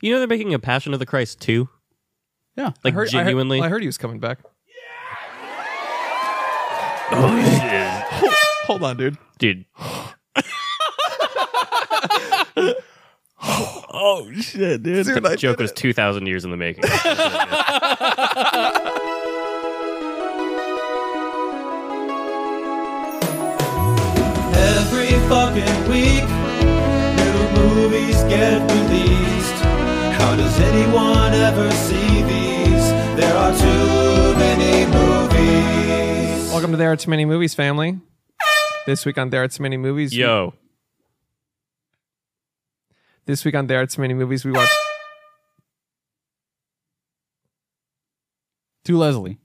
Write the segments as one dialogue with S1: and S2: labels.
S1: You know they're making a Passion of the Christ too.
S2: Yeah,
S1: Like,
S2: I heard,
S1: genuinely?
S2: I heard, I heard he was coming back. Hold on, dude.
S1: dude. oh shit, dude!
S2: Dude, I
S1: the
S2: did
S1: joke was two thousand years in the making.
S3: Every fucking week, new movies get released. How does anyone ever see these? There are too many movies.
S2: Welcome to There Are Too Many Movies, family. This week on There Are Too Many Movies.
S1: Yo,
S2: This week on There Are Too Many Movies, we watched.
S4: To Leslie.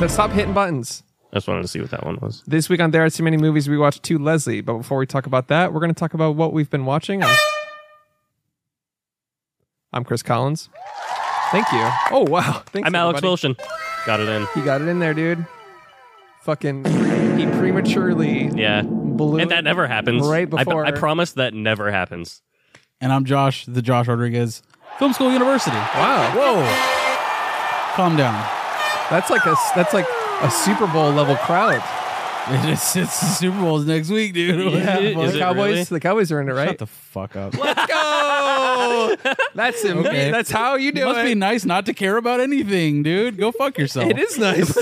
S2: Let's stop hitting buttons.
S1: I just wanted to see what that one was.
S2: This week on There Are Too Many Movies, we watched Two Leslie. But before we talk about that, we're going to talk about what we've been watching. I'm, I'm Chris Collins. Thank you. Oh, wow. Thanks,
S1: I'm Alex
S2: everybody.
S1: Wilson. Got it in.
S2: He got it in there, dude. Fucking. He prematurely
S1: Yeah,
S2: blew.
S1: and that never happens.
S2: Right
S1: I-
S2: before-
S1: I, promise that never happens.
S4: And I'm Josh, the Josh Rodriguez, Film School University.
S2: Wow. Whoa.
S4: Calm down.
S2: That's like a that's like a Super Bowl level crowd.
S4: It is, it's the Super Bowl's next week, dude.
S1: Yeah.
S4: What the fuck?
S1: Is
S2: the
S1: it
S2: Cowboys,
S1: really?
S2: the Cowboys are in it, right?
S4: Shut the fuck up.
S2: Let's go. That's him.
S4: Okay.
S2: That's how you do
S4: Must
S2: it.
S4: be nice not to care about anything, dude. Go fuck yourself.
S2: it is nice.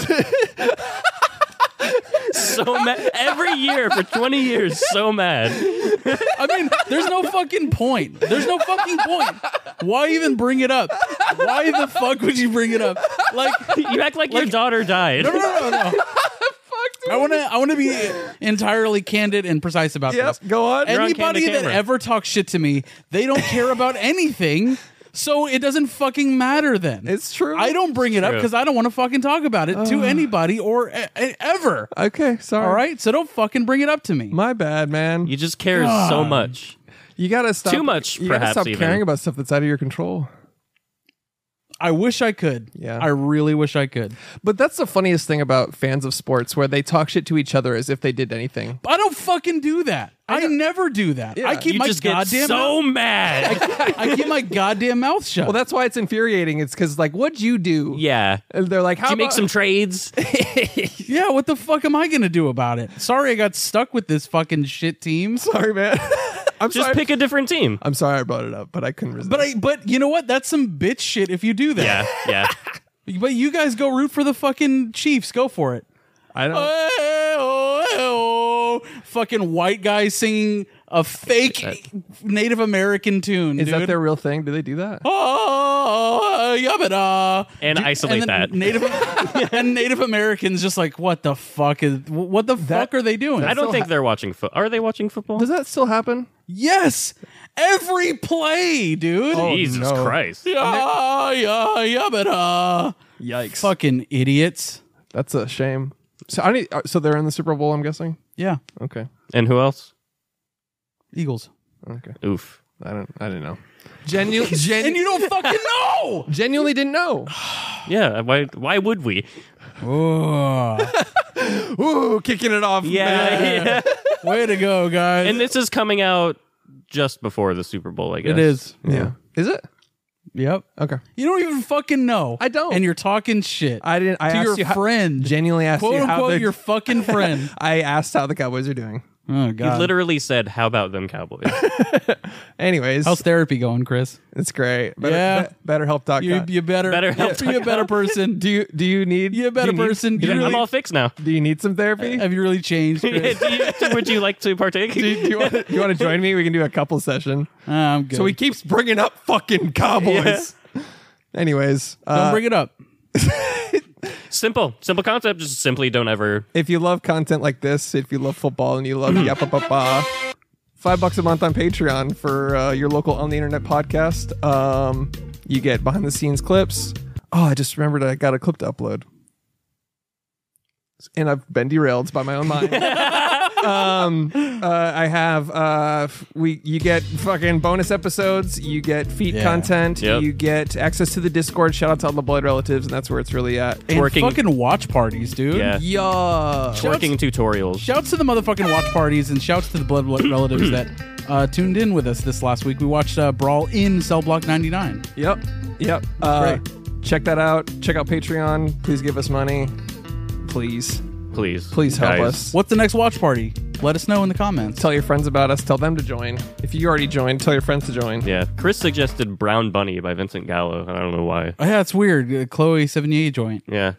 S1: So mad every year for twenty years. So mad.
S4: I mean, there's no fucking point. There's no fucking point. Why even bring it up? Why the fuck would you bring it up? Like,
S1: You act like, your daughter died.
S4: no, no, no, no. I want to. I want to be entirely candid and precise about
S2: yep.
S4: this.
S2: Go on.
S1: on
S4: Anybody
S1: candid
S4: that
S1: camera.
S4: ever talks shit to me, they don't care about anything. So it doesn't fucking matter then.
S2: It's true.
S4: I don't bring it up
S1: true.
S4: because I don't want to fucking talk about it
S2: Uh.
S4: to anybody or e- e- ever.
S2: Okay. Sorry.
S4: All right, so don't fucking bring it up to me.
S2: My bad, man.
S1: You
S2: You,
S1: just care so much.
S2: gotta stop.
S1: Too much,
S2: You gotta
S1: perhaps,
S2: stop
S1: even.
S2: caring about stuff that's out of your control.
S4: I wish I could.
S2: Yeah.
S4: I really wish I could.
S2: But that's the funniest thing about fans of sports, where they talk shit to each other as if they did anything.
S4: But I don't fucking do that. I, never do that.
S2: Yeah.
S4: I keep
S1: You
S4: my
S1: just get
S4: goddamn
S1: so mad.
S4: mouth, I keep my goddamn mouth shut.
S2: Well, that's why it's infuriating. It's because like, what'd you do?
S1: yeah.
S2: And they're like, how
S1: Do you make
S2: about-
S1: some trades?
S4: yeah, what the fuck am I gonna do about it? Sorry I got stuck with this fucking shit team.
S2: Sorry, man. I'm
S1: Just
S2: sorry.
S1: pick a different team.
S2: I'm sorry I brought it up, but I couldn't resist.
S4: But I but you know what? That's some bitch shit if you do
S1: Yeah,
S4: that.
S1: yeah.
S4: Yeah. But you guys go root for the fucking Chiefs. Go for it.
S2: I don't.
S4: Oh, fucking white guy singing a fake Native American tune.
S2: is
S4: dude.
S2: that their real thing? Do they do that?
S4: Oh, yabada.
S1: And
S4: Ju-
S1: isolate
S4: then
S1: that.
S4: Native and Native Americans just like what the fuck is what the fuck are they doing?
S1: I don't
S2: still
S1: think
S2: ha-
S1: they're watching. Fo- are they watching football?
S2: Does that still happen?
S4: yes, every play, dude.
S2: Oh,
S1: Jesus
S2: no.
S1: Christ!
S4: Yeah, yeah, yabada.
S2: Yikes!
S4: Fucking idiots.
S2: That's a shame. So I need, uh, so they're in the Super Bowl. I'm guessing.
S4: Yeah,
S2: Okay.
S1: And who else?
S4: Eagles.
S2: Okay.
S1: Oof.
S2: I don't. I didn't know. Genu-
S4: And you don't fucking know.
S2: genuinely didn't know.
S1: Yeah. Why? Why would we?
S4: Oh,
S2: Ooh, kicking it off.
S1: Yeah. yeah.
S4: way to go, guys.
S1: and this is coming out just before the Super Bowl. I guess
S4: it is.
S2: Yeah. Is it?
S4: Yep.
S2: Okay.
S4: You don't even fucking know.
S2: I don't.
S4: And you're talking shit.
S2: I didn't. I
S4: to
S2: asked
S4: your
S2: you how-
S4: friend.
S2: genuinely asked
S4: quote
S2: you how
S4: unquote
S2: the,
S4: your fucking friend.
S2: I asked how the Cowboys are doing.
S4: oh
S1: You
S4: god.
S1: literally said, "How about them Cowboys?"
S2: Anyways,
S4: How's therapy going, Chris?
S2: it's great. Better,
S4: Yeah.
S2: be- BetterHelp.com.
S4: You you better
S1: Better help.
S4: you a better person.
S2: do you do you need?
S4: You a better
S2: do you need-
S4: person.
S2: do, you
S4: You
S2: need,
S1: I'm all fixed now.
S2: do you need some therapy?
S4: Have you really changed?
S1: Yeah,
S4: Chris?
S1: do you, would you like to partake?
S2: do, you- do you want to, you want to join me? We can do a couple session.
S4: Uh, I'm good.
S2: So he keeps bringing up fucking Cowboys. Anyways,
S4: don't
S2: uh,
S4: bring it up.
S1: simple, simple concept. Just simply don't ever.
S2: if you love content like this, if you love football and you love yap up up ah, five bucks a month on Patreon for uh, your local on the internet podcast. Um, you get behind the scenes clips. Oh, I just remembered I got a clip to upload. And I've been derailed by my own mind. um, uh, I have. Uh, f- we you get fucking bonus episodes. You get feed
S4: Yeah.
S2: content.
S1: Yep.
S2: You get access to the Discord. Shout out to all the blood relatives, and that's where it's really at.
S4: And
S1: Twerking-
S4: fucking watch parties, dude.
S1: Yeah.
S2: Yeah.
S1: Working tutorials.
S4: Shouts to the motherfucking watch parties and shouts to the blood rel- relatives that uh, tuned in with us this last week. We watched uh, Brawl in Cell Block 99.
S2: Yep. Yep. Uh,
S4: Great.
S2: check that out. Check out Patreon. Please give us money. Please.
S1: Please,
S2: Please help
S1: guys.
S2: us.
S4: What's the next watch party? Let us know in the comments.
S2: Tell your friends about us. Tell them to join. If you already joined, tell your friends to join.
S1: Yeah, Chris suggested Brown Bunny by Vincent Gallo, and I don't know why.
S4: Oh, yeah, it's weird. Uh, Chloe 78 joint.
S1: Yeah,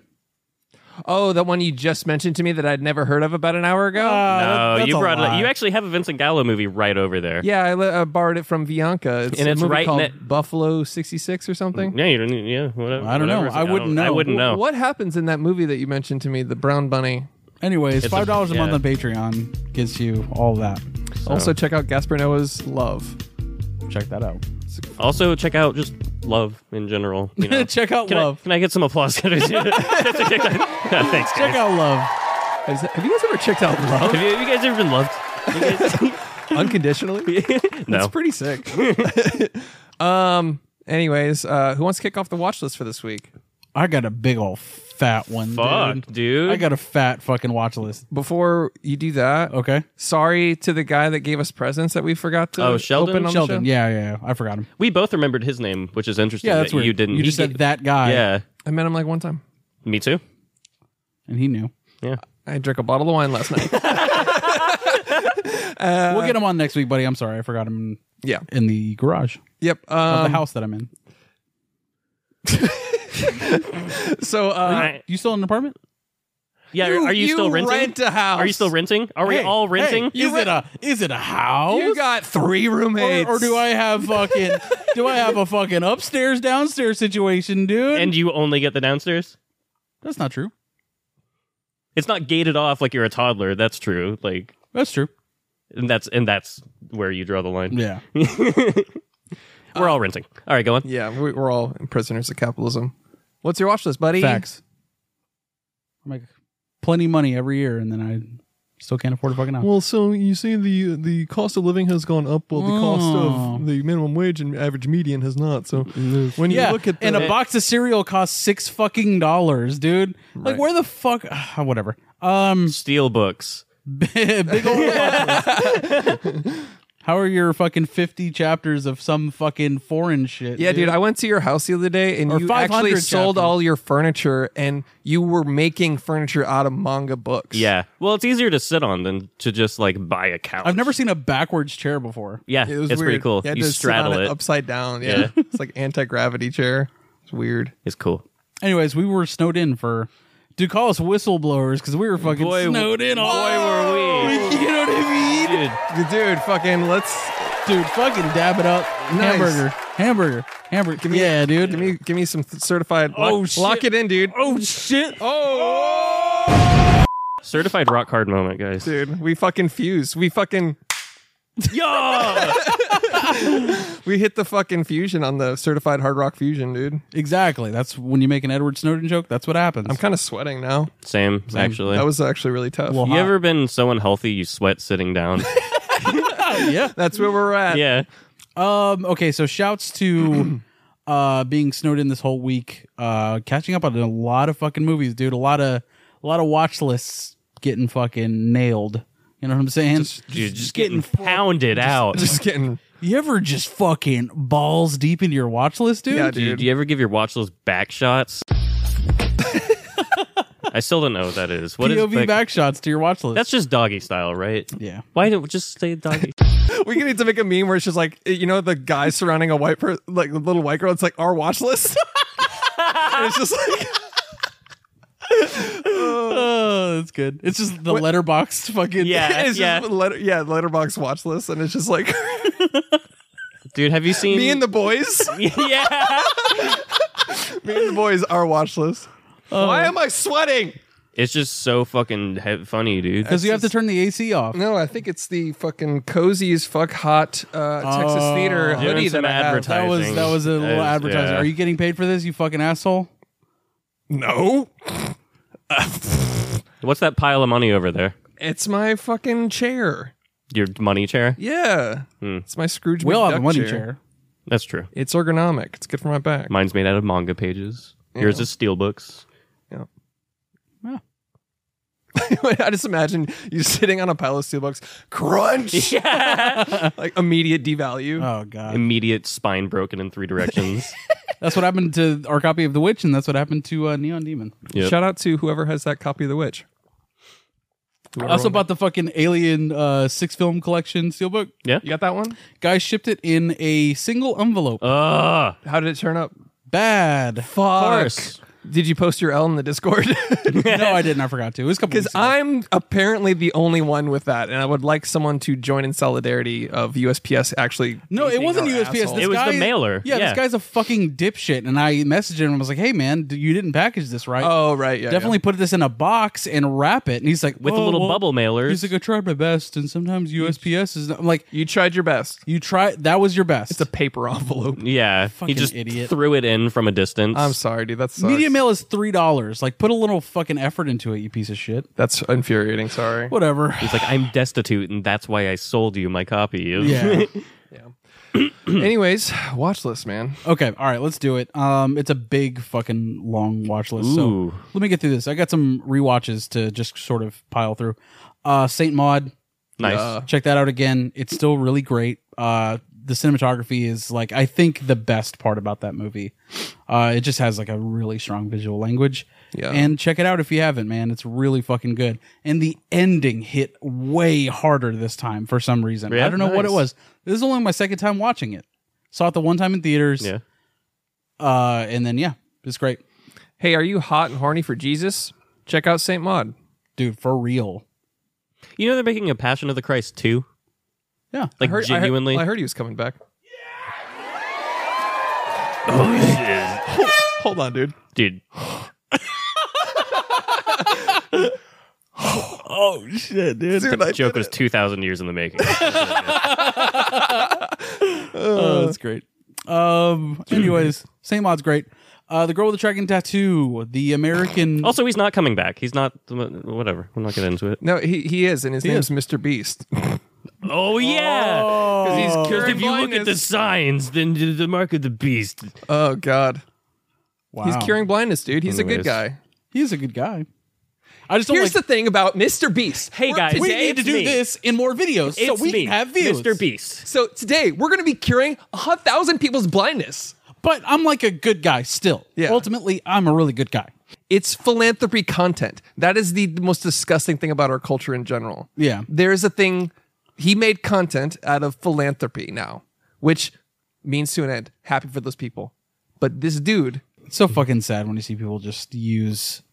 S2: Oh, that one you just mentioned to me that I'd never heard of about an hour ago.
S1: no,
S4: Uh, that's
S1: Oh, you
S4: a
S1: brought
S4: lie.
S1: it. You actually have a Vincent Gallo movie right over there.
S2: yeah, I, li- I borrowed it from Bianca. It's
S1: And
S2: a
S1: it's
S2: movie
S1: right
S2: called
S1: ne-
S2: Buffalo '66 or something.
S1: yeah, you don't. Yeah, whatever.
S4: I don't know.
S1: whatever.
S4: I wouldn't
S1: don't- I
S4: know.
S1: wouldn't know.
S2: What happens in that movie that you mentioned to me, the Brown Bunny?
S4: Anyways,
S1: It's a-
S4: $5 a, month
S1: yeah.
S4: on Patreon gets you all that.
S2: Also, check out Gaspar Noah's Love.
S4: Check that out.
S1: Also, check out just love in general. You know.
S4: Check out
S1: can
S4: Love.
S1: I, can I get some applause? Can I see it? Just to kick that- Yeah, Thanks.
S4: Check out Love.
S2: Has- have you guys ever checked out Love
S1: Have you, have you guys ever been loved? You guys-
S2: unconditionally?
S1: no.
S2: That's pretty sick. um. Anyways, uh, who wants to kick off the watch list for this week?
S4: I got a big old fat one,
S1: Fuck,
S4: dude.
S1: dude.
S4: I got a fat fucking watch list.
S2: Before you do that,
S4: Okay.
S2: sorry to the guy that gave us presents that we forgot to.
S1: Oh, Sheldon?
S2: open on the
S4: Sheldon.
S2: show.
S4: Yeah, yeah, yeah. I forgot him.
S1: we both remembered his name, which is interesting.
S4: Yeah, that's
S1: that
S4: weird.
S1: You didn't.
S4: You
S1: He
S4: just said
S1: ga-
S4: that guy.
S1: Yeah,
S2: I met him like one time.
S1: me too.
S4: And he knew.
S1: Yeah.
S2: I drank a bottle of wine last night.
S1: Uh,
S4: we'll get him on next week, buddy. I'm sorry. I forgot him
S2: yeah.
S4: in, in the garage
S2: Yep.
S4: of
S2: Um,
S4: the house that I'm in.
S2: so, uh,
S1: Alright.
S4: You still in an apartment?
S1: Yeah. are you, still renting?
S2: um, Rent a house.
S1: Are you still renting? Are we
S4: Hey,
S1: all renting?
S4: Hey, is it a is it a house?
S2: You got three roommates.
S4: or, or do I have fucking do I have a fucking upstairs downstairs situation, dude?
S1: and you only get the downstairs.
S4: that's not true.
S1: It's not gated off like you're a toddler. That's true. Like,
S4: That's true.
S1: and that's and that's where you draw the line.
S4: Yeah.
S1: We're all renting. All right, go on.
S2: Yeah, we, we're all prisoners of capitalism. What's your watch list, buddy?
S4: Facts. I make plenty of money every year, and then I still can't afford a fucking house.
S2: Well, so you see, the the cost of living has gone up, while the cost
S4: Oh.
S2: of the minimum wage and average median has not. So when you
S4: yeah,
S2: look at the,
S4: and a box of cereal costs six fucking dollars, dude. Like,
S2: Right.
S4: where the fuck? ah, whatever. Um,
S1: Steel books.
S4: big old. boxes. How are your fucking fifty chapters of some fucking foreign shit?
S2: yeah, dude, I went to your house the other day, and
S4: Or
S2: you
S4: 500
S2: actually sold
S4: chapters.
S2: all your furniture, and you were making furniture out of manga books.
S1: Yeah. Well, it's easier to sit on than to just like buy a couch.
S4: I've never seen a backwards chair before.
S1: Yeah,
S2: it was
S1: it's pretty
S2: weird.
S1: cool.
S2: You, had
S1: you
S2: to sit on
S1: straddle it.
S2: upside down. Yeah, it's like anti gravity chair. It's weird.
S1: It's cool.
S4: Anyways, we were snowed in for. Dude, call us whistleblowers because we were fucking
S1: Boy,
S4: snowed in. all
S1: boy, were we.
S4: You know what I mean,
S1: Dude,
S2: Dude, fucking let's
S4: dude? Fucking dab it up.
S2: Nice.
S4: Hamburger, hamburger, hamburger. yeah, dude.
S2: give me give me some certified.
S4: Oh,
S2: lock,
S4: shit.
S2: lock it in, dude. Oh!
S4: oh shit.
S1: certified rock hard moment, guys.
S2: Dude, we fucking fused. We fucking
S1: Yeah.
S2: we hit the fucking fusion on the certified hard rock fusion, dude.
S4: Exactly. That's when you make an Edward Snowden joke. That's what happens.
S2: I'm kind of sweating now.
S1: Same, actually.
S2: That was actually really tough.
S4: Well,
S1: you ever been so unhealthy you sweat sitting down?
S4: yeah.
S2: That's where we're at.
S1: yeah.
S4: Um. Okay. So shouts to uh being snowed in this whole week. Uh, catching up on a lot of fucking movies, dude. A lot of a lot of watch lists getting fucking nailed. You know what I'm saying?
S1: Dude, just getting pounded out.
S2: Just getting
S4: you ever just fucking balls deep into your watch list, dude?
S2: yeah,
S1: Dude,
S2: dude.
S1: do you ever give your watch those back shots? I still don't know what that is. What is
S4: POV
S1: back-
S4: backshots to your watch list.
S1: That's just doggy style, right?
S4: yeah.
S1: Why don't we just say doggy?
S2: We need to make a meme where it's just like eh, you know the guy surrounding a white person, like the little white girl. It's like our watch list. And it's just like
S4: Oh, that's good. It's just the letterbox fucking.
S1: Yeah.
S2: it's just letter, yeah, letterbox watch list, and it's just like
S1: Dude, have you seen
S2: me and the boys.
S1: yeah.
S2: me and the boys are watch list.
S1: Uh,
S2: Why am I sweating?
S1: It's just so fucking he- funny, dude.
S4: Because you have to turn the AC off.
S2: No, I think it's the fucking cozy as fuck hot uh, Texas
S4: Oh.
S2: theater
S1: Doing
S2: hoodie
S1: some
S2: that I have.
S1: advertising.
S4: That was that was a
S1: That
S4: little
S1: is-
S4: advertiser.
S1: yeah.
S4: Are you getting paid for this, you fucking asshole?
S2: No,
S1: What's that pile of money over there?
S2: it's my fucking chair.
S1: Your money chair?
S2: Yeah, it's my Scrooge.
S4: We all Hmm. have a
S2: McDuck
S4: money chair.
S1: That's true.
S2: It's ergonomic. It's good for my back.
S1: Mine's made out of manga pages. Yours is steel books.
S2: Yeah.
S4: Yeah.
S2: I just imagine you sitting on a pile of steelbooks, crunch, like immediate devalue.
S4: Oh god,
S1: Immediate spine broken in three directions.
S4: that's what happened to our copy of The Witch, and that's what happened to uh, Neon Demon.
S1: Yep.
S2: Shout out to whoever has that copy of The Witch.
S4: I also bought the fucking Alien uh, six film collection steelbook.
S1: yeah.
S2: You got that one?
S4: Guys shipped it in a single envelope.
S1: Ah,
S2: How did it turn up?
S4: Bad.
S2: Fuck.
S1: course.
S2: Did you post your L in the Discord?
S4: no, I didn't. I forgot to. It was a couple.
S2: Because
S4: weeks ago.
S2: I'm apparently the only one with that, and I would like someone to join in solidarity of USPS actually.
S4: No, it
S2: beating
S4: wasn't
S2: our
S4: USPS.
S2: asshole.
S4: This
S1: It was the
S4: guy,
S1: mailer.
S4: Yeah,
S1: Yeah.
S4: this guy's a fucking dipshit. And I messaged him and was like, "Hey, man, d- you didn't package this right.
S2: Oh right, yeah,
S4: Definitely put this in a box and wrap it." And he's like,
S1: with the
S4: "Oh,
S1: little
S4: well,"
S1: bubble mailers.
S4: He's like, "I tried my best, and sometimes USPS is." Not. I'm like,
S2: yeah. You tried your best.
S4: "You try. That was your best."
S2: It's a paper envelope.
S1: yeah, he
S4: Fucking
S1: just
S4: idiot.
S1: threw it in from a distance.
S2: I'm sorry, dude. That's
S4: Media mail is three dollars. Like, put a little fucking effort into it, you piece of shit.
S2: That's infuriating. Sorry.
S4: Whatever.
S1: He's like, I'm destitute, and that's why I sold you my copy. of-"
S4: Yeah.
S2: Anyways, watch list, man.
S4: Okay. All right. Let's do it. Um, it's a big fucking long watch list.
S1: Ooh.
S4: So let me get through this. I got some rewatches to just sort of pile through. Uh, Saint Maud.
S1: nice.
S2: Yeah.
S4: Check that out again. It's still really great. Uh, the cinematography is like I think the best part about that movie. Uh, it just has like a really strong visual language.
S2: Yeah.
S4: And check it out if you haven't, man. It's really fucking good. And the ending hit way harder this time for some reason.
S1: Yeah?
S4: I don't know what it
S1: Nice.
S4: was. This is only my second time watching it. Saw it the one time in theaters.
S1: Yeah.
S4: Uh, and then yeah, it's great,
S2: Hey, are you hot and horny for Jesus? Check out Saint Maud.
S4: dude. For real.
S1: You know they're making a Passion of the Christ too.
S4: Yeah.
S1: Like genuinely.
S2: I heard, he was coming back.
S4: Oh,
S2: Oh, Hold on, dude.
S1: dude. oh shit, dude!
S2: Dude, I
S1: The joke
S2: did
S1: was two thousand years in the making.
S4: Oh, that's great. Um. Anyways, Saint Maud's great. Uh, the girl with the dragon tattoo, the American.
S1: also, he's not coming back. He's not. Whatever. We're not getting into it.
S2: No, he, he is, and his name's Mr. Beast.
S1: Oh yeah.
S2: He's cured
S1: if you look at the
S2: blindness.
S1: signs, then the the mark of the beast.
S2: Oh God,
S4: wow.
S2: Oh, he's curing blindness, dude. He's a
S1: Anyways.
S2: good guy.
S4: He's a good guy. I just don't
S2: Here's
S4: like.
S2: the thing about Mr. Beast.
S1: Hey,
S2: We're-
S1: guys.
S4: we
S1: Today
S4: need to
S1: it's
S4: do
S1: me.
S4: this in more videos so
S1: It's
S4: we
S1: me,
S4: can have views.
S1: Mr. Beast.
S2: So today we're going to be curing a thousand people's blindness.
S4: But I'm like a good guy still.
S2: Yeah.
S4: Ultimately, I'm a really good guy.
S2: It's philanthropy content. That is the most disgusting thing about our culture in general.
S4: Yeah.
S2: There is a thing he made content out of philanthropy now, which means to an end. Happy for those people. But this dude,
S4: It's so fucking sad when you see people just use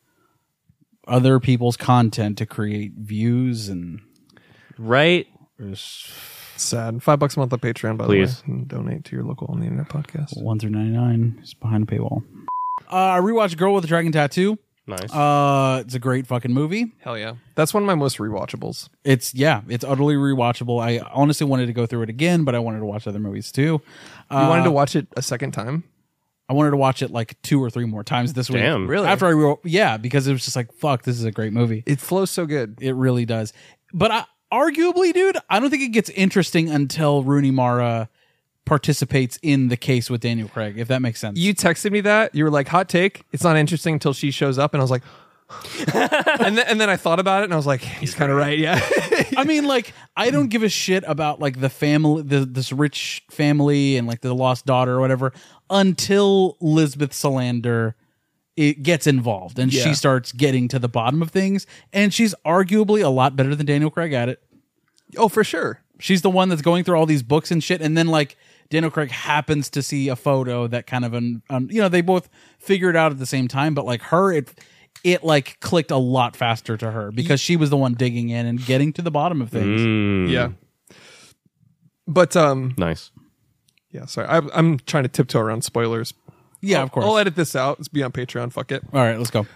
S4: other people's content to create views and
S1: Right?
S2: sad. Five bucks a month on Patreon, by
S1: Please.
S2: the way. And Donate to your local on the internet podcast.
S4: one through ninety nine is behind a paywall. Uh, I rewatched Girl with a Dragon Tattoo.
S1: Nice.
S4: Uh, it's a great fucking movie.
S2: Hell yeah. That's one of my most rewatchables.
S4: It's yeah, it's utterly rewatchable. I honestly wanted to go through it again, but I wanted to watch other movies too.
S2: You wanted to watch it a second time?
S4: I wanted to watch it like two or three more times this week.
S1: Damn.
S2: Really?
S4: After I re- yeah, because it was just like fuck, this is a great movie.
S2: It flows so good.
S4: It really does. But I, arguably, dude, I don't think it gets interesting until Rooney Mara participates in the case with Daniel Craig. If that makes sense.
S2: you texted me that you were like hot take it's not interesting until she shows up and i was like and, then, and then i thought about it and i was like he's, kind of right yeah
S4: I mean, like, I don't give a shit about like the family, the, this rich family, and like the lost daughter or whatever until Lisbeth Salander it gets involved and
S2: Yeah.
S4: she starts getting to the bottom of things. And she's arguably a lot better than Daniel Craig at it.
S2: oh for sure
S4: She's the one that's going through all these books and shit, and then like Daniel Craig happens to see a photo that kind of un, un you know they both figure it out at the same time, but like her it it like clicked a lot faster to her because she was the one digging in and getting to the bottom of things.
S1: Mm,
S2: yeah but um
S1: Nice.
S2: yeah sorry I, i'm trying to tiptoe around spoilers
S4: Yeah,
S2: I'll-
S4: of course.
S2: i'll edit this out it's be on patreon fuck it
S4: All right, let's go.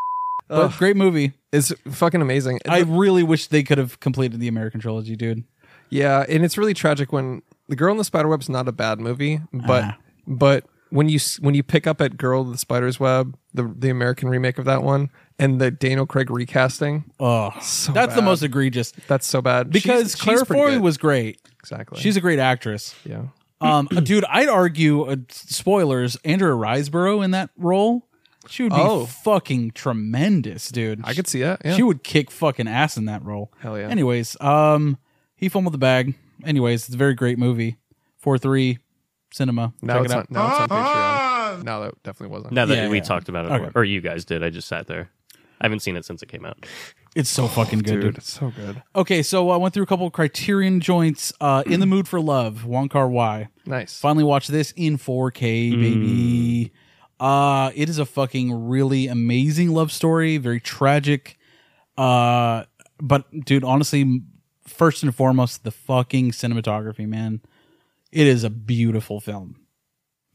S4: But great movie.
S2: it's fucking amazing
S4: I really wish they could have completed the American trilogy, dude.
S2: yeah and it's really tragic when the girl in the spider web's not a bad movie but
S4: Ah.
S2: but when you s- when you pick up at girl in the spider's web the the american remake of that one and the daniel craig recasting
S4: Oh, that's the
S2: bad.
S4: most egregious
S2: that's so bad She's-
S4: because
S2: she's
S4: Claire
S2: pretty
S4: Foy
S2: good.
S4: was great.
S2: exactly
S4: She's a great actress.
S2: Yeah.
S4: Um, dude, I'd argue uh, spoilers. Andrew Riseborough in that role She would be
S2: Oh.
S4: fucking tremendous, dude.
S2: I could see that. Yeah.
S4: She would kick fucking ass in that role.
S2: Hell yeah.
S4: Anyways, um, he fumbled the bag. Anyways, it's a very great movie. Four three, cinema.
S2: now
S4: Check
S2: it's
S4: it
S2: on,
S4: out.
S2: now it's on Patreon. No, that definitely wasn't.
S1: Now that
S4: Yeah,
S1: we
S4: yeah.
S1: talked about it,
S4: Okay.
S1: or you guys did, I just sat there. I haven't seen it since it came out.
S4: It's so fucking good, dude.
S2: Oh, dude, it's so good.
S4: Okay, so I went through a couple of Criterion joints. Uh, in the mood for love, Wong Kar Wai.
S2: Nice.
S4: Finally watched this in 4K,
S1: Mm.
S4: baby. Uh, it is a fucking really amazing love story, very tragic. Uh, but dude, honestly, m- first and foremost, the fucking cinematography, man. It is a beautiful film.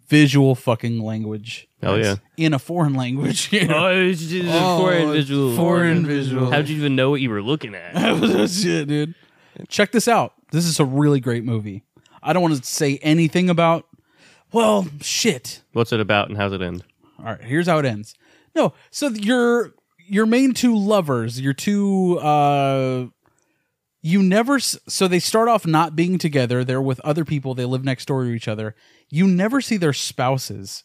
S4: Visual fucking language.
S1: Hell yeah.
S4: In a foreign language. you know?
S1: Oh, it's just a foreign visual.
S4: foreign visual.
S1: How'd you even know what you were looking at?
S4: Shit, dude. Check this out. This is a really great movie. I don't want to say anything about. Well, shit.
S1: What's it about and how's it end?
S4: All right, here's how it ends. No, so th- your your main two lovers, your two uh you never s- so they start off not being together. They're with other people. They live next door to each other. You never see their spouses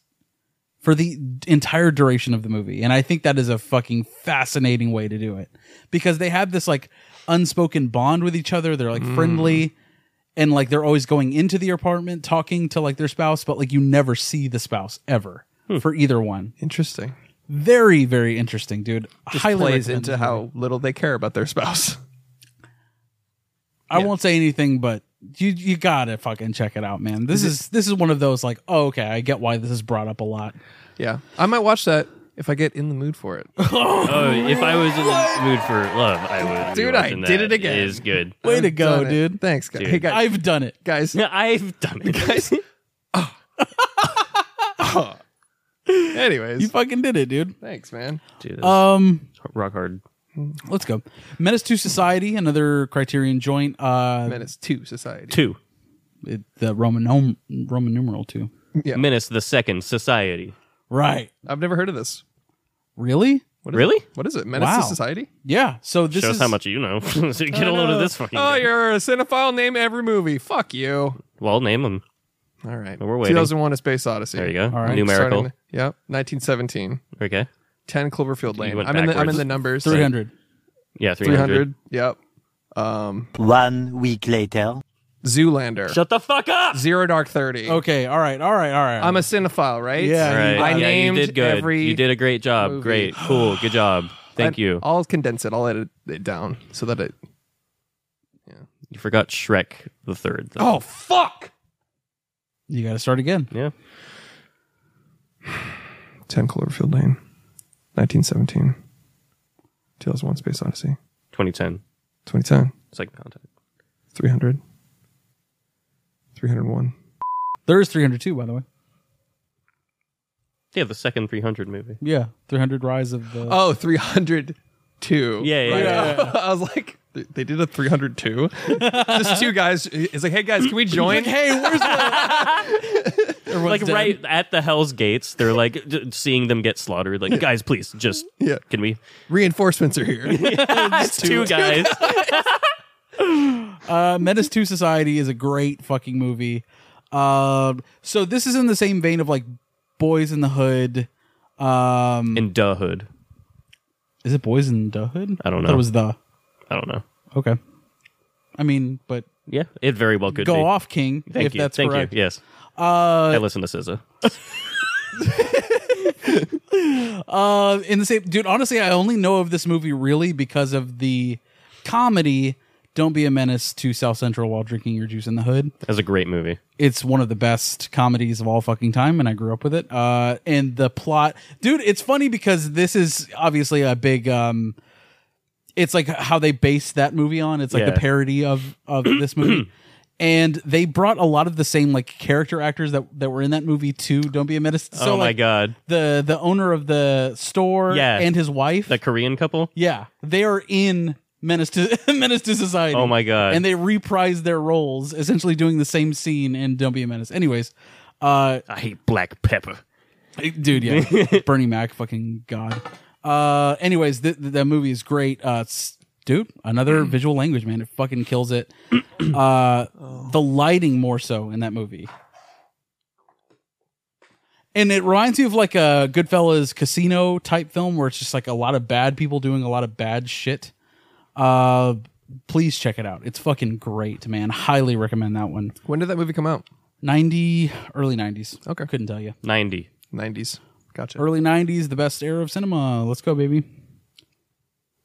S4: for the d- entire duration of the movie. And I think that is a fucking fascinating way to do it because they have this like unspoken bond with each other. They're like friendly and like they're always going into the apartment talking to like their spouse, but like you never see the spouse ever for either one.
S2: Interesting.
S4: Very, very interesting, dude. Highly
S2: Plays
S4: recommend
S2: into
S4: this movie.
S2: how little they care about their spouse.
S4: I won't say anything, but you you gotta fucking check it out, man. This is this is one of those like, oh okay, I get why this is brought up a lot.
S2: Yeah, I might watch that if I get in the mood for it.
S1: Oh, if I was in the mood for love, I would. be
S2: Dude, I
S1: watching
S2: did
S1: that.
S2: it again.
S1: It is good.
S4: Way to
S2: I've
S4: go,
S2: done it.
S4: dude.
S2: Thanks, guys.
S1: Dude.
S2: Hey, guys.
S4: I've done it.
S2: guys.
S1: I've done it, guys.
S2: Anyways,
S4: You fucking did it, dude.
S2: thanks, man.
S1: Dude,
S2: Uh,
S4: Um
S1: that's rock hard.
S4: let's go. Menace to Society, another criterion joint. Uh
S2: Menace to society.
S1: Two.
S4: it- the Roman nom- Roman numeral two.
S2: Yeah.
S1: Menace the Second Society.
S4: Right.
S2: I've never heard of this.
S4: Really?
S2: What is
S1: Really?
S2: It? What is it? Menace to
S4: Wow.
S2: society?
S4: Yeah. So this
S1: Shows
S4: is
S1: how much you know. So you Get a load of this fucking.
S2: Oh,
S1: guy.
S2: you're a cinephile. Name every movie. Fuck you.
S1: Well, name them.
S2: All right.
S1: We're waiting.
S2: 2001: A Space Odyssey.
S1: There you go.
S4: right.
S1: Numerical.
S2: Starting- Yep. 1917.
S1: Okay.
S2: 10 Cloverfield Lane.
S1: went
S2: I'm in, the, I'm in
S1: backwards.
S2: the numbers.
S4: three hundred.
S1: Yeah, 300.
S2: 300. Yep. Um,
S5: One week later.
S2: Zoolander.
S1: Shut the fuck up!
S2: Zero Dark Thirty.
S4: Okay, all right, all right, all right.
S2: I'm a cinephile, right?
S4: Yeah.
S1: All right.
S2: I
S1: yeah,
S2: named
S1: you did good.
S2: every
S1: you did a great job.
S2: movie.
S1: Great. Cool. Good job. Thank
S2: I- Oh.
S1: you.
S2: I'll condense it. I'll edit it down so that it.
S1: You forgot Shrek the third. though.
S2: Oh fuck!
S4: you gotta start again.
S1: Yeah.
S2: Ten Cloverfield Lane, 1917, 2001: Space Odyssey,
S1: 2010.
S2: 2010,
S1: Second contact.
S2: 300, 301.
S4: There is 302, by the way.
S1: Yeah, the second 300 movie.
S4: Yeah, 300 Rise of the.
S2: Oh, 302.
S1: Yeah, yeah, yeah.
S2: I was like, th- they did a 302. Just two guys. It's like, hey guys, can we join?
S4: hey, where's the.
S1: Like right at the Hell's Gates, they're like d- seeing them get slaughtered. Like, guys, please, just
S2: Yeah.
S1: can we?
S2: Reinforcements are here.
S1: It's two guys.
S4: Uh, Menace to Society is a great fucking movie. Uh, so this is in the same vein of like Boys in the Hood. Um,
S1: In Duh Hood.
S4: is it Boys in the Hood?
S1: I don't
S4: That
S1: know.
S4: was the.
S1: I don't know.
S4: Okay. I mean, but
S1: Yeah, it very well could
S4: go
S1: be.
S4: off, King,
S1: Thank
S4: if
S1: you.
S4: that's
S1: Thank
S4: correct.
S1: you. Yes.
S4: Uh,
S1: I listen to SZA.
S4: Uh, in the same dude. Honestly, I only know of this movie really because of the comedy. Don't be a menace to South Central while drinking your juice in the hood.
S1: That's a great movie.
S4: It's one of the best comedies of all fucking time, and I grew up with it. Uh, and the plot, dude, it's funny because this is obviously a big. Um, it's like how they base that movie on. It's like
S1: Yeah.
S4: the parody of of this movie. And they brought a lot of the same like character actors that, that were in that movie too. Don't be a menace. So,
S1: oh my
S4: like,
S1: god,
S4: the the owner of the store
S1: Yeah.
S4: and his wife.
S1: that Korean couple.
S4: yeah, they are in Menace to Menace to Society.
S1: Oh my god.
S4: And they reprise their roles, essentially doing the same scene in Don't Be a Menace. Anyways, uh,
S1: I hate black pepper.
S4: dude, yeah, Bernie Mac, fucking god. Uh, anyways, th- th- that movie is great. Uh, it's- dude, another visual language, man. It fucking kills it. Uh, the lighting more so in that movie. and it reminds me of like a Goodfellas casino type film where it's just like a lot of bad people doing a lot of bad shit. Uh, please check it out. It's fucking great, man. Highly recommend that one.
S2: When did that movie come out?
S4: 90 early 90s.
S2: Okay.
S4: Couldn't tell you.
S1: 90.
S2: 90s. Gotcha.
S4: Early 90s, the best era of cinema. Let's go, baby.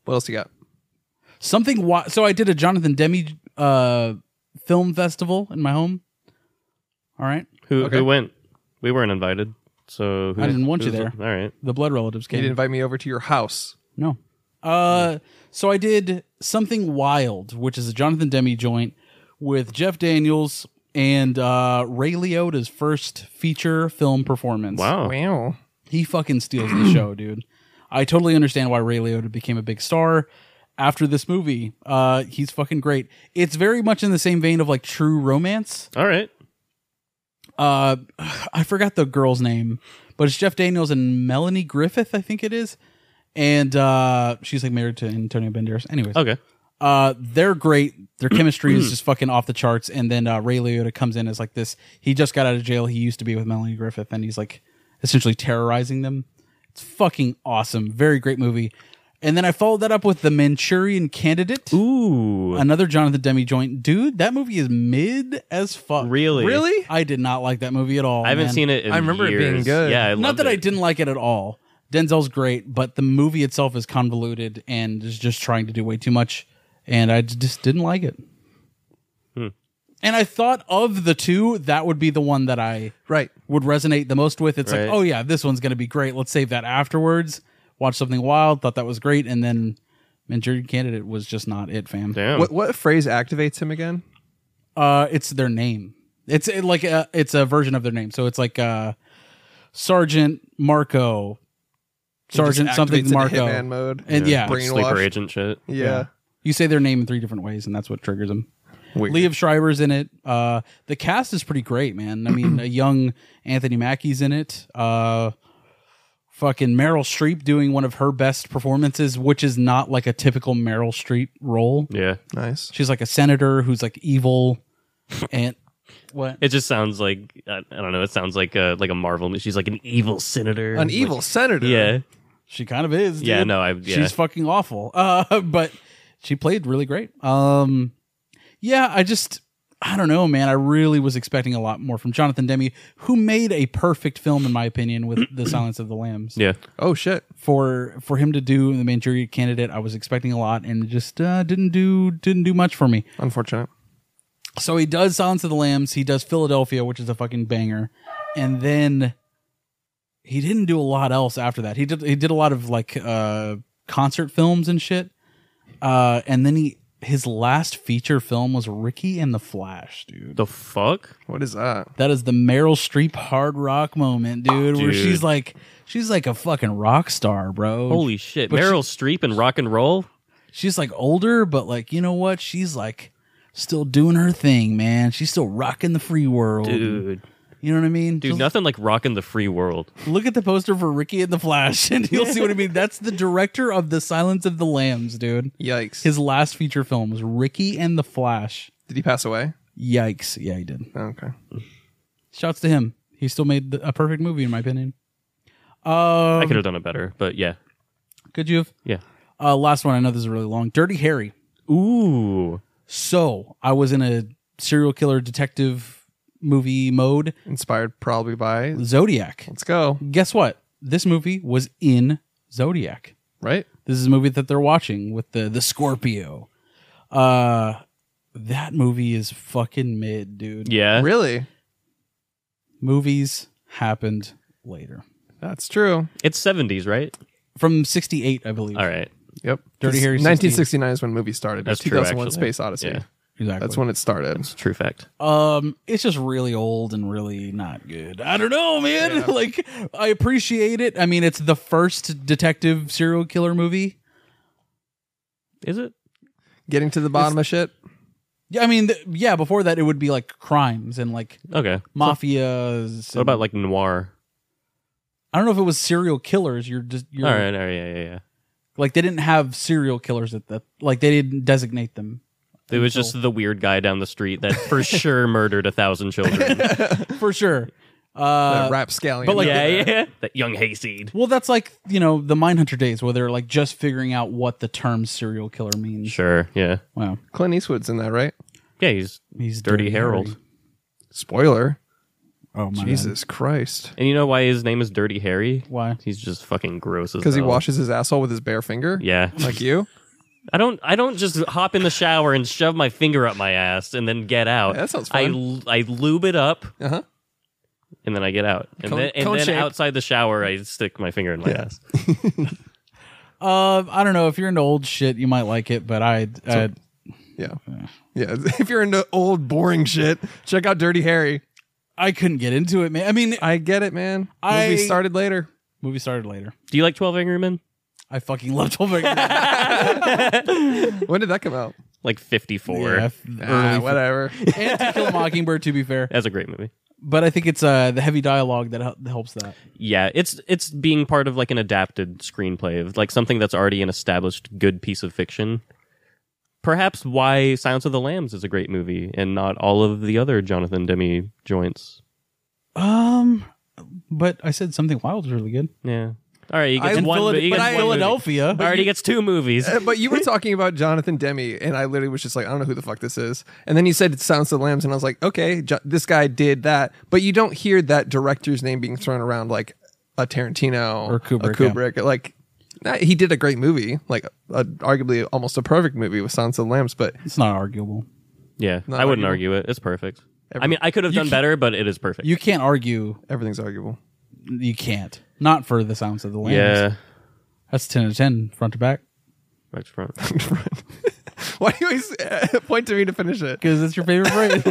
S2: What else you got?
S4: Something wa- so I did a Jonathan Demi uh film festival in my home. All right.
S1: Who
S2: Okay.
S1: who went? We weren't invited. So who,
S4: I didn't want you
S1: who's-
S4: there.
S1: All right.
S4: The blood relatives came.
S2: You didn't invite me over to your house.
S4: No. Uh, so I did something wild, which is a Jonathan Demi joint with Jeff Daniels and uh, Ray Liotta's first feature film performance.
S1: Wow.
S2: Wow.
S4: he fucking steals the show, dude. I totally understand why Ray Liotta became a big star after this movie. Uh, he's fucking great. It's very much in the same vein of like True Romance.
S1: All right.
S4: Uh, I forgot the girl's name, but it's Jeff Daniels and Melanie Griffith, I think it is. And uh, she's like married to Antonio Banderas. Anyways,
S1: Okay.
S4: uh, they're great. Their chemistry is just fucking off the charts. And then uh, Ray Liotta comes in as like this. He just got out of jail. He used to be with Melanie Griffith, and he's like essentially terrorizing them. It's fucking awesome. Very great movie. And then I followed that up with The Manchurian Candidate,
S1: Ooh.
S4: another Jonathan Demi joint. Dude, that movie is mid as fuck.
S1: Really?
S2: Really?
S4: I did not like that movie at all.
S1: I haven't
S4: man.
S1: seen it. In
S2: I remember it being
S1: years.
S2: good.
S1: Yeah. I
S4: Not
S1: loved
S4: that I
S1: it.
S4: didn't like it at all. Denzel's great, but the movie itself is convoluted and is just trying to do way too much, and I j- just didn't like it.
S1: Hmm.
S4: And I thought of the two, that would be the one that I
S2: Right.
S4: would resonate the most with. It's
S1: Right.
S4: like, oh yeah, this one's gonna be great. Let's save that afterwards. Watch something wild. Thought that was great, and then Manchurian Candidate was just not it, fam.
S1: Damn.
S2: What what phrase activates him again?
S4: Uh, it's their name. It's it, like a, it's a version of their name. So it's like uh, Sergeant Marco, Sergeant
S2: Just activates
S4: something
S2: into
S4: Marco,
S2: Hitman mode.
S4: and yeah,
S1: Like
S2: brainwashed.
S1: sleeper agent shit.
S2: Yeah.
S4: you say their name in three different ways, and that's what triggers them.
S2: Weird.
S4: Liev Schreiber's in it. Uh, the cast is pretty great, man. I mean, a young Anthony Mackie's in it. Uh, fucking Meryl Streep doing one of her best performances, which is not like a typical Meryl Streep role.
S1: Yeah.
S2: Nice.
S4: She's like a senator who's like evil, and what?
S1: It just sounds like I, I don't know. It sounds like a, like a Marvel. movie. She's like an evil senator.
S2: An
S1: Like-
S2: evil senator.
S1: Yeah.
S4: She kind of is.
S1: Yeah,
S4: dude.
S1: no, I- yeah.
S4: she's fucking awful. Uh, but she played really great. Um, yeah, I just I don't know, man. I really was expecting a lot more from Jonathan Demi, who made a perfect film in my opinion with The Silence of the Lambs.
S1: Yeah.
S2: Oh shit.
S4: For for him to do the Manchurian Candidate, I was expecting a lot, and it just uh, didn't do didn't do much for me.
S2: Unfortunate.
S4: So he does Silence of the Lambs, he does Philadelphia, which is a fucking banger, and then he didn't do a lot else after that. He did he did a lot of like uh concert films and shit. Uh and then he his last feature film was Ricky and the Flash, dude.
S1: The fuck?
S2: What is that?
S4: That is the Meryl Streep hard rock moment, dude, where
S1: Dude.
S4: she's like she's like a fucking rock star, bro.
S1: Holy shit.
S4: But she-
S1: Meryl Streep and rock and roll?
S4: she's like older, but like you know what? She's like still doing her thing, man. She's still rocking the free world.
S1: Dude.
S4: You know what I mean?
S1: Dude,
S4: Just
S1: nothing like rocking the free world.
S4: Look at the poster for Ricky and the Flash, and you'll see what I mean. That's the director of The Silence of the Lambs, dude.
S2: Yikes.
S4: His last feature film was Ricky and the Flash.
S2: Did he pass away?
S4: Yikes. Yeah, he did.
S2: Okay.
S4: Shouts to him. He still made the, a perfect movie, in my opinion.
S1: I
S4: Uh,
S1: could have done it better, but yeah.
S4: could you have?
S1: Yeah.
S4: Uh, last one. I know this is really long. Dirty Harry.
S1: Ooh.
S4: So I was in a serial killer detective movie mode.
S2: Inspired probably by.
S4: Zodiac.
S2: Let's go.
S4: Guess what? This movie was in Zodiac.
S2: Right.
S4: This is a movie that they're watching with the the Scorpio. Uh that movie is fucking mid, dude.
S1: Yeah.
S2: Really.
S4: Movies happened later.
S2: That's true.
S1: It's 70s, right?
S4: From 68, I believe.
S1: All right.
S2: Yep.
S4: Dirty Harry
S2: 1969 is when movies started.
S1: That's true,
S2: 2001
S1: actually.
S2: Space Odyssey.
S1: Yeah.
S4: Exactly.
S2: That's when it started.
S1: It's a true fact.
S4: um it's just really old and really not good. I don't know, man. Like I appreciate it. I mean, it's the first detective serial killer movie.
S1: Is it?
S2: Getting to the bottom of shit.
S4: Yeah, I mean, th- yeah, before that it would be like crimes and like
S1: Okay.
S4: mafias.
S1: What
S4: and-
S1: about like noir?
S4: I don't know if it was serial killers. You're just you're
S1: All right. All right. Yeah. Yeah. Yeah.
S4: Like they didn't have serial killers at that. Like they didn't designate them.
S1: It was
S4: Until-
S1: just the weird guy down the street that for sure murdered a thousand children.
S4: for sure.
S2: that uh, rap scallion.
S4: but, like,
S1: yeah, yeah. That young hayseed.
S4: Well, that's like you know the Mindhunter days where they're like just figuring out what the term serial killer means.
S1: Sure. Yeah.
S4: Wow,
S2: Clint Eastwood's in that, right?
S1: Yeah. He's
S4: he's
S1: Dirty Harold.
S4: Harry.
S2: Spoiler.
S4: Oh my Jesus,
S2: Jesus Christ.
S1: And you know why his name is Dirty Harry?
S4: Why?
S1: He's just fucking gross as
S2: Because he
S1: hell.
S2: washes his asshole with his bare finger.
S1: Yeah.
S2: Like you.
S1: I don't. I don't just hop in the shower and shove my finger up my ass and then get out.
S2: Yeah, that sounds
S1: I
S2: fun.
S1: l- I lube it up
S2: Uh huh.
S1: and then I get out and
S2: Cone-
S1: then, and
S2: cone
S1: then
S2: shape.
S1: outside the shower I stick my finger in my ass.
S4: Uh, I don't know if you're into old shit, you might like it, but I, I
S2: Yeah. Yeah. If you're into old boring shit, check out Dirty Harry.
S4: I couldn't get into it, man. I mean,
S2: I get it, man.
S4: I-
S2: Movie started later.
S4: movie started later.
S1: Do you like Twelve Angry Men?
S4: I fucking loved Twelve Angry Men.
S2: When did that come out?
S1: Like fifty four.
S4: Yeah, f-
S2: Ah,
S4: early
S2: whatever.
S4: and To Kill a Mockingbird. To be fair,
S1: That's a great movie.
S4: but I think it's uh the heavy dialogue that hel- helps that.
S1: Yeah, it's it's being part of like an adapted screenplay of like something that's already an established good piece of fiction. Perhaps why Silence of the Lambs is a great movie and not all of the other Jonathan Demi joints.
S4: Um, but I said something wild was really good.
S1: Yeah. All right, you
S2: I-
S1: gets one.
S4: Philad-
S1: mo- he
S4: but
S1: gets
S4: I-
S1: one movie.
S4: Philadelphia.
S1: Already gets two movies.
S2: Uh, but you were talking about Jonathan Demi, and I literally was just like, I don't know who the fuck this is. And then you said it's Silence of the Lambs, and I was like, okay, jo- this guy did that. But you don't hear that director's name being thrown around like a Tarantino
S4: Or Kubrick,
S2: A Kubrick. Like, nah, he did a great movie, like uh arguably almost a perfect movie with Silence of the Lambs. But
S4: It's not arguable.
S1: Yeah,
S2: Not
S1: I wouldn't
S2: arguable.
S1: argue it. It's perfect. I mean, I could have done better, but it is perfect.
S4: You can't argue.
S2: everything's arguable.
S4: You can't. Not for the Silence of the Lambs.
S1: yeah,
S4: that's ten out of ten, front to back,
S1: right front.
S2: Why do you always uh, point to me to finish it?
S4: because it's your favorite phrase.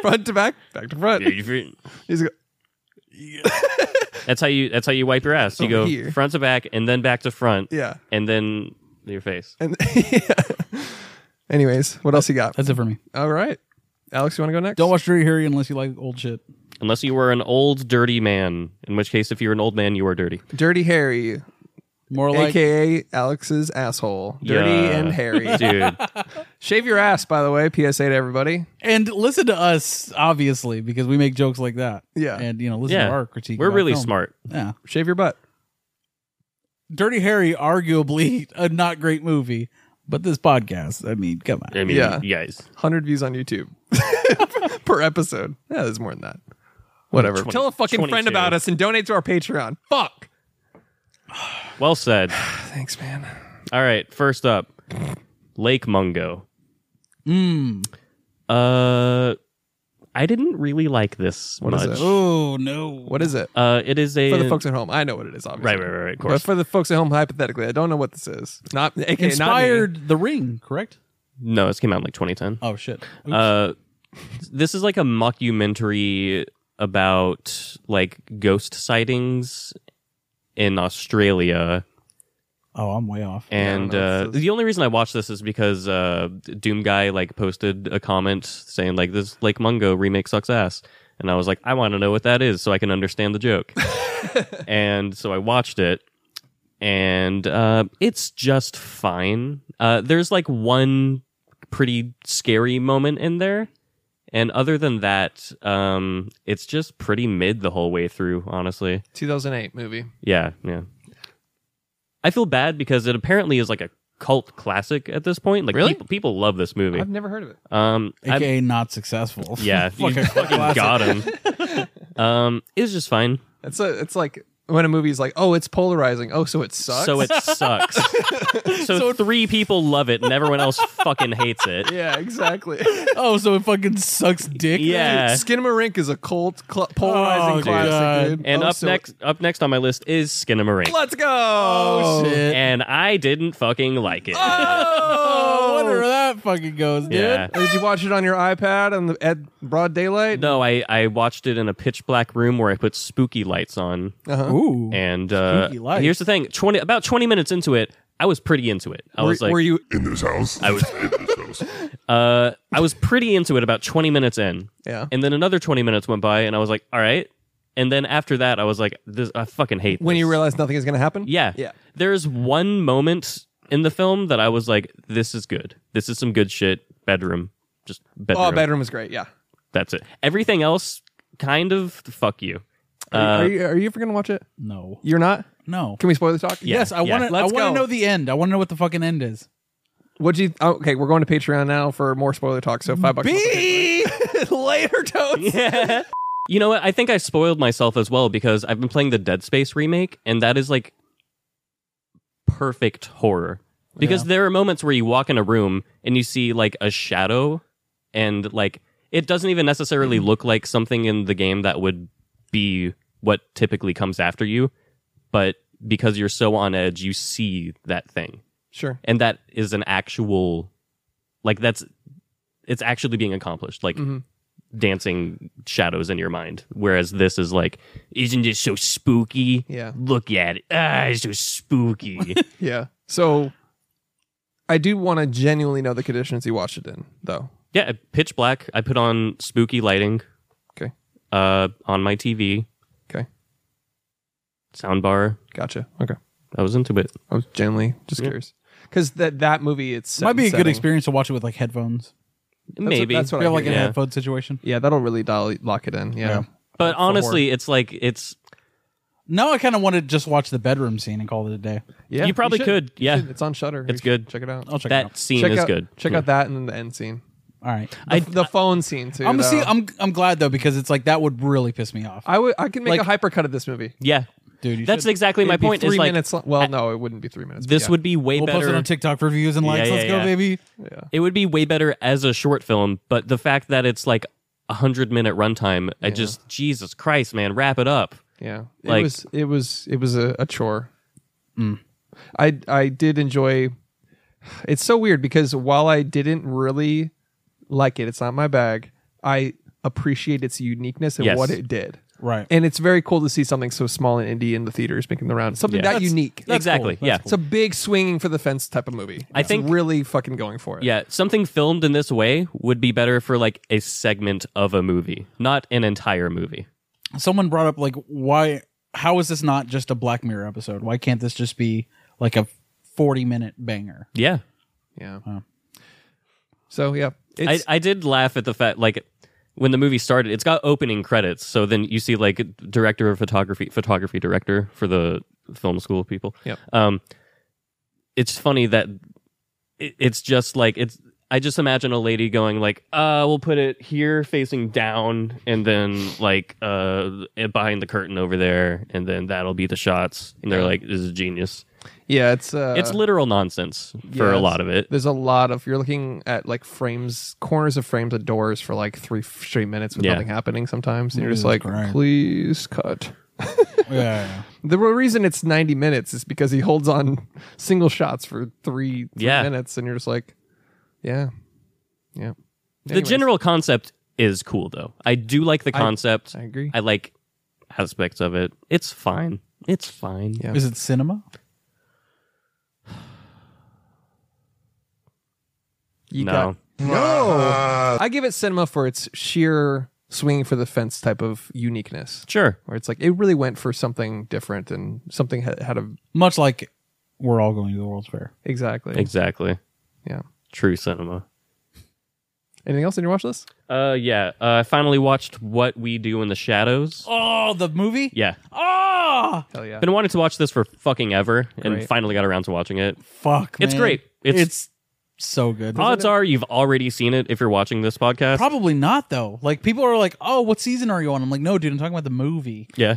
S2: Front to back, back to front. He's go-
S1: that's how you. That's how you wipe your ass. You
S2: Over
S1: go
S2: here.
S1: front to back, and then back to front.
S2: Yeah.
S1: and then your face.
S2: and Anyways, what else you got?
S4: that's it for me.
S2: All right. Alex, you want to go next?
S4: Uh, Don't watch Dirty Harry unless you like old shit.
S1: Unless you were an old dirty man, in which case, if you're an old man, you are dirty.
S2: Dirty Harry,
S4: More like
S2: aka Alex's asshole. Dirty
S1: Yeah.
S2: and hairy.
S1: Dude,
S2: Shave your ass, by the way. PSA to everybody.
S4: and listen to us, obviously, because we make jokes like that.
S2: Yeah.
S4: and you know, listen to
S1: yeah,
S4: our critique.
S1: we're
S4: about
S1: really
S4: film.
S1: smart.
S4: Yeah,
S2: Shave your butt.
S4: Dirty Harry, arguably a not great movie, but this podcast. I mean, come on.
S1: I mean,
S2: Yeah.
S1: you guys.
S2: 100 views on YouTube per episode. Yeah, there's more than that. Whatever.
S1: 20
S2: Tell a fucking friend
S1: 22.
S2: about us and donate to our Patreon. Fuck.
S1: Well said.
S2: Thanks, man.
S1: All right, first up, Lake Mungo. Mm. Uh, I didn't really like this
S2: What is
S1: much.
S2: it?
S4: Oh no!
S2: What is it?
S1: Uh, it is a
S2: For the folks at home, I know what it is, obviously.
S1: Right, right, right, right, of
S2: But
S1: course.
S2: for the folks at home, hypothetically, I don't know what this is. Not aka, Not me.
S4: Inspired The Ring, correct?
S1: No, this came out in like 2010.
S4: Oh shit! Oops.
S1: Uh, this is like a mockumentary about like ghost sightings in Australia.
S4: oh, I'm way off.
S1: And
S2: know what
S1: uh,
S2: this is.
S1: the only reason I watched this is because uh, Doom Guy like posted a comment saying like this Lake Mungo remake sucks ass, and I was like, I want to know what that is so I can understand the joke. and so I watched it, and uh, it's just fine. Uh, there's like one pretty scary moment in there, and other than that, um, it's just pretty mid the whole way through. Honestly,
S2: 2008 movie.
S1: yeah, yeah. I feel bad because it apparently is like a cult classic at this point. Like
S2: Really?
S1: people, people love this movie.
S2: I've never heard of it.
S1: Um, I've-
S4: AKA not successful.
S1: yeah, you
S4: Fucking
S1: fucking
S4: classic.
S1: got him. um, it's just fine.
S2: It's a, it's like when a movie's like, oh, it's polarizing. Oh, so it sucks.
S1: So it sucks. so, three people love it, and everyone else fucking hates it.
S2: yeah, exactly.
S4: Oh, so it fucking sucks dick.
S1: Yeah.
S2: Skinamarink is a cult cl-
S4: Oh,
S2: polarizing
S4: dude.
S2: classic, dude.
S1: And
S2: Oh,
S1: up
S2: so-
S1: next, up next on my list is Skinamarink,
S2: let's go. Oh,
S4: Shit.
S1: and I didn't fucking like it.
S2: Uh.
S4: Oh, I wonder where that fucking goes, dude.
S1: yeah.
S2: Did you watch it on your iPad on the at broad daylight?
S1: No, I, I watched it in a pitch black room where I put spooky lights on.
S4: Ooh.
S1: And uh,
S4: Spooky lights.
S1: here's the thing: twenty about twenty minutes into it, I was pretty into it. I
S2: Were,
S1: was like,
S2: were you?
S1: I was, uh, I was pretty into it about twenty minutes in,
S2: Yeah.
S1: and then another twenty minutes went by, and I was like, all right. And then after that, I was like, this, I fucking hate.
S2: When
S1: this.
S2: you realized nothing is going to happen?
S1: yeah,
S2: Yeah.
S1: There's one moment in the film that I was like, this is good. This is some good shit. Bedroom, just bedroom.
S2: Oh, bedroom was great. Yeah.
S1: That's it. Everything else, kind of fuck you. Uh,
S2: are, you, are you ever gonna watch it?
S4: No.
S2: You're not.
S4: No.
S2: Can we spoil this talk?
S1: Yeah.
S4: yes, I
S1: yeah.
S4: want to. I
S2: Let's
S4: want to
S2: go.
S4: know the end. I want to know what the fucking end is.
S2: What'd you? oh, okay, we're going to Patreon now for more spoiler talk. So five bucks. a month.
S4: later, toast.
S1: Yeah. You know what? I think I spoiled myself as well because I've been playing the Dead Space remake, and that is like perfect horror. Because there are moments where you walk in a room and you see like a shadow, and like it doesn't even necessarily look like something in the game that would be what typically comes after you, but because you're so on edge, you see that thing.
S2: Sure.
S1: And that is an actual, like, that's it's actually being accomplished. Like,
S2: Mhm.
S1: dancing shadows in your mind. Whereas this is like, isn't this so spooky?
S2: Yeah.
S1: Look at it. Ah, it's so spooky.
S2: Yeah. So I do want to genuinely know the conditions you watched it in, though.
S1: yeah, pitch black. I put on spooky lighting.
S2: Okay.
S1: Uh, on my TV.
S2: Okay.
S1: Soundbar.
S2: Gotcha. Okay.
S1: I was into it.
S2: I was genuinely just curious because that that movie it's set
S4: Might be a
S2: and
S4: good
S2: setting.
S4: experience to watch it with like headphones.
S2: what-
S1: Maybe.
S2: that's what
S4: We have like
S2: hear,
S4: a
S1: yeah.
S4: headphone situation.
S2: Yeah, that'll really dial, lock it in. Yeah.
S4: Yeah.
S1: but honestly, it's like it's.
S4: Now I kind of want to just watch the bedroom scene and call it a day.
S2: Yeah,
S1: You probably
S2: should.
S1: could,
S2: You
S1: yeah.
S2: should. it's on Shutter.
S1: It's good.
S2: Check it out.
S4: I'll check it
S1: That
S4: out.
S1: scene
S2: check
S1: is
S2: out,
S1: good. Hmm.
S2: Check out that and then the end scene.
S4: All right.
S1: I-
S2: the phone scene too.
S4: I'm
S2: though.
S4: gonna see. I'm I'm glad though because it's like that would really piss me off,
S2: I would. I can make
S1: like-
S2: a hypercut of this movie.
S1: Yeah,
S4: dude. You
S1: that's
S4: should.
S1: exactly my
S2: It'd be
S1: point.
S2: Three
S1: Is like
S2: minutes. lo- well, no, it wouldn't be three minutes. but
S1: this
S2: yeah.
S1: would be way
S4: we'll
S1: better.
S4: post it on TikTok for views and likes.
S1: yeah,
S4: Let's go,
S1: yeah.
S4: baby.
S1: it would be way better as a short film, but the fact that it's like a hundred minute runtime, I just Jesus Christ, man, wrap it up.
S2: Yeah, it
S1: Like-
S2: was it was it was a, a chore.
S1: Mm.
S2: I I did enjoy. It's so weird because while I didn't really like it, it's not my bag. I appreciate its uniqueness and
S1: Yes.
S2: what it did,
S4: Right.
S2: and it's very cool to see something so small and indie in the theaters making the round. Something
S1: Yeah.
S2: that unique.
S1: exactly.
S4: cool.
S1: Yeah.
S4: That's
S2: It's a big swinging for the fence type of movie.
S1: I
S2: It's
S1: think-
S2: really fucking going for it.
S1: Yeah. Something filmed in this way would be better for like a segment of a movie, not an entire movie.
S4: Someone brought up like why? How is this not just a Black Mirror episode? Why can't this just be like a 40 minute banger?
S1: Yeah.
S2: yeah.
S4: Wow.
S2: So yeah,
S1: I,
S2: it's
S1: I did laugh at the fact like when the movie started, it's got opening credits, so then you see like director of photography photography director for the film school people.
S2: Yep.
S1: Um it's funny that it, it's just like it's I just imagine a lady going like, uh, we'll put it here facing down and then like uh behind the curtain over there and then that'll be the shots. And they're like, This is genius.
S2: yeah, it's uh,
S1: it's literal nonsense for a
S2: Yes.
S1: lot of it.
S2: There's a lot of you're looking at like frames, corners of frames of doors for like three straight minutes with
S1: Yeah.
S2: nothing happening sometimes, and you're just
S4: Jesus
S2: like,
S4: Christ.
S2: please cut.
S4: Yeah, yeah,
S2: The real reason it's 90 minutes is because he holds on single shots for three, three
S1: Yeah.
S2: minutes, and you're just like, yeah, yeah.
S1: The
S2: Anyways,
S1: general concept is cool though. I do like the concept.
S2: I agree.
S1: I like aspects of it. It's fine. It's fine.
S2: Yeah.
S4: yeah. Is it cinema?
S2: You
S1: no.
S2: got- no. I give it cinema for its sheer swinging for the fence type of uniqueness,
S1: Sure.
S2: where it's like it really went for something different and something ha- had a
S4: Much like we're all going to the World's Fair.
S2: exactly.
S1: Exactly.
S2: Yeah.
S1: True cinema.
S2: Anything else in your watch list?
S1: Uh yeah. Uh, I finally watched What We Do in the Shadows.
S4: Oh, the movie.
S1: Yeah.
S4: Oh,
S2: Hell yeah.
S1: Been wanting to watch this for fucking ever and
S2: Great.
S1: finally got around to watching it.
S4: fuck.
S1: It's
S4: man.
S1: great. It's,
S4: It's, so good.
S1: odds are you've already seen it if you're watching this podcast.
S4: Probably not though. Like people are like, "Oh, what season are you on?" I'm like, "No, dude, I'm talking about the movie."
S1: yeah.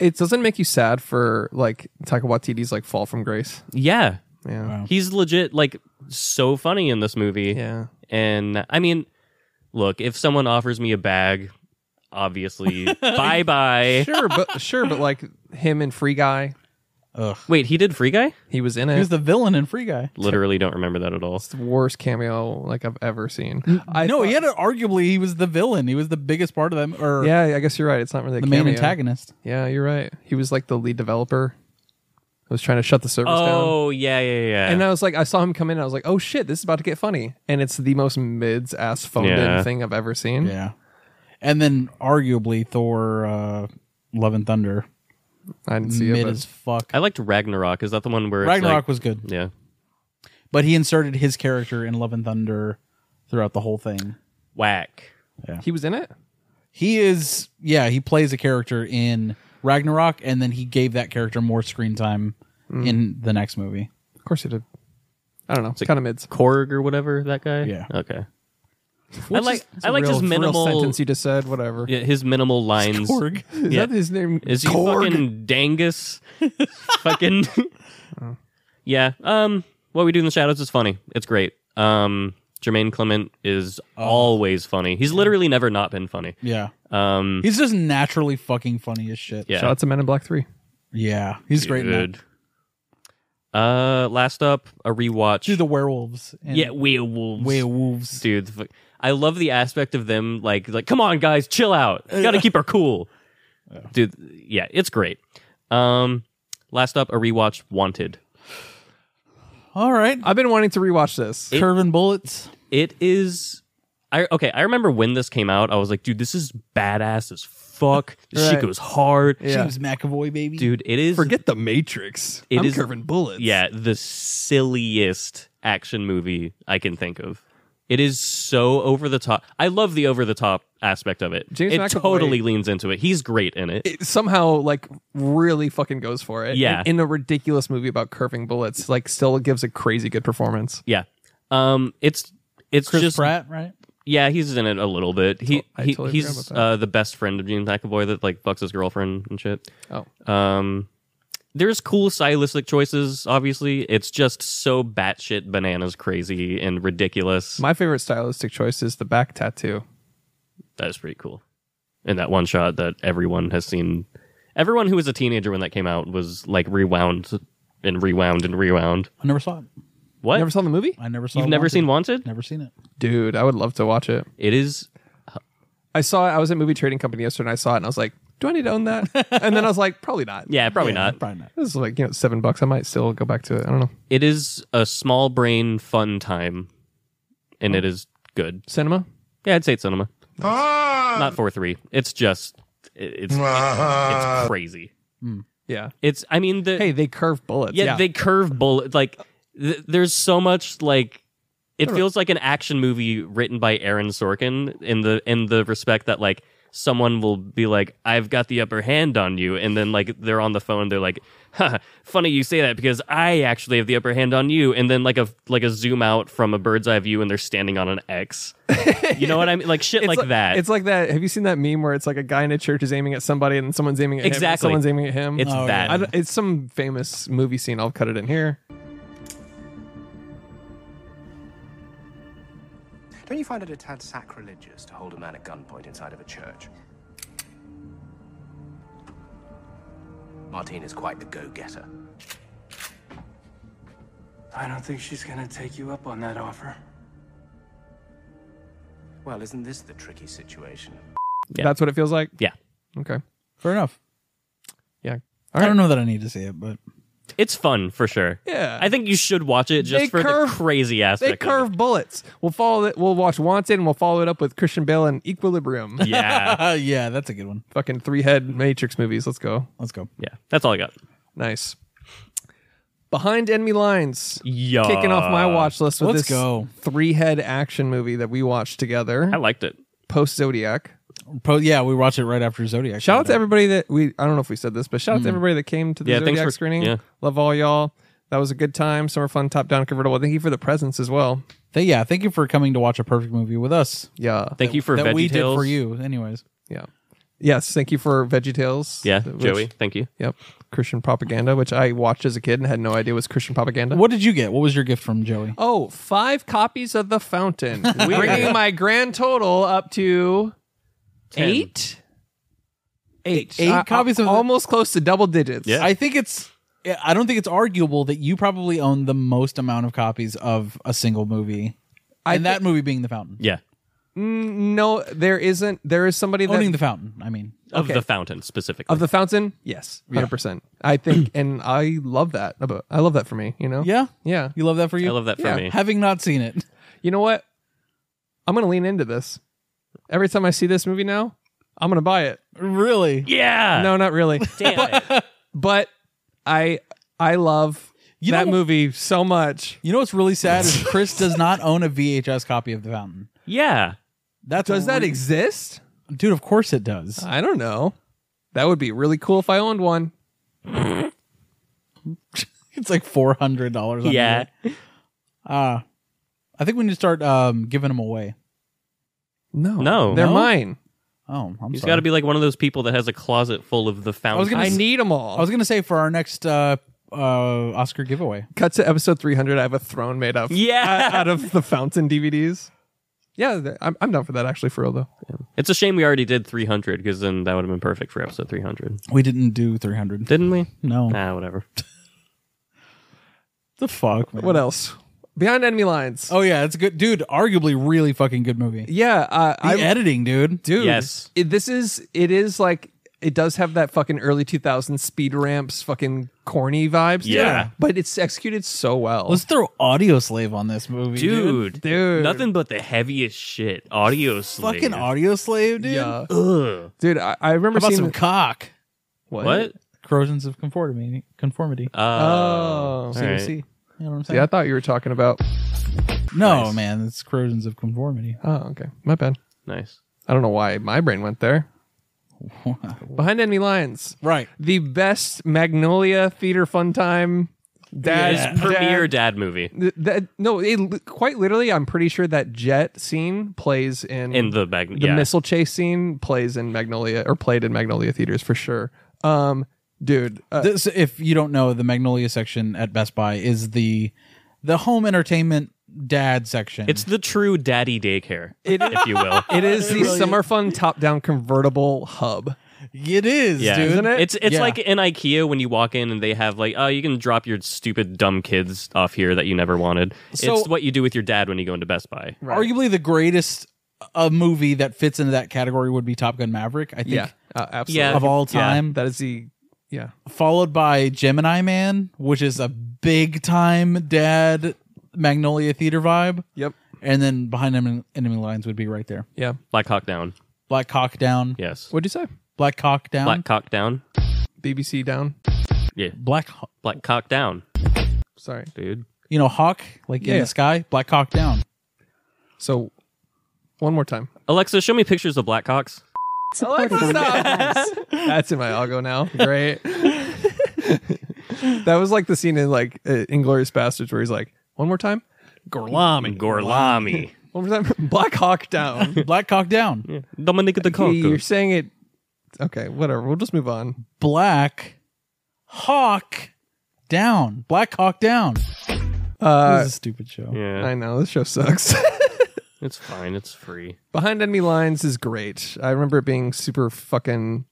S2: it doesn't make you sad for like Taika Waititi's like fall from grace.
S1: Yeah.
S2: Yeah.
S4: Wow.
S1: He's legit like so funny in this movie.
S2: Yeah.
S1: And I mean, look, if someone offers me a bag, obviously, bye bye.
S2: Sure, but sure, but like him and Free Guy,
S4: Ugh.
S1: Wait, he did Free Guy?
S2: he was in it.
S4: He was the villain in Free Guy.
S1: Literally don't remember that at all.
S2: It's the worst cameo like I've ever seen.
S4: I no, he had a, arguably he was the villain. He was the biggest part of them, or
S2: Yeah, I guess you're right. It's not really a
S4: the main
S2: cameo.
S4: antagonist.
S2: Yeah, you're right. He was like the lead developer. I was trying to shut the service down.
S1: Oh, yeah, yeah, yeah.
S2: And uh, I was like, I saw him come in. And I was like, oh shit, this is about to get funny. And it's the most mids ass phoned
S1: Yeah.
S2: in thing I've ever
S1: Hmm?
S2: seen.
S4: Yeah, and then arguably Thor, uh, Love and Thunder,
S2: I didn't see it.
S4: mid
S2: but-
S4: as fuck.
S1: I liked Ragnarok. Is that the one where it's
S4: Ragnarok
S1: like-
S4: was good,
S1: yeah.
S4: but he inserted his character in Love and Thunder throughout the whole thing.
S1: Whack.
S2: He was in it.
S4: He is, yeah, he plays a character in Ragnarok, and then he gave that character more screen time
S1: Hmm.
S4: in the next movie.
S2: Of course he did. I don't know.
S1: like-
S2: kind of mids.
S1: Korg or whatever that guy.
S4: Yeah.
S1: Okay. I
S2: What's
S1: like
S2: his- it's
S1: I
S2: a
S1: like
S2: real,
S1: his
S2: real
S1: minimal
S2: sentence you just said. Whatever.
S1: yeah, his minimal lines.
S2: Korg. Is
S1: Yeah.
S2: that his name?
S1: Is he
S2: Korg?
S1: fucking Dangus? fucking Yeah. Um What We Do in the Shadows is funny. It's great. Um Jermaine Clement is
S4: Oh.
S1: always funny. He's literally never not been funny.
S4: Yeah,
S1: Um
S4: he's just naturally fucking funny as shit.
S1: yeah.
S2: Shout out to Men in Black Three.
S4: yeah, he's great. in that.
S1: Dude. Uh last up, a rewatch.
S4: Do the werewolves. And
S1: yeah, werewolves.
S4: werewolves.
S1: dude. the fu- I love the aspect of them like like come on guys, chill out. Got to keep her cool. Dude, yeah, it's great. Um last up a rewatch Wanted.
S4: All right,
S2: I've been wanting to rewatch this.
S4: curving bullets.
S1: It is I okay, I remember when this came out, I was like, dude, this is badass as fuck. This shit
S2: Right.
S1: goes hard.
S2: Yeah.
S4: James McAvoy, baby.
S1: Dude, it is
S2: Forget the Matrix.
S1: It
S2: I'm
S1: is-
S2: curving bullets.
S1: yeah, the silliest action movie I can think of. It is so over the top. I love the over the top aspect of it.
S2: James
S1: it
S2: McAvoy-
S1: totally leans into it. He's great in it.
S2: It somehow like really fucking goes for it.
S1: Yeah.
S2: In, in a ridiculous movie about curving bullets, like still gives a crazy good performance.
S1: Yeah. Um it's it's
S4: Chris
S1: just
S4: Pratt, right?
S1: yeah, he's in it a little bit. He,
S2: Oh, I
S1: he
S2: totally forgot
S1: he's
S2: about that.
S1: uh the best friend of James McAvoy that like fucks his girlfriend and shit.
S2: Oh.
S1: Um there's cool stylistic choices, obviously. It's just so batshit bananas crazy and ridiculous.
S2: My favorite stylistic choice is the back tattoo.
S1: that is pretty cool. And that one shot that everyone has seen everyone who was a teenager when that came out was like rewound and rewound and rewound.
S4: I never saw it.
S1: What?
S2: Never saw the movie?
S4: I never saw.
S1: You've never
S4: Wanted.
S1: seen Wanted?
S4: Never seen it.
S2: Dude, I would love to watch it.
S1: It is
S2: I saw it. I was at movie trading company yesterday and I saw it and I was like, do I need to own that? and then I was like, probably not.
S1: yeah, probably not.
S4: Probably not.
S2: This is like, you know, seven bucks. I might still go back to it. I don't know.
S1: it is a small brain fun time and it is good
S2: Cinema?
S1: yeah i'd say it's cinema not 4-3 it's just it- it's it's crazy
S2: Yeah.
S1: it's i mean the
S2: Hey, they curve bullets.
S1: yeah, they curve bullet like th- there's so much like it feels like an action movie written by aaron sorkin in the in the respect that like someone will be like i've got the upper hand on you and then like they're on the phone they're like "Huh, funny you say that because i actually have the upper hand on you and then like a like a zoom out from a bird's eye view and they're standing on an x you know what i mean like shit
S2: It's
S1: like, that
S2: It's like that. Have you seen that meme where it's like a guy in a church is aiming at somebody and someone's aiming at him? and
S1: Exactly.
S2: Someone's aiming at him.
S1: it's
S4: Oh,
S1: that
S2: I don't- it's some famous movie scene. I'll cut it in here.
S6: Don't you find it a tad sacrilegious to hold a man at gunpoint inside of a church? Martine is quite the go getter.
S7: I don't think she's gonna take you up on that offer.
S6: Well, isn't this the tricky situation?
S1: Yeah.
S2: That's what it feels like.
S1: yeah
S2: Okay.
S4: Fair enough.
S2: Yeah.
S4: I don't know that I need to see it, but
S1: it's fun for sure
S2: Yeah.
S1: i think you should watch it just
S2: They
S1: for
S2: curve-
S1: the crazy aspect
S2: They
S1: of it.
S2: curve bullets. We'll follow it. We'll watch Wanted and we'll follow it up with Christian Bale and Equilibrium.
S1: yeah
S4: uh, yeah, that's a good one.
S2: Fucking three head Matrix movies. Let's go.
S4: Let's go.
S1: Yeah, that's all I got.
S2: Nice. Behind enemy lines.
S1: Yeah,
S2: Kicking off my watch list with
S4: Uh, Let's
S2: this
S4: go.
S2: three head action movie that we watched together
S1: I liked it.
S2: post Zodiac.
S4: Pro- yeah, we watch it right after Zodiac.
S2: Shout out to everybody that we I don't know if we said this, but shout out
S4: Hmm.
S2: to everybody that came to the
S1: Yeah, thanks
S2: Zodiac
S1: for-
S2: screening.
S1: yeah.
S2: Love all y'all. That was a good time. Summer fun top down convertible. Thank you for the presents as well.
S4: Th- yeah, thank you for coming to watch a perfect movie with us.
S2: Yeah.
S1: Thank you for
S4: that
S1: Veggie
S4: we
S1: Tales.
S4: did for you, anyways.
S2: yeah. Yes, thank you for VeggieTales.
S1: Yeah,
S2: which-
S1: Joey, thank you.
S2: Yep. Christian propaganda, which I watched as a kid and had no idea was Christian propaganda.
S4: What did you get? What was your gift from Joey?
S2: Oh, five copies of The Fountain. Bringing my grand total up to
S1: Ten.
S2: eight? Eight.
S4: Eight copies of The-
S2: almost close to double digits.
S1: Yeah.
S4: I think it's. I don't think it's arguable that you probably own the most amount of copies of a single movie,
S2: I
S4: and that movie being The Fountain.
S1: Yeah,
S2: No, there isn't. There is somebody that
S4: Owning The Fountain. I mean,
S1: of
S2: Okay.
S1: the fountain specifically.
S2: of the fountain. Yes, hundred percent. I think, and I love that. About I love that for me. You know.
S4: yeah,
S2: Yeah.
S4: you love that for you.
S1: I love that for
S2: Yeah.
S1: me.
S4: Having not seen it,
S2: You know what? I'm gonna lean into this. Every time I see this movie now, I'm gonna buy it.
S4: really,
S1: Yeah.
S2: No, not really.
S1: Damn it.
S2: but I I love
S4: You
S2: that
S4: know-
S2: movie so much.
S4: you know what's really sad is Chris does not own a VHS copy of The Fountain.
S1: Yeah.
S4: That's
S2: Does that Uh.
S4: re-
S2: exist?
S4: dude? Of course it does.
S2: I don't know. That would be really cool if I owned one.
S4: It's like four hundred dollars. Uh,
S1: Yeah.
S4: I think we need to start um, giving them away.
S2: No,
S1: No.
S2: they're
S1: No?
S2: mine.
S4: Oh, I'm
S1: He's
S4: sorry.
S1: got to be like one of those people that has a closet full of the fountain.
S4: was gonna
S2: I
S4: s-
S2: need them all.
S4: I was gonna say for our next uh, uh, Oscar giveaway.
S2: Cut to episode 300. I have a throne made up.
S1: Yeah.
S2: out of the fountain DVDs. Yeah, th- I'm, I'm down for that actually, for real though.
S1: It's a shame we already did 300 because then that would have been perfect for episode 300.
S4: We didn't do three hundred.
S1: Didn't we?
S4: No.
S2: Mm.
S1: Nah, whatever.
S4: The fuck. man.
S2: What else? Beyond Enemy Lines.
S4: Oh yeah, it's good, dude. Arguably, really fucking good movie. The
S2: yeah, uh, I
S4: editing, dude.
S2: dude.
S1: Yes.
S2: it- this is it is like it does have that fucking early 2000s speed ramps, fucking corny vibes. to it,
S1: Yeah.
S2: but it's executed so well.
S4: Let's throw Audio Slave on this movie, dude.
S1: Dude,
S2: Dude.
S1: Nothing but the heaviest shit. Audio slave.
S4: Fucking Audio Slave, dude.
S2: yeah,
S1: Ugh.
S2: dude, I, I remember
S4: How about
S2: seeing
S4: some
S2: the-
S4: cock?
S1: What?
S4: Corrosions of conformity. Conformity.
S1: Uh,
S2: Oh,
S1: all right.
S2: CMC.
S4: You know what I'm saying?
S2: Yeah, I thought you were talking about.
S4: no, man, it's corrosions of conformity.
S2: Oh, okay, my bad.
S1: Nice.
S2: I don't know why my brain went there. Behind Enemy Lines.
S4: Right.
S2: the best Magnolia theater fun time. Dad's
S1: Dad's premiere dad movie
S2: Th- that- no, it, li- quite literally, I'm pretty sure that jet scene plays in
S1: in the bag.
S2: the
S1: yeah.
S2: missile chase scene plays in Magnolia or played in Magnolia theaters for sure. Um, dude, uh,
S4: This, if you don't know, the Magnolia section at Best Buy is the the home entertainment dad section.
S1: It's the true daddy daycare, if you will.
S2: it is the summer fun top down convertible hub.
S4: it is,
S1: Yeah.
S4: dude.
S2: Isn't it?
S1: It's it's
S4: Yeah.
S1: like in IKEA when you walk in and they have like, oh, you can drop your stupid dumb kids off here that you never wanted.
S4: So-
S1: it's what you do with your dad when you go into Best Buy.
S4: Arguably the greatest a movie that fits into that category would be Top Gun Maverick. I think
S2: Yeah, uh, absolutely.
S1: Yeah.
S4: of all
S1: Yeah.
S4: time.
S2: that is the yeah.
S4: followed by Gemini Man, which is a big time dad Magnolia theater vibe.
S2: Yep.
S4: And then behind enemy, enemy lines would be right there.
S2: Yeah.
S1: Black Hawk Down.
S4: Black Cock Down.
S1: Yes.
S2: What'd you say?
S4: Black Cock Down.
S1: Black Cock Down.
S2: BBC down.
S4: Black Ho-
S1: Black Cock Down,
S2: Sorry.
S1: dude.
S4: you know, Hawk, like in
S2: Yeah.
S4: the sky. Black Cock Down.
S2: So one more time.
S1: Alexa, show me pictures of black cocks.
S2: That's in my algo now. Great. that was like the scene in like uh, Inglorious Bastards where he's like, one more time,
S1: Gorlami. Gorlami.
S2: one more time, Black Hawk Down.
S4: Black Cock Down.
S1: Dominic the
S2: Okay, You're
S1: cock.
S2: saying it. Okay, whatever. We'll just move on.
S4: Black Hawk Down. Black Hawk Down. this
S2: Uh,
S4: is a stupid show.
S1: Yeah.
S2: I know this show sucks.
S1: It's fine. It's free.
S2: Behind Enemy Lines is great. I remember it being super fucking.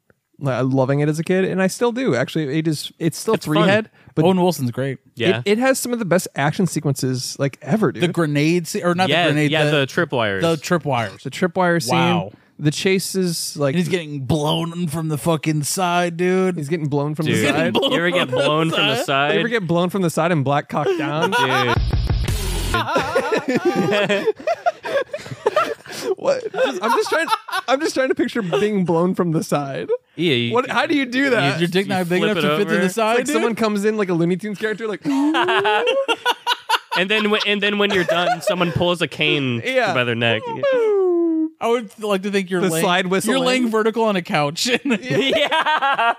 S2: I loving it as a kid, and I still do. Actually, it is. It's still
S1: It's
S2: three
S1: fun.
S2: head, but
S4: Owen Wilson's great.
S1: Yeah.
S2: it, it has some of the best action sequences like ever, dude.
S4: The grenade, se- or not
S1: yeah.
S4: the grenade,
S1: yeah.
S4: the,
S1: The, tripwires.
S4: the tripwires.
S2: the tripwire scene.
S4: Wow.
S2: The chases, like
S4: And he's getting blown from the fucking side, dude.
S2: He's getting blown from
S1: dude.
S2: the side.
S1: You ever get blown from the
S2: They
S1: side?
S2: ever get blown from the side and black cock down? what? I'm just trying. I'm just trying to picture being blown from the side.
S1: yeah. You,
S2: What? How do you do
S4: Is
S2: that?
S4: your
S2: It's
S4: dick
S1: you
S4: not big
S1: flip
S4: enough
S1: it
S4: to fit through
S1: over.
S4: the
S1: It's
S4: side?
S2: like
S4: dude?
S2: someone comes in like a Looney Tunes character, like
S1: and then when, and then when you're done, someone pulls a cane
S2: Yeah.
S1: by their neck.
S4: I would like to think you're
S2: The
S4: laying,
S2: slide whistling.
S4: You're laying vertical on a couch.
S1: yeah.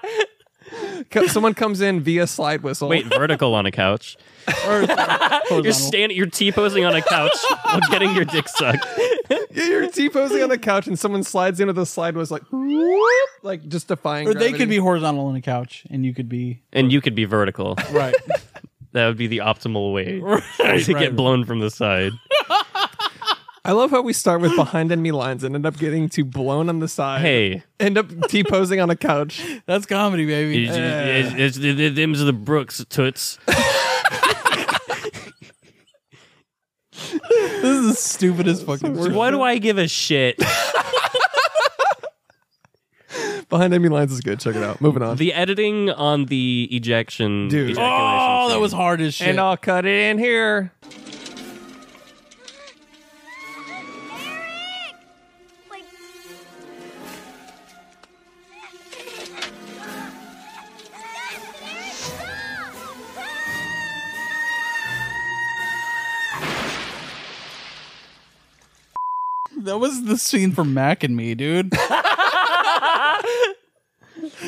S2: co- someone comes in via slide whistle.
S1: Wait, vertical on a couch.
S4: Or horizontal.
S1: You're standing. You're t posing on a couch while getting your dick sucked.
S2: Yeah, you're t posing on the couch, and someone slides in with a slide whistle, like whoop, like just defying.
S4: Or they
S2: gravity.
S4: could be horizontal on a couch, and you could be
S1: And you could be vertical.
S4: right.
S1: That would be the optimal way
S4: Right,
S1: to
S4: right.
S1: get blown from the side.
S2: I love how we start with behind enemy lines and end up getting to blown on the side.
S1: Hey,
S2: End up t posing on a couch.
S4: That's comedy, baby.
S1: It's- it's- it's- it's- them's the Brooks toots.
S4: this is the stupidest fucking. shit.
S1: Why do I give a shit?
S2: Behind enemy lines is good. Check it out. Moving on.
S1: The editing on the ejection,
S2: Dude.
S1: ejaculation
S4: Oh, that
S1: scene.
S4: was hard as shit.
S2: and uh, I'll cut it in here.
S8: Like,
S4: that was the scene from Mac and Me, dude.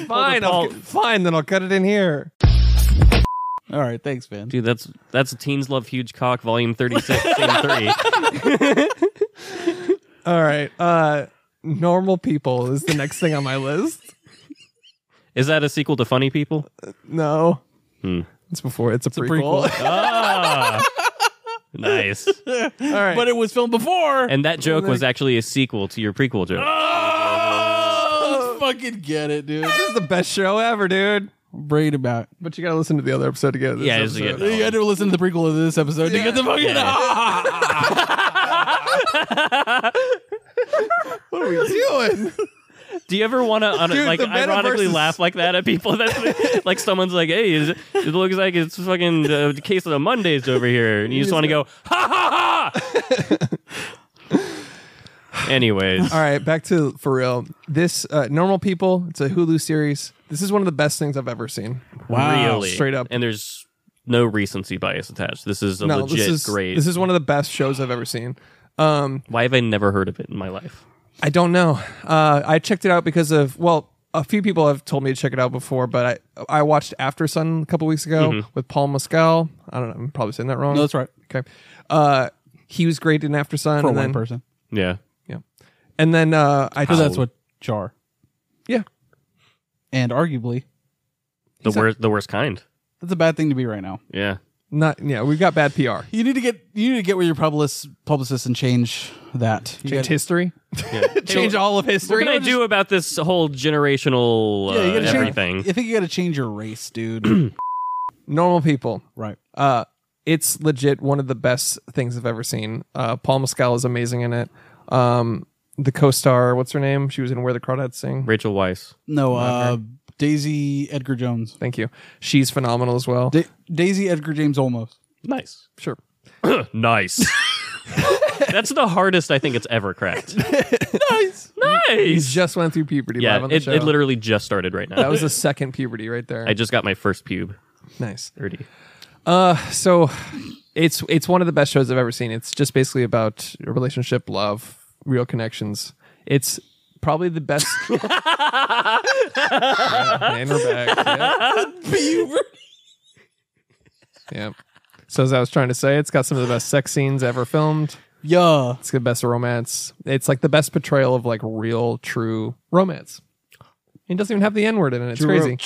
S2: fine, I'll,
S1: Paul.
S2: fine. Then I'll cut it in here.
S4: All right, thanks, man.
S1: Dude, that's that's Teens Love Huge Cock, Volume 36, Scene 3.
S2: All right. Uh, normal people is the next thing on my list.
S1: Is that a sequel to Funny People?
S2: No,
S1: Hmm.
S2: it's before. It's a prequel.
S1: Ah, nice.
S2: All right.
S4: But it was filmed before.
S1: And that joke was actually a sequel to your prequel
S2: Ah,
S1: joke.
S4: oh, let's fucking get it, dude.
S2: this is the best show ever, dude.
S4: Braid about.
S2: But you gotta listen to the other episode to get this
S1: Yeah, just to
S2: episode.
S1: get
S4: You had to listen to the prequel of this episode to get the fucking.
S2: what are we doing?
S1: Do you ever want to
S2: Dude,
S1: like
S2: the metaverse
S1: ironically
S2: is-
S1: laugh like that at people? That's like someone's like, "Hey, is it, it looks like it's fucking uh, the case of the Mondays over here," and you just want to go, "Ha ha ha!" Anyways,
S2: All right, back to for real. This uh, normal people. It's a Hulu series. This is one of the best things I've ever seen.
S4: Wow.
S1: really
S2: Ah, straight up.
S1: and there's no recency bias attached. This is a
S2: No,
S1: legit
S2: this is
S1: grade.
S2: This is one of the best shows I've ever seen. Um,
S1: Why have I never heard of it in my life?
S2: I don't know. Uh, I checked it out because of well, a few people have told me to check it out before, but I I watched After Sun a couple weeks ago with Paul Mescal. I don't know. I'm probably saying that wrong.
S4: No, that's right.
S2: Okay. Uh, he was great in After Sun.
S4: For
S2: and
S4: one
S2: then,
S4: person.
S1: Yeah,
S2: Yeah. And then uh, I
S4: Because
S2: just
S4: that's what Char.
S2: yeah.
S4: And arguably,
S1: the worst, the worst kind.
S4: that's a bad thing to be right now.
S1: Yeah,
S2: Not yeah. We've got bad PR.
S4: You need to get you need to get with your publicist publicist and change that. You
S2: Change
S4: gotta-
S2: history. Change all of
S1: what
S2: history.
S1: can I do about this whole generational uh,
S4: yeah, you gotta change-
S1: everything?
S4: I think you got to change your race, dude.
S2: Normal people.
S4: right.
S2: uh, it's legit one of the best things I've ever seen. Uh, Paul Mescal is amazing in it. Um, the co-star, what's her name? She was in Where the Crawdads Sing.
S1: Rachel Weisz.
S4: No, uh, Daisy Edgar Jones.
S2: Thank you. She's phenomenal as well.
S4: Da- Daisy Edgar James almost.
S1: Nice.
S2: sure.
S1: Nice. That's the hardest I think it's ever cracked. nice. Nice.
S2: Just went through puberty live
S1: Yeah,
S2: on the
S1: it,
S2: show.
S1: it literally just started right now.
S2: that was the second puberty right there.
S1: I just got my first pube.
S2: nice.
S1: 30.
S2: So it's it's one of the best shows I've ever seen. It's just basically about relationship, love, real connections. It's probably the best. and we're back. Yeah. Yep. So as I was trying to say, it's got some of the best sex scenes ever filmed.
S4: Yeah.
S2: It's the best romance. It's like the best portrayal of like real, true romance. It doesn't even have the N word in it. It's crazy.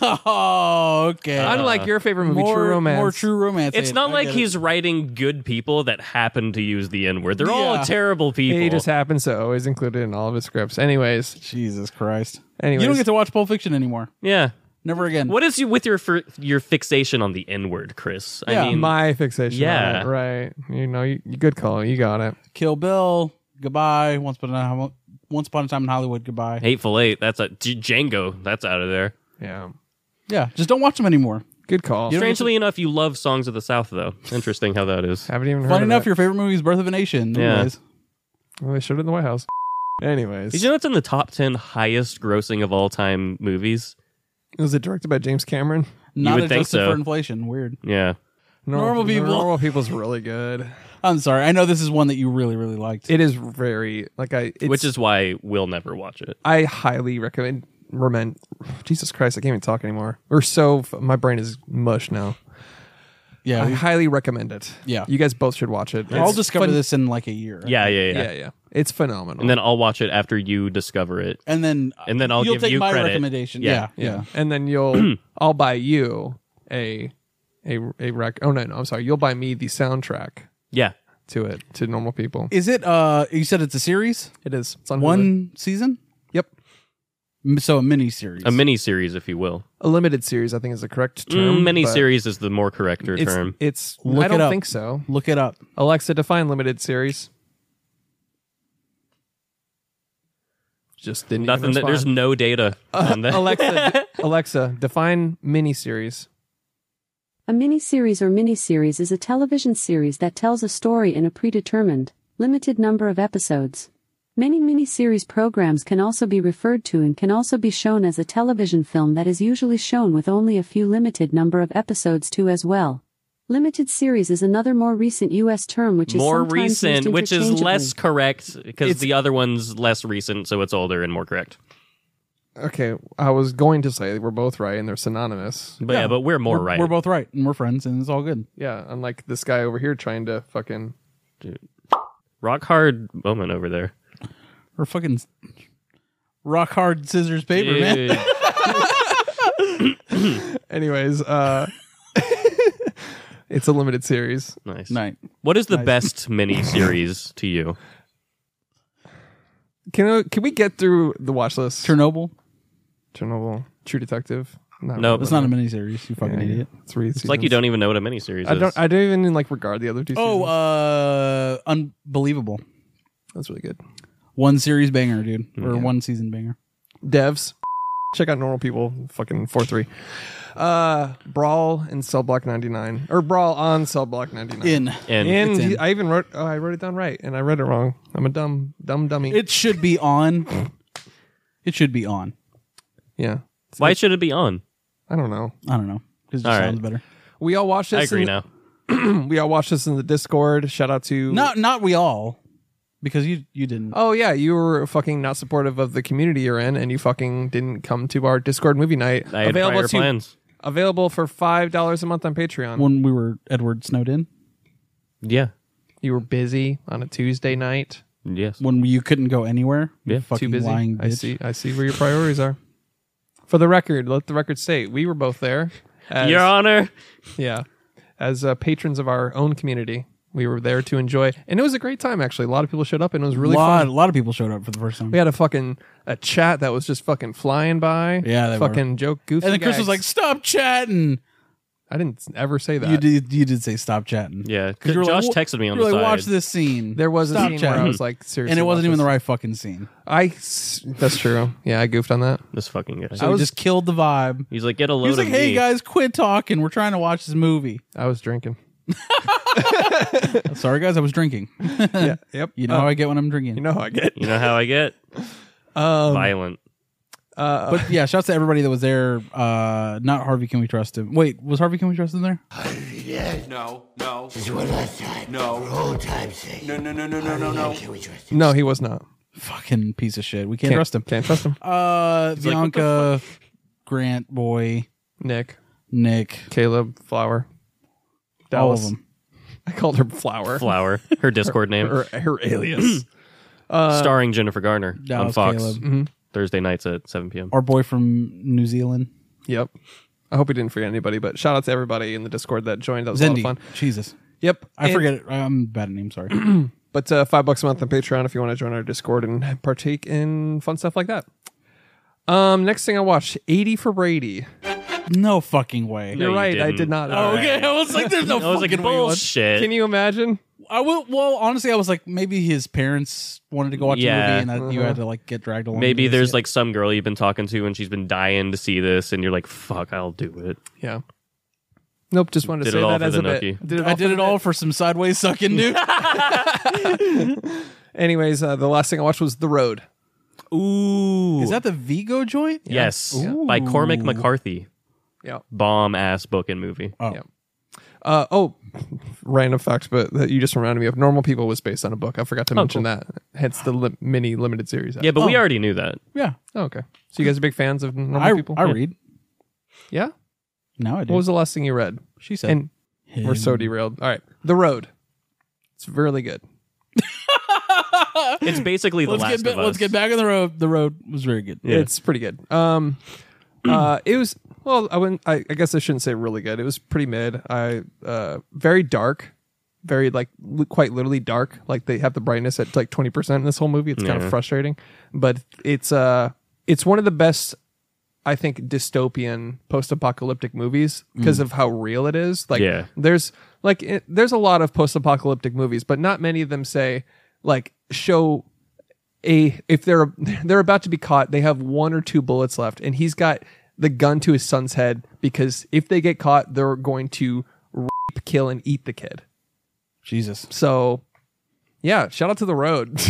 S4: oh, okay.
S2: Unlike your favorite movie,
S4: more
S2: True Romance.
S4: More true romance.
S1: It's
S4: Abe.
S1: not
S4: I
S1: like
S4: get
S1: he's writing good people that happen to use the N word. They're all
S4: Yeah.
S1: terrible people.
S2: He just happens to always include it in all of his scripts. Anyways,
S4: it. Jesus Christ.
S2: Anyways.
S4: You don't get to watch Pulp Fiction anymore.
S1: yeah.
S4: Never again.
S1: What is you with your fir- your fixation on the N word, Chris? I
S4: Yeah,
S1: mean,
S2: my fixation. Yeah,
S1: Yeah.
S2: on it, right. You know, you, you- good call. You got it.
S4: Kill Bill. Goodbye. Once upon a Once upon a time in Hollywood. Goodbye.
S1: hateful eight. That's a J- Django. That's out of there.
S2: Yeah,
S4: Yeah. Just don't watch them anymore.
S2: good call.
S1: Strangely enough, you love songs of the South, though. Interesting how that is.
S2: Haven't even heard.
S4: Funny
S2: of
S4: enough,
S2: it.
S4: your favorite movie is Birth of a Nation.
S1: Yeah.
S4: Anyways.
S2: Well, they showed it in the White House. Anyways,
S1: Did you know it's in the top 10 highest grossing of all time movies?
S2: was it directed by James Cameron?
S4: Not
S1: would think
S4: adjusted
S1: so.
S4: for inflation. Weird.
S1: Yeah.
S4: Normal People.
S2: Normal people's really good.
S4: I'm sorry. I know this is one that you really, really liked.
S2: It is very like I. It's,
S1: Which is why we'll never watch it.
S2: I highly recommend. Remen, Jesus Christ, I can't even talk anymore. We're so f- my brain is mush now.
S4: yeah.
S2: I
S4: we-
S2: highly recommend it.
S4: Yeah.
S2: you guys both should watch it.
S4: I'll
S2: It's
S4: discover
S2: phen-
S4: this in like a year.
S1: Yeah, yeah, yeah.
S2: Yeah, yeah, it's phenomenal.
S1: And then I'll watch it after you discover it.
S4: And then uh,
S1: And then I'll
S4: you'll
S1: give
S4: take
S1: you
S4: my
S1: credit.
S4: recommendation.
S1: Yeah.
S4: yeah. yeah.
S2: And then you'll I'll buy you a a a rec oh no no, I'm sorry. You'll buy me the soundtrack
S1: Yeah.
S2: to it to normal people.
S4: Is it? Uh, you said it's a series,
S2: It is. It's on Hulu.
S4: one season,
S2: Yep.
S4: M- so a mini series.
S1: A mini series, if you will.
S2: A limited series, I think is the correct term.
S1: Mm, mini
S2: but
S1: series is the more correcter
S2: it's,
S1: term.
S2: It's
S4: Look
S2: I
S4: it
S2: don't
S4: up.
S2: think so.
S4: Look it up.
S2: Alexa, define limited series. Just didn't even
S1: Nothing. That, there's
S2: respond.
S1: no data on that.
S2: Alexa Alexa, define miniseries.
S8: A miniseries or miniseries is a television series that tells a story in a predetermined, limited number of episodes. Many miniseries programs can also be referred to and can also be shown as a television film that is usually shown with only a few limited number of episodes too as well. Limited series is another more recent US term which is
S1: more
S8: sometimes used
S1: recent, which is
S8: interchangeably.
S1: less correct because
S4: It's-
S1: the other one's less recent, so it's older and more correct.
S2: Okay, I was going to say we're both right and they're synonymous.
S1: But yeah, but we're more
S4: we're,
S1: right.
S4: We're both right, and we're friends, and it's all good.
S2: Yeah, unlike this guy over here trying to fucking.
S1: rock hard moment over there.
S4: We're fucking s- rock hard scissors paper, man.
S1: Dude.
S2: Anyways, uh, it's a limited series.
S1: nice.
S4: Night.
S1: What is the best mini series to you?
S2: Can I, can we get through the watch list?
S4: Chernobyl.
S2: Chernobyl, True Detective. Not
S1: Nope.
S4: That's not a miniseries. You fucking idiot.
S2: Three
S1: It's like you don't even know what a mini series
S2: I
S1: is.
S2: don't. I don't even like regard the other two.
S4: Oh,
S2: seasons.
S4: uh, unbelievable.
S2: that's really good.
S4: One series banger, dude, or one season banger.
S2: Devs, check out normal people. Fucking four three. Uh, brawl in cell block ninety nine or brawl on cell block ninety nine.
S4: In
S1: and
S2: And
S4: It's in.
S2: I even wrote. Oh, I wrote it down right, and I read it wrong. I'm a dumb, dumb dummy.
S4: it should be on. It should be on.
S2: yeah,
S1: why should it be on?
S2: I don't know.
S4: I don't know. 'cause It just
S1: All right.
S4: sounds better.
S2: We all watched this.
S1: I agree
S2: in,
S1: now.
S2: We all watched this in the Discord. Shout out to
S4: Not not we all, because you you didn't.
S2: Oh yeah, you were fucking not supportive of the community you're in, and you fucking didn't come to our Discord movie night.
S1: I had
S2: available
S1: prior
S2: to
S1: plans.
S2: available for five dollars a month on Patreon.
S4: When we were Edward Snowden,
S1: Yeah.
S2: you were busy on a Tuesday night.
S1: Yes.
S4: when you couldn't go anywhere, you
S1: Yeah, too
S4: fucking
S2: Too busy.
S4: lying
S2: I
S4: bitch.
S2: see. I see where your priorities are. For the record, let the record state we were both there. As,
S1: Your Honor.
S2: Yeah, as uh, patrons of our own community, we were there to enjoy, and it was a great time. Actually, a lot of people showed up, and it was really
S4: a lot,
S2: fun.
S4: a lot of people showed up for the first time.
S2: We had a fucking a chat that was just fucking flying by.
S4: Yeah, they were.
S2: fucking joke goofy.
S4: and then Chris was
S2: gags.
S4: like, "Stop chatting."
S2: I didn't ever say that.
S4: You did. You did say stop chatting.
S1: Yeah.
S4: 'Cause you were
S1: Josh
S4: like, "Wa-
S1: texted me on
S4: you were
S1: the
S4: like,
S1: side.
S4: Watch this scene.
S2: There was a
S4: Stop
S2: scene
S4: chatting.
S2: where I was like, seriously,
S4: and it wasn't even the
S2: watch
S4: right fucking scene.
S2: this. I. s- That's true. Yeah, I goofed on that.
S1: This fucking guy.
S4: So we just killed the vibe.
S1: He's like, get a load
S4: He was like,
S1: of
S4: "Hey
S1: me.
S4: guys, quit talking. We're trying to watch this movie."
S2: I was drinking.
S4: Sorry guys, I was drinking.
S2: yeah. Yep.
S4: You know how I get when I'm drinking.
S2: You know how I get.
S1: You know how I get? Violent.
S4: but yeah, shouts to everybody that was there. Uh, not Harvey. Can we trust him? Wait, was Harvey? Can we trust him there?
S3: No, no,
S5: One last time.
S3: No.
S5: For old time's sake.
S3: no, no, no, no, no, no, no.
S5: Can we trust you?
S2: No, he was not.
S4: Fucking piece of shit. We can't,
S2: Can't
S4: trust him.
S2: Can't trust him.
S1: like,
S4: Uh,
S1: what the
S4: Bianca, Grant, boy,
S2: Nick,
S4: Nick,
S2: Caleb, Flower,
S4: all
S2: Dallas.
S4: of them.
S2: I called her Flower.
S1: Flower. Her Discord name.
S2: Her, her alias.
S1: starring Jennifer Garner on
S4: Dallas,
S1: Fox
S4: Caleb,
S1: Thursday nights at 7 p.m.
S4: our boy from New Zealand,
S2: yep. I hope we didn't forget anybody, but shout out to everybody in the Discord that joined. That was
S4: Zendi.
S2: a lot of fun.
S4: Jesus,
S2: Yep.
S4: I
S2: And-
S4: forget it. I'm bad at names. Sorry.
S2: But uh, five bucks a month on Patreon if you want to join our Discord and partake in fun stuff like that. Um, next thing I watched, 80 for Brady.
S4: no fucking way.
S1: No,
S2: You're
S1: you
S2: right, I
S1: didn't.
S2: did not.
S4: Oh, okay, I was like, "There's no
S1: I was like,
S4: fucking way." What-
S1: bullshit.
S2: Can you imagine?
S4: I will, well, honestly, I was like, maybe his parents wanted to go watch
S1: Yeah.
S4: a movie, and that you had to like get dragged along.
S1: Maybe
S4: to see
S1: there's
S4: it.
S1: like some girl you've been talking to and she's been dying to see this, and you're like, fuck, I'll do it.
S2: Yeah. Nope, just wanted
S1: Did
S2: to say
S1: it all
S2: that
S1: for
S2: as
S1: the
S2: a bit.
S1: nookie.
S2: Did it
S4: I
S2: all
S4: did
S2: for
S4: it
S2: the
S4: all for some sideways sucking, dude.
S2: bit. Anyways, uh, the last thing I watched was The Road.
S1: Ooh.
S4: Is that the Vigo joint?
S1: Yes. By Cormac
S4: Ooh.
S1: McCarthy.
S2: Yeah.
S1: Bomb ass book and movie.
S4: Oh,
S2: Yeah. Uh, oh, random fact, but that you just reminded me of. Normal People was based on a book. I forgot
S1: Oh,
S2: to mention that. Hence the li- mini limited series.
S1: Yeah,
S4: Oh.
S1: but we already knew that.
S4: yeah.
S2: Oh, okay. So you guys are big fans of Normal
S4: I,
S2: People?
S4: I read.
S2: yeah.
S4: No, I do.
S2: What was the last thing you read?
S4: she said?
S2: And We're so
S4: Him.
S2: derailed. All right. The Road. It's really good.
S1: It's basically the
S4: let's
S1: last
S4: get ba-
S1: of us.
S4: let's get back on the road. The road was very good.
S1: Yeah.
S2: It's pretty good. Um uh it was well, I wouldn't I, I guess I shouldn't say really good. It was pretty mid. I uh very dark. Very like li- quite literally dark. Like they have the brightness at like 20% in this whole movie. It's kind of
S1: Yeah.
S2: frustrating, but it's uh it's one of the best I think dystopian post-apocalyptic movies because of how real it is. Like
S1: Mm. Yeah.
S2: there's like it, there's a lot of post-apocalyptic movies, but not many of them say like show a if they're they're about to be caught, they have one or two bullets left, and he's got the gun to his son's head because if they get caught, they're going to rape, kill, and eat the kid.
S4: Jesus.
S2: So, yeah, shout out to the road.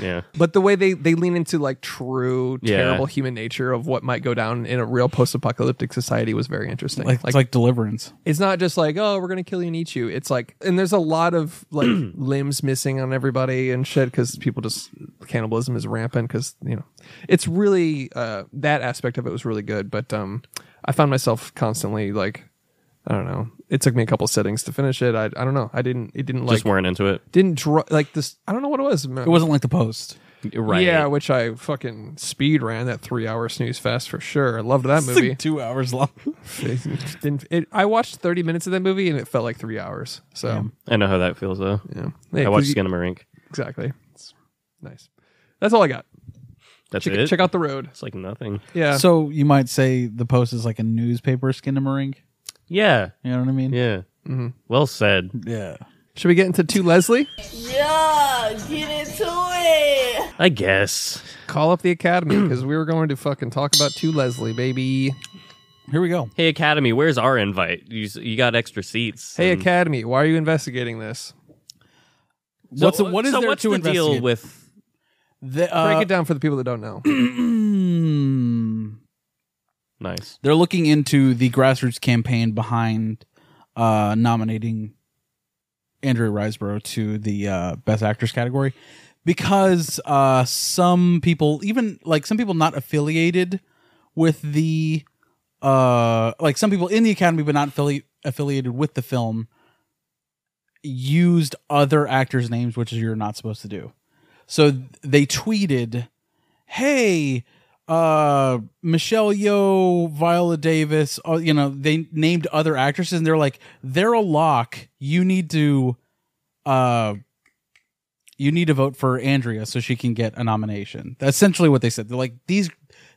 S1: Yeah.
S2: But the way they they lean into like true
S1: Yeah.
S2: terrible human nature of what might go down in a real post apocalyptic society was very interesting.
S4: Like, it's like Deliverance.
S2: it's not just like oh we're gonna kill you and eat you. It's like and there's a lot of like limbs missing on everybody and shit because people just cannibalism is rampant because you know it's really uh, that aspect of it was really good. But um, I found myself constantly like I don't know. It took me a couple settings to finish it. I I don't know. I didn't. It didn't like
S1: Just weren't into it.
S2: didn't draw like this. I don't know what it was.
S4: It wasn't like the post.
S1: Right.
S2: Yeah, which I fucking speed ran that three hour snooze fest for sure. I loved that movie.
S4: two hours long.
S2: It didn't, it, I watched 30 minutes of that movie and it felt like three hours. So,
S1: I know how that feels though.
S2: yeah.
S1: I
S2: Yeah,
S1: watched
S2: 'cause you-
S1: Skinamarink.
S2: Exactly. It's nice. That's all I got.
S1: That's
S2: Check,
S1: it.
S2: check out The Road.
S1: It's like nothing.
S2: Yeah.
S4: So you might say the post is like a newspaper skinamarink.
S1: Yeah.
S4: You know what I mean?
S1: Yeah.
S4: Mm-hmm.
S1: Well said.
S4: Yeah.
S2: Should we get into Two Leslie?
S9: Yeah, get into it.
S1: I guess.
S2: Call up the Academy because we were going to fucking talk about Two Leslie, baby.
S4: Here we go.
S1: Hey Academy, where's our invite? You s- you got extra seats.
S2: Hey,
S1: and-
S2: Academy, why are you investigating this?
S1: So,
S4: what's what is
S1: so
S4: there
S1: what's
S4: to
S1: the deal
S4: investigate?
S1: with?
S4: The,
S2: Break
S4: uh,
S2: it down for the people that don't know.
S4: mm,
S1: Nice.
S4: they're looking into the grassroots campaign behind uh, nominating Andrea Riseborough to the uh, Best Actress category because uh, some people, even like some people not affiliated with the, uh, like some people in the Academy but not affili- affiliated with the film, used other actors' names, which you're not supposed to do. So th- they tweeted, "Hey, uh Michelle Yeoh, Viola Davis, uh, you know, they named other actresses and they're like, they're a lock. You need to uh you need to vote for Andrea so she can get a nomination. That's essentially what they said. They're like, these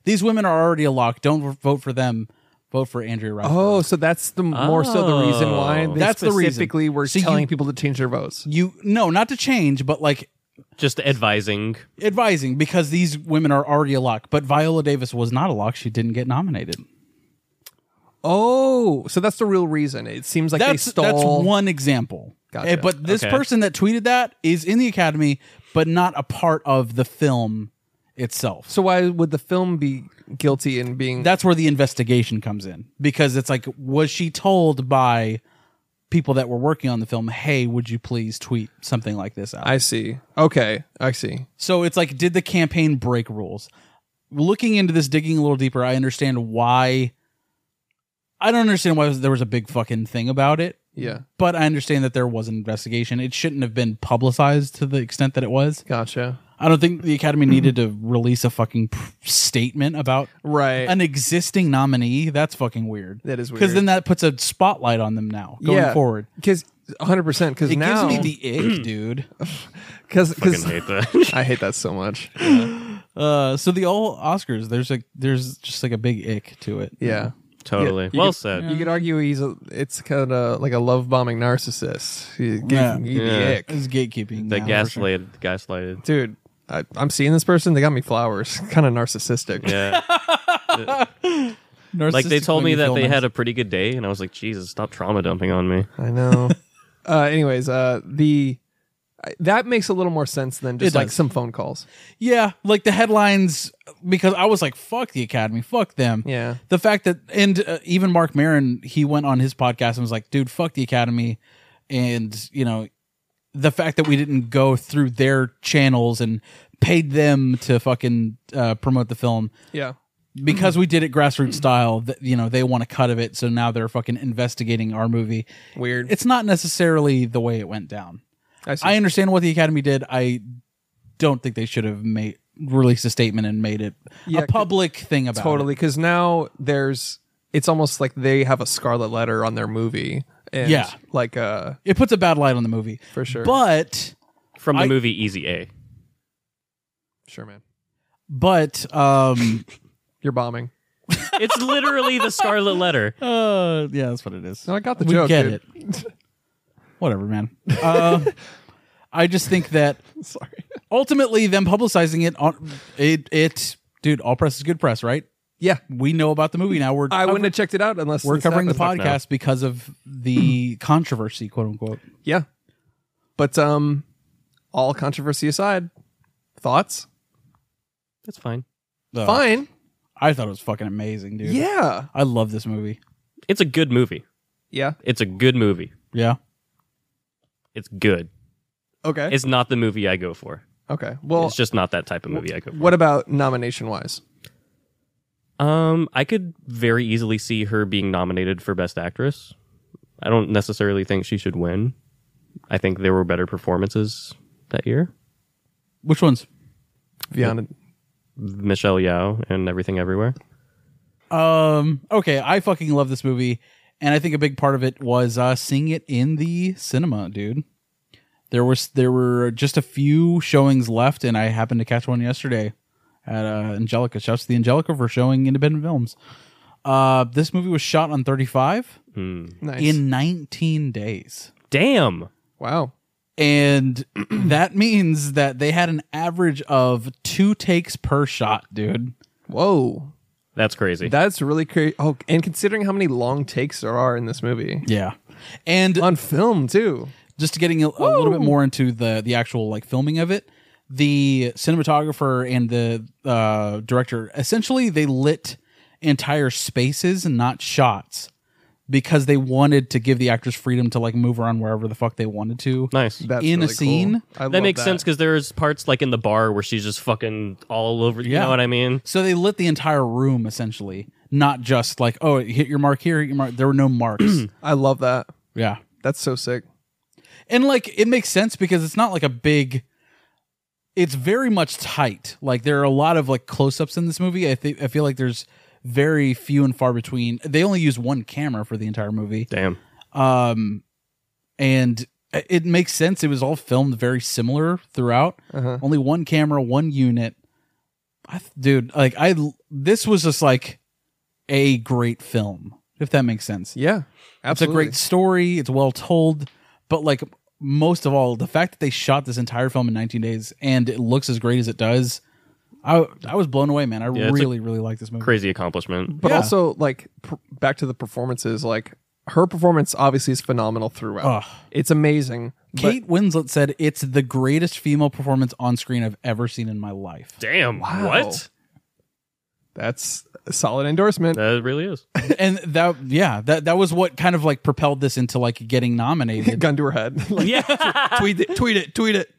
S4: these women are already a lock. Don't vote for them. Vote for Andrea Riseborough.
S2: Oh, so that's the more so the reason why.
S1: Oh.
S2: They
S4: That's the reason.
S2: specifically were
S4: So you-
S2: telling people to change their votes.
S4: you no, not to change, but like
S1: Just advising.
S4: advising because these women are already a lock. But Viola Davis was not a lock. She didn't get nominated.
S2: Oh, so that's the real reason. It seems like
S4: that's
S2: they stole.
S4: that's one example.
S2: Gotcha.
S4: Eh, But this
S1: Okay.
S4: person that tweeted that is in the academy, but not a part of the film itself. So
S2: So why would the film be guilty in being?
S4: that's where the investigation comes in because it's like, was she told by people that were working on the film, "Hey, would you please tweet something like this out?"
S2: I see. Okay, I see.
S4: So it's like, did the campaign break rules? Looking into this, digging a little deeper, I understand why. I don't understand why there was a big fucking thing about it.
S2: Yeah,
S4: but I understand that there was an investigation. It shouldn't have been publicized to the extent that it was.
S2: gotcha.
S4: I don't think the Academy needed to release a fucking pr- statement about
S2: Right.
S4: an existing nominee. That's fucking weird.
S2: That is
S4: Because
S2: weird.
S4: then that puts a spotlight on them now going
S2: Yeah.
S4: forward.
S2: Because 100. percent Because
S4: It
S2: now,
S4: gives me the ick, dude.
S2: because
S1: Fucking hate that.
S2: I hate that so much.
S4: Uh, so the old Oscars, there's like there's just like a big ick to it.
S2: Yeah.
S1: totally.
S2: You
S1: well
S2: could-
S1: said.
S2: You could argue he's a, it's kind of like a love bombing narcissist. He gave
S4: Yeah.
S2: me the
S1: Yeah.
S2: ick.
S4: It's gatekeeping.
S1: That
S4: now, for sure.
S1: gaslighted. Gaslighted.
S2: dude. I, I'm seeing this person. They got me flowers. Kind of narcissistic.
S1: Yeah. like they
S4: Narcissistic
S1: told me
S4: women
S1: that
S4: feel
S1: they
S4: nice.
S1: had a pretty good day, and I was like, Jesus, stop trauma dumping on me.
S2: I know. uh, anyways, uh, the I- that makes a little more sense than just
S4: It
S2: like
S4: does.
S2: some phone calls.
S4: Yeah, like the headlines because I was like, "Fuck the Academy, fuck them."
S2: Yeah.
S4: the fact that and uh, even Mark Maron, he went on his podcast and was like, "Dude, fuck the Academy," and you know, the fact that we didn't go through their channels and paid them to fucking uh, promote the film
S2: Yeah,
S4: because we did it grassroots style. That you know, they want a cut of it, so now they're fucking investigating our movie.
S2: weird.
S4: It's not necessarily the way it went down.
S2: I see.
S4: I understand what the Academy did. I don't think they should have made released a statement and made it
S2: Yeah,
S4: a public thing about
S2: totally because now there's it's almost like they have a scarlet letter on their movie. And
S4: Yeah.
S2: like uh,
S4: it. It puts a bad light on the movie
S2: for sure.
S4: But
S1: From the
S4: I-
S1: movie Easy A.
S2: sure, man,
S4: but um
S2: you're bombing.
S1: It's literally the Scarlet Letter.
S4: uh yeah, that's what it is.
S2: No, I got the
S4: we
S2: joke.
S4: get
S2: dude.
S4: it. Whatever, man. Um I just think that
S2: Sorry.
S4: ultimately them publicizing it on it it dude, all press is good press, right?
S2: Yeah,
S4: We know about the movie now. We're
S2: I wouldn't have checked it out unless
S4: we're
S2: this
S4: covering the
S2: happened.
S4: podcast because of the controversy, quote unquote.
S2: Yeah, but um, all controversy aside, Thoughts?
S1: That's fine.
S4: Though,
S2: Fine.
S4: I thought it was fucking amazing, dude.
S2: Yeah.
S4: I love this movie.
S1: It's a good movie.
S2: Yeah.
S1: It's a good movie.
S4: Yeah.
S1: It's good.
S2: Okay.
S1: It's not the movie I go for.
S2: okay. Well,
S1: it's just not that type of movie I go for.
S2: what about nomination wise?
S1: Um, I could very easily see her being nominated for Best Actress. I don't necessarily think she should win. I think there were better performances that year.
S4: Which ones?
S2: Viana.
S1: Michelle Yao and Everything Everywhere.
S4: Um. Okay. I fucking love this movie, and I think a big part of it was uh, seeing it in the cinema, dude. There was there were just a few showings left, and I happened to catch one yesterday at uh, Angelica. Shouts to the Angelica for showing independent films. Uh, this movie was shot on 35
S2: Nice.
S4: in 19 days.
S1: Damn.
S2: wow.
S4: And that means that they had an average of two takes per shot, dude.
S2: Whoa.
S1: That's crazy.
S2: That's really crazy. Oh, and considering how many long takes there are in this movie
S4: Yeah. And
S2: on film too.
S4: just getting a, a little bit more into the the actual like filming of it the cinematographer and the uh, director essentially they lit entire spaces and not shots because they wanted to give the actors freedom to like move around wherever the fuck they wanted to
S1: nice.
S2: That's
S4: In a
S2: really cool.
S4: scene?
S2: I
S1: that
S2: love
S1: makes sense because there's parts like in the bar where she's just fucking all over. You
S4: Yeah.
S1: know what I mean?
S4: so they lit the entire room essentially not just like oh hit your mark here hit your mark there were no marks
S2: I love that.
S4: yeah
S2: That's so sick.
S4: and like it makes sense because it's not like a big it's very much tight like there are a lot of like close-ups in this movie i think i feel like there's very few and far between they only use one camera for the entire movie
S1: Damn.
S4: um and it makes sense it was all filmed very similar throughout
S2: Uh-huh.
S4: only one camera one unit I, th- dude like i this was just like a great film if that makes sense
S2: Yeah.
S4: it's a
S2: Absolutely.
S4: great story. It's well told, but like most of all, the fact that they shot this entire film in 19 days and it looks as great as it does, I I was blown away, man. I
S1: Yeah, it's a
S4: really really like this movie.
S1: Crazy accomplishment.
S2: But
S4: Yeah.
S2: also, like pr- back to the performances, like her performance obviously is phenomenal throughout. It's amazing. but-
S4: Kate Winslet said it's the greatest female performance on screen I've ever seen in my life.
S1: Damn.
S2: Wow.
S1: What?
S2: That's a solid endorsement.
S1: That really is.
S4: and that yeah, that that was what kind of like propelled this into like getting nominated.
S2: Gun to her head. Like,
S1: yeah.
S2: tweet it, tweet it, tweet it.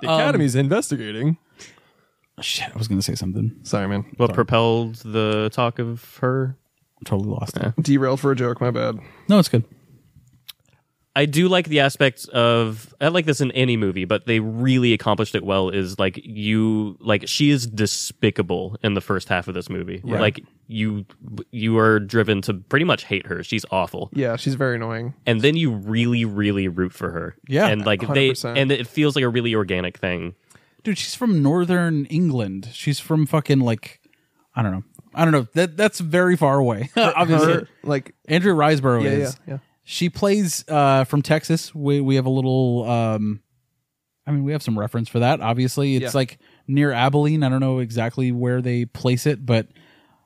S2: The
S4: Um,
S2: Academy's investigating.
S4: Shit, I was going to say something.
S2: Sorry, man.
S1: what propelled the talk of her
S4: Totally lost. it.
S2: Derailed for a joke. My bad.
S4: No, it's good.
S1: I do like the aspects of I like this in any movie, but they really accomplished it well. Is like you like she is despicable in the first half of this movie. Like you you are driven to pretty much hate her. She's awful,
S2: Yeah, she's very annoying.
S1: and then you really really root for her.
S4: Yeah,
S1: and like they
S2: 100%.
S1: and it feels like a really organic thing.
S4: dude she's from northern england she's from fucking like i don't know i don't know that that's very far away obviously
S2: Her, like,
S4: andrew riseborough
S2: yeah, yeah,
S4: is
S2: yeah.
S4: she plays uh from texas we we have a little um i mean we have some reference for that obviously it's
S2: Yeah.
S4: like near abilene i don't know exactly where they place it but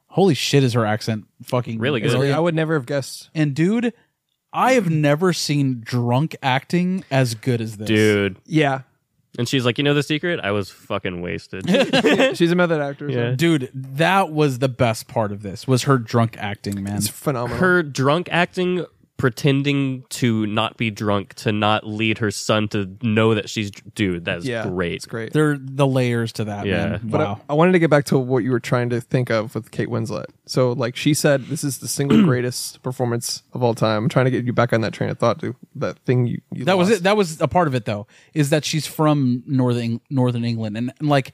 S4: holy shit is her accent fucking
S1: Really good.
S4: brilliant.
S2: I would never have guessed.
S4: and dude i have never seen drunk acting as good as this
S1: Dude,
S2: Yeah,
S1: and she's like, you know the secret? I was fucking wasted.
S2: she's a method actor. so
S1: Yeah.
S4: dude that was the best part of this was her drunk acting man
S2: It's phenomenal.
S1: her drunk acting pretending to not be drunk to not lead her son to know that she's dude that's
S2: yeah,
S1: great
S2: It's great.
S4: there are the layers to that
S1: Yeah.
S4: man
S2: But I-
S4: wow
S2: I, wanted to get back to what you were trying to think of with Kate Winslet. So, like she said, this is the single greatest performance of all time. I'm trying to get you back on that train of thought, dude. That thing you, you
S4: that was
S2: lost.
S4: it that was a part of it though is that she's from northern northern england and, and like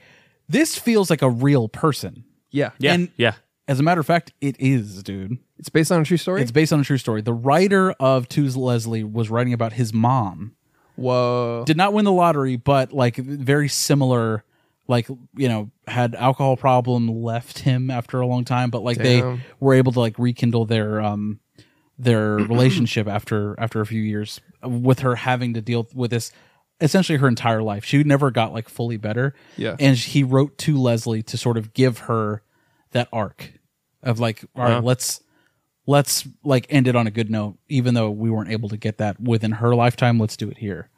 S4: this feels like a real person
S2: Yeah,
S1: yeah
S4: And-
S1: yeah
S4: as a matter of fact it is dude
S2: It's based on a true story.
S4: it's based on a true story the writer of two's leslie was writing about his mom
S2: Whoa,
S4: did not win the lottery but like very similar like you know had alcohol problem left him after a long time but like
S2: Damn.
S4: they were able to like rekindle their um their relationship after after a few years with her having to deal with this essentially her entire life she never got like fully better
S2: Yeah.
S4: and he wrote to leslie to sort of give her that arc of like all right
S2: Uh-huh.
S1: Yeah.
S4: let's let's like end it on a good note even though we weren't able to get that within her lifetime let's do it here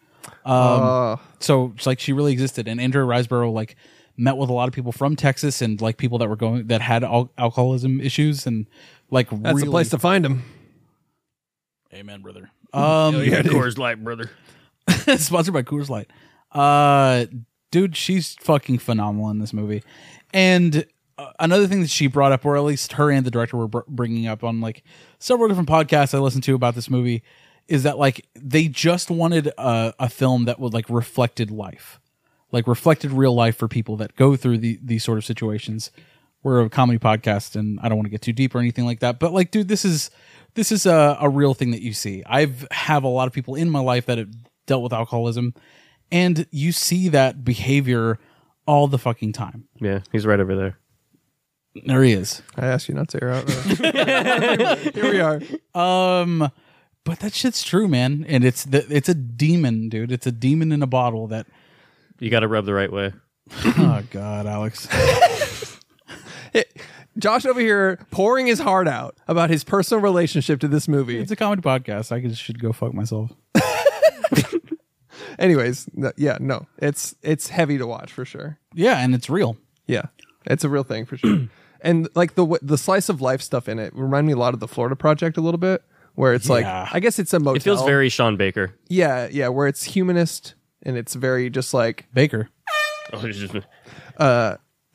S2: uh,
S4: so it's like she really existed and andrea riseborough like met with a lot of people from texas and like people that were going that had al- alcoholism issues and like
S2: that's the place to find him.
S4: amen brother um
S1: Coors Light, brother.
S4: sponsored by coors light uh dude she's fucking phenomenal in this movie and uh, another thing that she brought up or at least her and the director were br- bringing up on like several different podcasts i listened to about this movie is that like they just wanted a, a film that would like reflected life like reflected real life for people that go through the, these sort of situations. We're a comedy podcast, and I don't want to get too deep or anything like that. But like, dude, this is this is a, a real thing that you see. I've have a lot of people in my life that have dealt with alcoholism, and you see that behavior all the fucking time.
S1: Yeah, he's right over there.
S4: There he is.
S2: I asked you not to air out. uh, Here we are.
S4: Um, but that shit's true, man. And it's the, it's a demon, dude. It's a demon in a bottle that.
S1: You got to rub the right way.
S4: Oh God, Alex.
S2: Josh over here pouring his heart out about his personal relationship to this movie.
S4: It's a comedy podcast. I just should go fuck myself.
S2: Anyways, no- yeah, no, it's it's heavy to watch for sure.
S4: Yeah, and it's real.
S2: Yeah, it's a real thing for sure. and like the w- the slice of life stuff in it remind me a lot of the Florida Project a little bit, where it's like
S4: Yeah.
S2: I guess it's a motel.
S1: It feels very Sean Baker.
S2: yeah, yeah, where it's humanist and it's very just like
S4: Baker.
S1: Oh, it's just-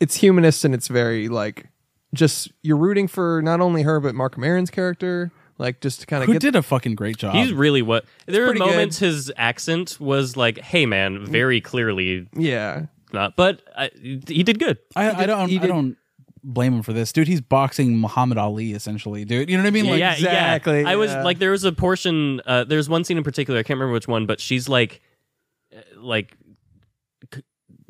S2: it's humanist and it's very like just you're rooting for not only her but Mark Maron's character, like just to kind of
S4: who
S2: get
S4: did a fucking great job.
S1: He's really what. There are
S2: Um, pretty good.
S1: moments his accent was like, "Hey, man," very clearly
S2: yeah.
S1: not, Uh, but I, he did good.
S4: I, I don't
S2: he
S4: I
S2: did-
S4: don't blame him for this, dude. He's boxing Muhammad Ali essentially, dude. You know what I mean? Like,
S1: yeah,
S2: exactly,
S1: Yeah. I was
S2: yeah.
S1: like, there was a portion. Uh, there's one scene in particular. I can't remember which one, but she's like, uh, like, c-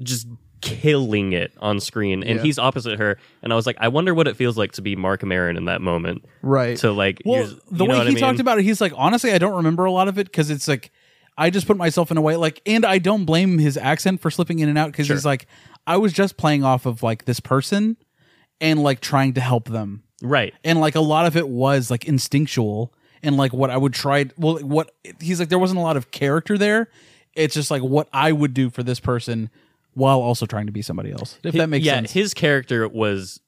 S1: just killing it on screen, and
S2: Yeah.
S1: he's opposite her. And I was like, I wonder what it feels like to be Mark Maron in that moment.
S2: Right.
S1: To like,
S4: Well,
S1: you're-
S4: the
S1: you
S4: way
S1: know
S4: he
S1: what I mean?
S4: talked about it, he's like, honestly, I don't remember a lot of it because it's like I just put myself in a way like, and I don't blame his accent for slipping in and out because he's like, I was just playing off of like this person and like trying to help them.
S1: right.
S4: and like a lot of it was like instinctual and like what I would try well what he's like there wasn't a lot of character there it's just like what I would do for this person while also trying to be somebody else if that makes
S1: yeah,
S4: sense
S1: his character was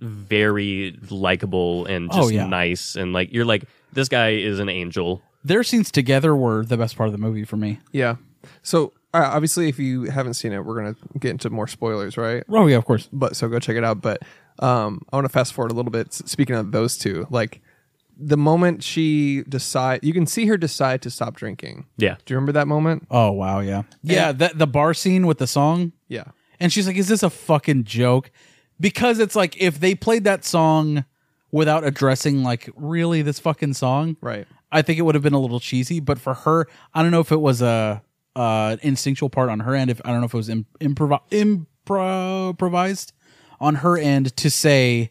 S1: very likable and
S4: Oh,
S1: just
S4: yeah.
S1: nice, and like you're like this guy is an angel.
S4: their scenes together were the best part of the movie for me
S2: Yeah. So uh, obviously, if you haven't seen it, we're gonna get into more spoilers, right?
S4: oh yeah of course
S2: But so go check it out. But um, I want to fast forward a little bit. S- Speaking of those two, like the moment she decide, you can see her decide to stop drinking.
S1: Yeah,
S2: Do you remember that moment?
S4: oh wow yeah yeah that the bar scene with the song
S2: Yeah.
S4: and she's like is this a fucking joke because it's like if they played that song without addressing like really this fucking song
S2: Right.
S4: I think it would have been a little cheesy, but for her, I don't know if it was a uh, instinctual part on her end. If I don't know if it was Im- improv- impro- improvised on her end to say,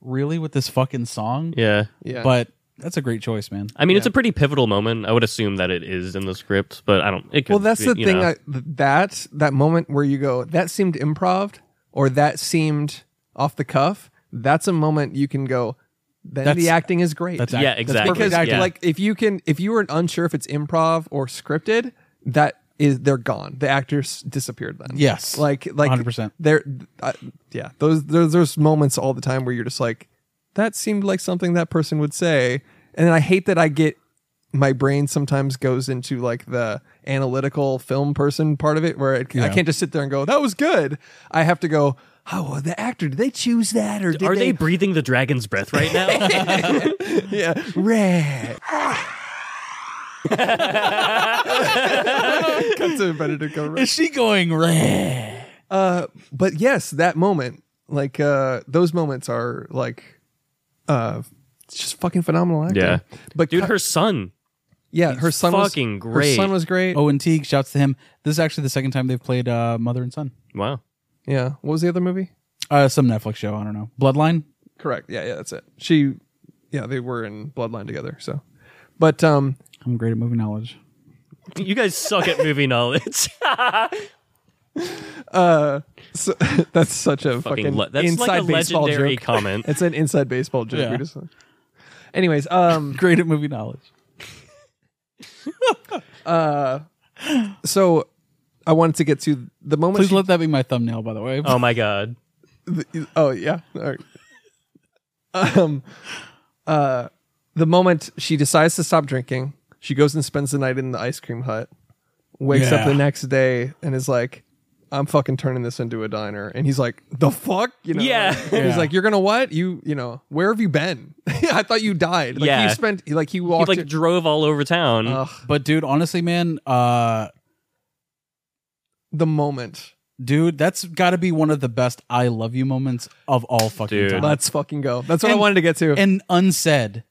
S4: "Really with this fucking song?"
S1: yeah.
S2: Yeah.
S4: But that's a great choice, man.
S1: I mean, it's a pretty pivotal moment. I would assume that it is in the script, but I don't. It could,
S2: well, that's the
S1: you
S2: thing. uh,
S1: know.
S2: I, th- that that moment where you go, that seemed improv, or that seemed off the cuff. That's a moment you can go. Then
S4: That's-
S2: the acting is great.
S4: That's
S1: yeah,
S4: act-
S1: exactly.
S2: because
S1: yeah.
S2: like if you can if you were unsure if it's improv or scripted that is they're gone the actors disappeared then
S4: Yes.
S2: like like
S4: 100%.
S2: there uh, yeah those there's, there's moments all the time where you're just like that seemed like something that person would say and i hate that i get my brain sometimes goes into like the analytical film person part of it where it, i can't just sit there and go that was good i have to go oh well, the actor did they choose that or did
S1: are they, breathing the dragon's breath right now?
S2: yeah red Cut to Benedict Cumberbatch.
S4: Is she going red?
S2: but yes, that moment, like uh those moments are like uh just fucking phenomenal acting.
S1: Yeah.
S2: But
S1: Dude,
S2: cu-
S1: her son.
S2: yeah, her son was-
S1: fucking
S2: Her
S1: great.
S2: son was great.
S4: Owen Oh, Teague shouts to him. This is actually the second time they've played uh, mother and son.
S1: Wow.
S2: Yeah. What was the other movie?
S4: Uh, some Netflix show. I don't know. Bloodline.
S2: Correct. Yeah, yeah, that's it. She yeah, they were in Bloodline together, so but um
S4: I'm great at movie knowledge.
S1: You guys suck at movie knowledge.
S2: so, that's such a fucking,
S1: fucking le- that's
S2: inside
S1: like a
S2: baseball
S1: legendary
S2: joke.
S1: comment.
S2: It's an inside baseball joke.
S4: Yeah.
S2: We just- anyways, um
S4: Great at movie knowledge.
S2: So I wanted to get to the moment.
S4: Please
S2: she-
S4: let that be my thumbnail, by the way.
S1: Oh my god.
S2: the- oh yeah. All right. Um, uh, the moment she decides to stop drinking, she goes and spends the night in the ice cream hut. Wakes up
S4: Yeah.
S2: the next day and is like, "I'm fucking turning this into a diner." And he's like, "The fuck?" You know?
S1: Yeah.
S2: like,
S4: Yeah.
S2: He's like, "You're gonna what? You you know where have you been? I thought you died. Like,
S1: Yeah.
S2: You spent like he
S1: He
S2: walked.
S1: like drove all over town.
S2: Ugh,
S4: But dude, honestly, man, uh,
S2: the moment.
S4: dude, that's got to be one of the best "I love you" moments of all fucking
S1: Dude.
S4: time.
S2: Let's fucking go. That's what I
S4: And-
S2: wanted to get to.
S4: and unsaid.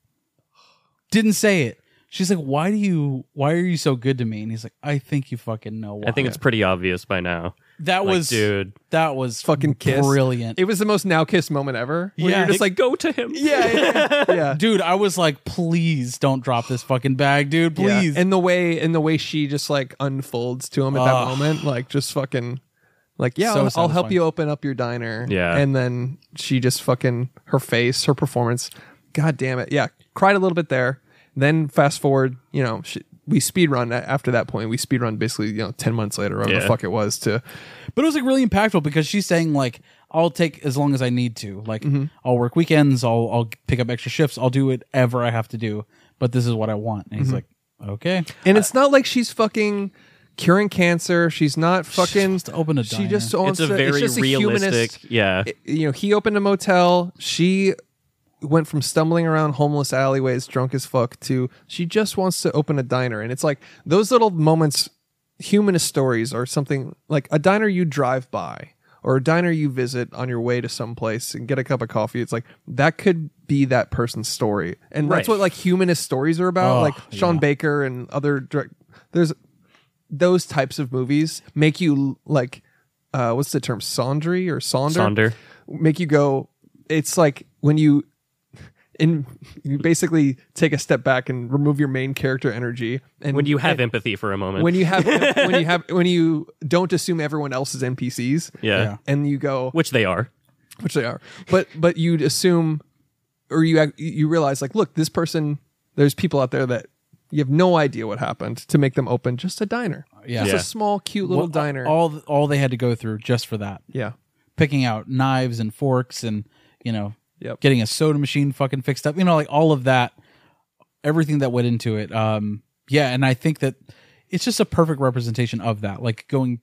S4: Didn't say it. She's like, "Why do you? Why are you so good to me?" And he's like, "I think you fucking know why."
S1: I think it's pretty obvious by now.
S4: that
S1: Like,
S4: was
S1: dude.
S4: That was
S2: fucking kiss.
S4: brilliant.
S2: It was the most now kiss moment ever. where
S4: Yeah.
S2: you're just
S4: It-
S2: like,
S1: Go to him.
S2: yeah, yeah, yeah. yeah.
S4: dude, I was like, "Please don't drop this fucking bag, dude.
S2: Yeah.
S4: Please."
S2: And the way and the way she just like unfolds to him at that
S4: Ugh.
S2: moment, like just fucking like, yeah, I'll,
S4: So
S2: I'll help
S4: satisfying.
S2: you open up your diner.
S1: Yeah.
S2: And then she just fucking her face, her performance. God damn it. Yeah. Cried a little bit there. Then fast forward, you know, she, we speed run after that point. We speed run basically, you know, 10 months later, whatever the
S1: Yeah.
S2: fuck it was to
S4: But it was like really impactful because she's saying like I'll take as long as I need to. Like I'll work weekends, I'll I'll pick up extra shifts, I'll do whatever I have to do, but this is what I want. And he's like, "Okay."
S2: And it's not like she's fucking curing cancer. She's not fucking.
S4: wants to open a
S2: She just
S4: diner.
S2: wants
S1: It's a
S2: to-
S1: very
S2: just
S1: realistic.
S2: humanist-
S1: yeah.
S2: it- you know, he opened a motel. She went from stumbling around homeless alleyways, drunk as fuck, to she just wants to open a diner. And it's like those little moments, humanist stories, or something like a diner you drive by or a diner you visit on your way to someplace and get a cup of coffee. It's like that could be that person's story, and that's
S1: Right.
S2: what like humanist stories are about.
S4: Oh,
S2: like Sean
S4: yeah.
S2: Baker and other direct. There's those types of movies make you like uh what's the term sondry or sonder
S1: Sonder.
S2: make you go it's like when you in you basically take a step back and remove your main character energy and
S1: When you have empathy for a moment.
S2: when you have when you have when you don't assume everyone else is npcs
S1: yeah.
S4: Yeah.
S2: and you go
S1: Which they are.
S2: which they are but but you'd assume or you ac- you realize like look this person there's people out there that you have no idea what happened to make them open just a diner
S4: Uh, Yeah.
S2: just
S1: Yeah.
S2: a small cute little
S4: Well, uh,
S2: diner
S4: All all they had to go through just for that.
S2: yeah
S4: Picking out knives and forks and, you know,
S2: Yep.
S4: getting a soda machine fucking fixed up, you know, like all of that everything that went into it. Um yeah, and I think that it's just a perfect representation of that. Like going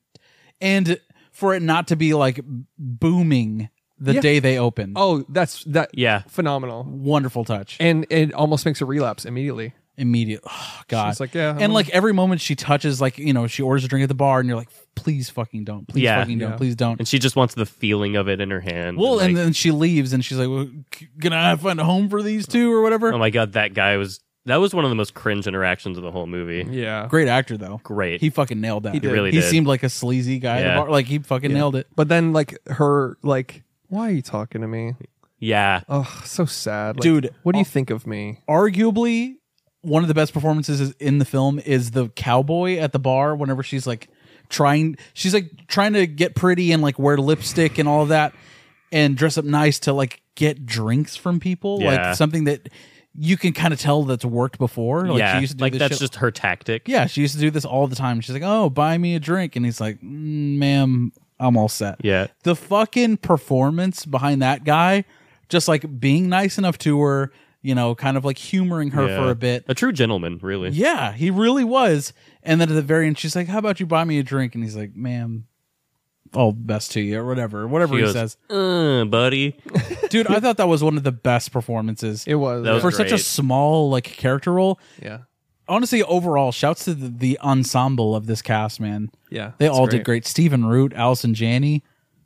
S4: and for it not to be like booming the
S2: Yeah.
S4: day they open.
S2: oh that's that
S1: Yeah.
S2: phenomenal
S4: wonderful touch.
S2: and it almost makes a relapse immediately.
S4: Immediate. Oh, God.
S2: She's like, yeah, I'm
S4: and like every moment she touches, like, you know, she orders a drink at the bar and you're like, please fucking don't. Please
S1: Yeah.
S4: fucking don't.
S2: Yeah.
S4: Please don't.
S1: And she just wants the feeling of it in her hand.
S4: Well, and
S1: like,
S4: then she leaves, and she's like, well, c- "Can I find a home for these two or whatever?"
S1: oh my god, that guy was that was one of the most cringe interactions of the whole movie.
S2: Yeah,
S4: Great actor though.
S1: Great.
S4: He fucking nailed that. He
S1: did. really
S4: He
S1: did.
S4: seemed like a sleazy guy. at the
S1: Yeah.
S4: bar. Like he fucking nailed it.
S2: but then like her like, why are you talking to me?
S1: Yeah.
S2: Oh, so sad, Like,
S4: Dude,
S2: What do you
S4: I'll-
S2: think of me?
S4: Arguably, one of the best performances is- in the film is the cowboy at the bar. Whenever she's like trying, she's like trying to get pretty and like wear lipstick and all of that, and dress up nice to like get drinks from people.
S1: Yeah.
S4: Like something that you can kind of tell that's worked before. Like
S1: yeah.
S4: she used to do
S1: like
S4: this
S1: that's
S4: shit-
S1: just her tactic.
S4: Yeah, she used to do this all the time. She's like, "Oh, buy me a drink," and he's like, mm, "Ma'am, I'm all set."
S1: Yeah.
S4: the fucking performance behind that guy, just like being nice enough to her, you know, kind of like humoring her
S1: Yeah.
S4: for a bit.
S1: A true gentleman, really.
S4: Yeah, he really was. And then at the very end, she's like, "How about you buy me a drink?" And he's like, "Ma'am." All best to you, or whatever, whatever
S1: He
S4: he,
S1: goes,
S4: says,
S1: Uh, buddy.
S4: dude. I thought that was one of the best performances
S2: It was,
S1: That was
S4: for such a
S1: great.
S4: small like character role.
S2: yeah,
S4: Honestly, overall, shouts to the, the ensemble of this cast, man.
S2: yeah.
S4: They
S2: it's
S4: all did great. Stephen Root, Allison Janney,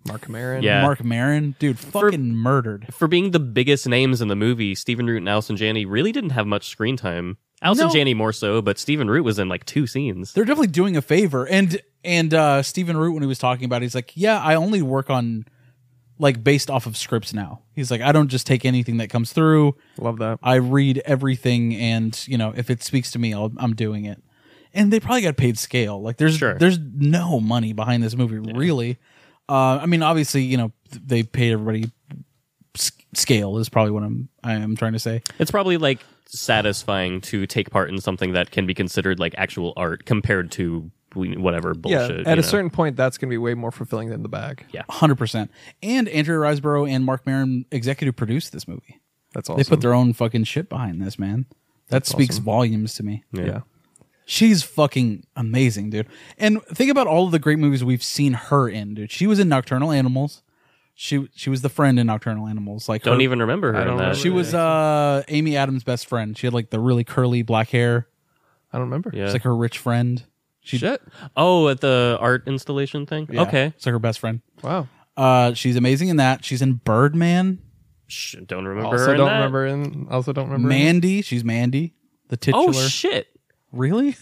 S2: Mark Maron.
S1: Yeah.
S4: Mark Marin, dude, fucking murdered.
S1: For being the biggest names in the movie, Stephen Root and Alison Janney really didn't have much screen time. Alison
S4: No.
S1: Janney more so, but Stephen Root was in like two scenes.
S4: they're definitely doing a favor and and uh stephen root when he was talking about it, he's like yeah i only work on like based off of scripts now he's like i don't just take anything that comes through
S2: love that.
S4: i read everything and you know if it speaks to me I'll, i'm doing it and they probably got paid scale like there's
S1: Sure.
S4: there's no money behind this movie really uh i mean obviously you know th- they paid everybody s- scale is probably what i'm i am trying to say
S1: It's probably like satisfying to take part in something that can be considered like actual art compared to we- whatever
S2: yeah,
S1: bullshit.
S2: at
S1: you
S2: a
S1: know?
S2: certain point, that's going to be way more fulfilling than the bag.
S4: hundred percent. And Andrea Riseborough and Mark Maron executive produced this movie.
S2: That's awesome.
S4: They put their own fucking shit behind this man. That speaks volumes to me.
S1: Yeah.
S2: yeah.
S4: She's fucking amazing, dude. And think about all of the great movies we've seen her in, dude. She was in Nocturnal Animals. She she was the friend in Nocturnal Animals. Like
S1: Don't
S4: her-
S1: even remember her.
S2: I
S1: in
S2: don't
S1: that.
S2: remember
S4: She was uh Amy Adams' best friend. She had like the really curly black hair.
S2: I don't remember.
S1: Yeah.
S4: It's like her rich friend. She,
S1: Shit. Oh, at the art installation thing.
S4: Yeah,
S1: Okay.
S4: It's like her best friend.
S2: Wow.
S4: Uh, she's amazing in that. She's in Birdman.
S1: Sh- don't remember her.
S2: Also
S1: in
S2: don't
S1: that.
S2: remember. In, also don't remember. in-
S4: Mandy. She's Mandy, the titular.
S1: Oh shit.
S4: really?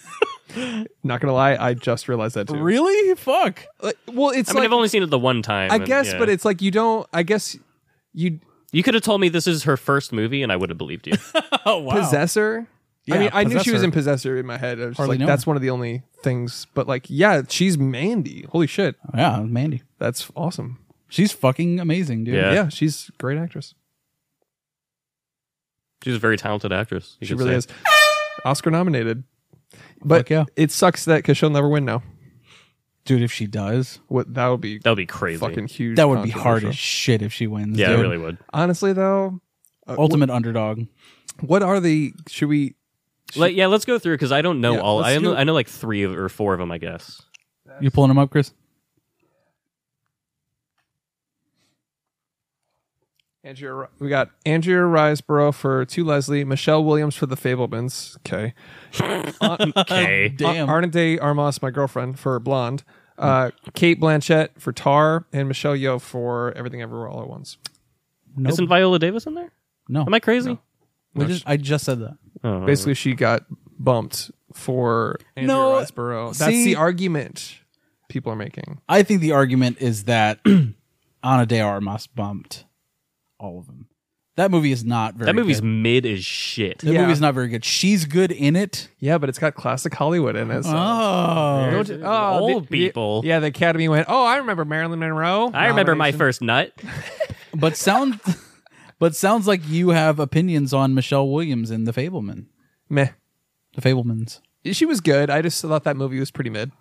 S2: Not gonna lie, I just realized that too.
S4: really? Fuck.
S2: Like, uh, well, it's
S1: I mean,
S2: like
S1: I've only seen it the one time.
S2: I
S1: and-
S2: guess,
S1: yeah.
S2: but it's like you don't. I guess you
S1: you could have told me this is her first movie, and I would have believed you.
S4: Oh wow.
S2: possessor. I
S4: Yeah,
S2: mean, I knew she was
S4: Possessor.
S2: in possessor in my head. I was just
S4: Hardly
S2: like,
S4: know
S2: that's
S4: her.
S2: one of the only things. But like, yeah, she's Mandy. Holy shit,
S4: Yeah, Mandy.
S2: that's awesome.
S4: She's fucking amazing, dude.
S1: Yeah.
S2: Yeah, she's a great actress.
S1: She's a very talented actress. you
S2: She
S1: could
S2: really
S1: say.
S2: is Oscar nominated. But
S4: Fuck yeah.
S2: it sucks that because she'll never win now.
S4: Dude, if she does,
S2: What that would be
S1: That would be crazy.
S2: fucking huge.
S4: that would be hard
S2: controversial.
S4: as shit if she wins.
S1: yeah,
S4: dude.
S1: it really would.
S2: Honestly, though,
S4: Ultimate underdog.
S2: what are the? Should we?
S1: Let, yeah, let's go through because I don't know
S2: Yeah,
S1: all.
S2: let's
S1: I know,
S2: do-
S1: I know like three of, or four of them, I guess.
S4: You pulling him up, Chris?
S2: Andrea, we got Andrea Riseborough for Two Leslie, Michelle Williams for The Fablemans. Okay.
S1: Okay.
S4: Damn.
S2: Arna de Armas, my girlfriend, for Blonde. Uh, Kate Blanchett for Tar, and Michelle Yeoh for Everything Everywhere All at Once.
S4: Nope.
S1: Isn't Viola Davis in there?
S4: no.
S1: Am I crazy?
S4: We just- I just said that.
S1: Oh.
S2: Basically, she got bumped for Andrea
S4: No,
S2: Riseborough. That's
S4: see-
S2: the argument people are making.
S4: I think the argument is that Ana de Armas bumped all of them. That movie is not very.
S1: that movie's
S4: good.
S1: mid as shit.
S4: that
S2: Yeah.
S4: movie's not very good. She's good in it.
S2: Yeah, but it's got classic Hollywood in it. So.
S4: Oh,
S2: Don't- oh,
S1: Uh-huh. Old
S2: the-
S1: people.
S2: Yeah, the Academy went, oh, I remember Marilyn Monroe.
S1: I remember my
S2: nomination."
S1: first nut.
S4: but sound, but sounds like you have opinions on Michelle Williams in The Fableman,
S2: Meh.
S4: The Fablemans.
S2: She was good. I just thought that movie was pretty mid.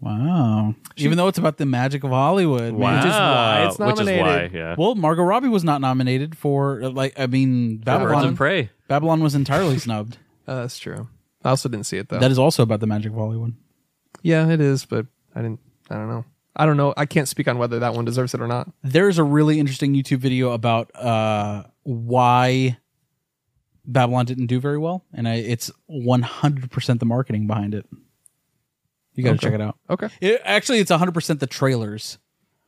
S4: Wow. Even though it's about the magic of Hollywood. man.
S1: Wow.
S2: Which is why it's
S1: Which is why,
S2: nominated.
S1: yeah.
S4: Well, Margot Robbie was not nominated for uh, like I mean
S1: Birds
S4: Babylon.
S1: of Prey.
S4: Babylon was entirely snubbed.
S2: Uh, that's true. I also didn't see it though.
S4: That is also about the magic of Hollywood.
S2: yeah, it is, but I didn't. I don't know. I don't know. I can't speak on whether that one deserves it or not.
S4: there's a really interesting YouTube video about uh, why Babylon didn't do very well, and I, it's 100% the marketing behind it. You got to
S2: Okay.
S4: check it out.
S2: Okay.
S4: It, actually, it's 100% the trailers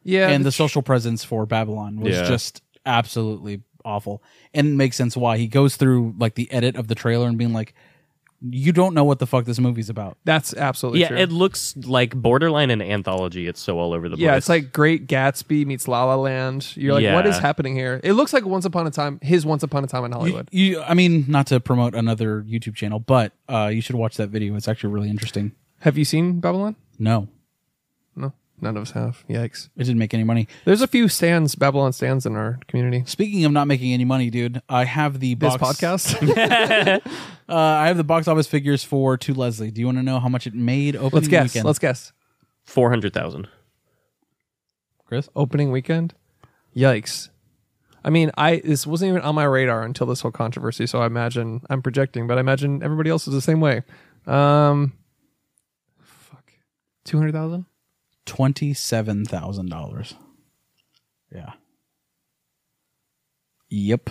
S2: Yeah.
S4: and the social presence for Babylon was
S1: Yeah.
S4: just absolutely awful, and it makes sense why he goes through like the edit of the trailer and being like, "You don't know what the fuck this movie's about."
S2: that's absolutely
S1: Yeah,
S2: true.
S1: it looks like borderline an anthology. It's so all over the place.
S2: yeah, it's like Great Gatsby meets La La Land. You're like, what
S1: Yeah.
S2: is happening here? It looks like Once Upon a Time, his Once Upon a Time in
S4: You,
S2: Hollywood.
S4: you, I mean, not to promote another YouTube channel, but uh, you should watch that video. It's actually really interesting.
S2: have you seen Babylon?
S4: No,
S2: No, none of us have. Yikes.
S4: It didn't make any money.
S2: There's a few stands, Babylon stands in our community.
S4: Speaking of not making any money, dude, I have the
S2: This
S4: box,
S2: podcast.
S4: Uh, I have the box office figures for To Leslie. Do you want to know how much it made opening
S2: Let's guess.
S4: weekend?
S2: Let's guess.
S1: four hundred thousand.
S4: Chris.
S2: Opening weekend. Yikes. I mean, I this wasn't even on my radar until this whole controversy, so I imagine I'm projecting, but I imagine everybody else is the same way. Um fuck. 200,000?
S4: Twenty seven thousand dollars. Yeah. Yep.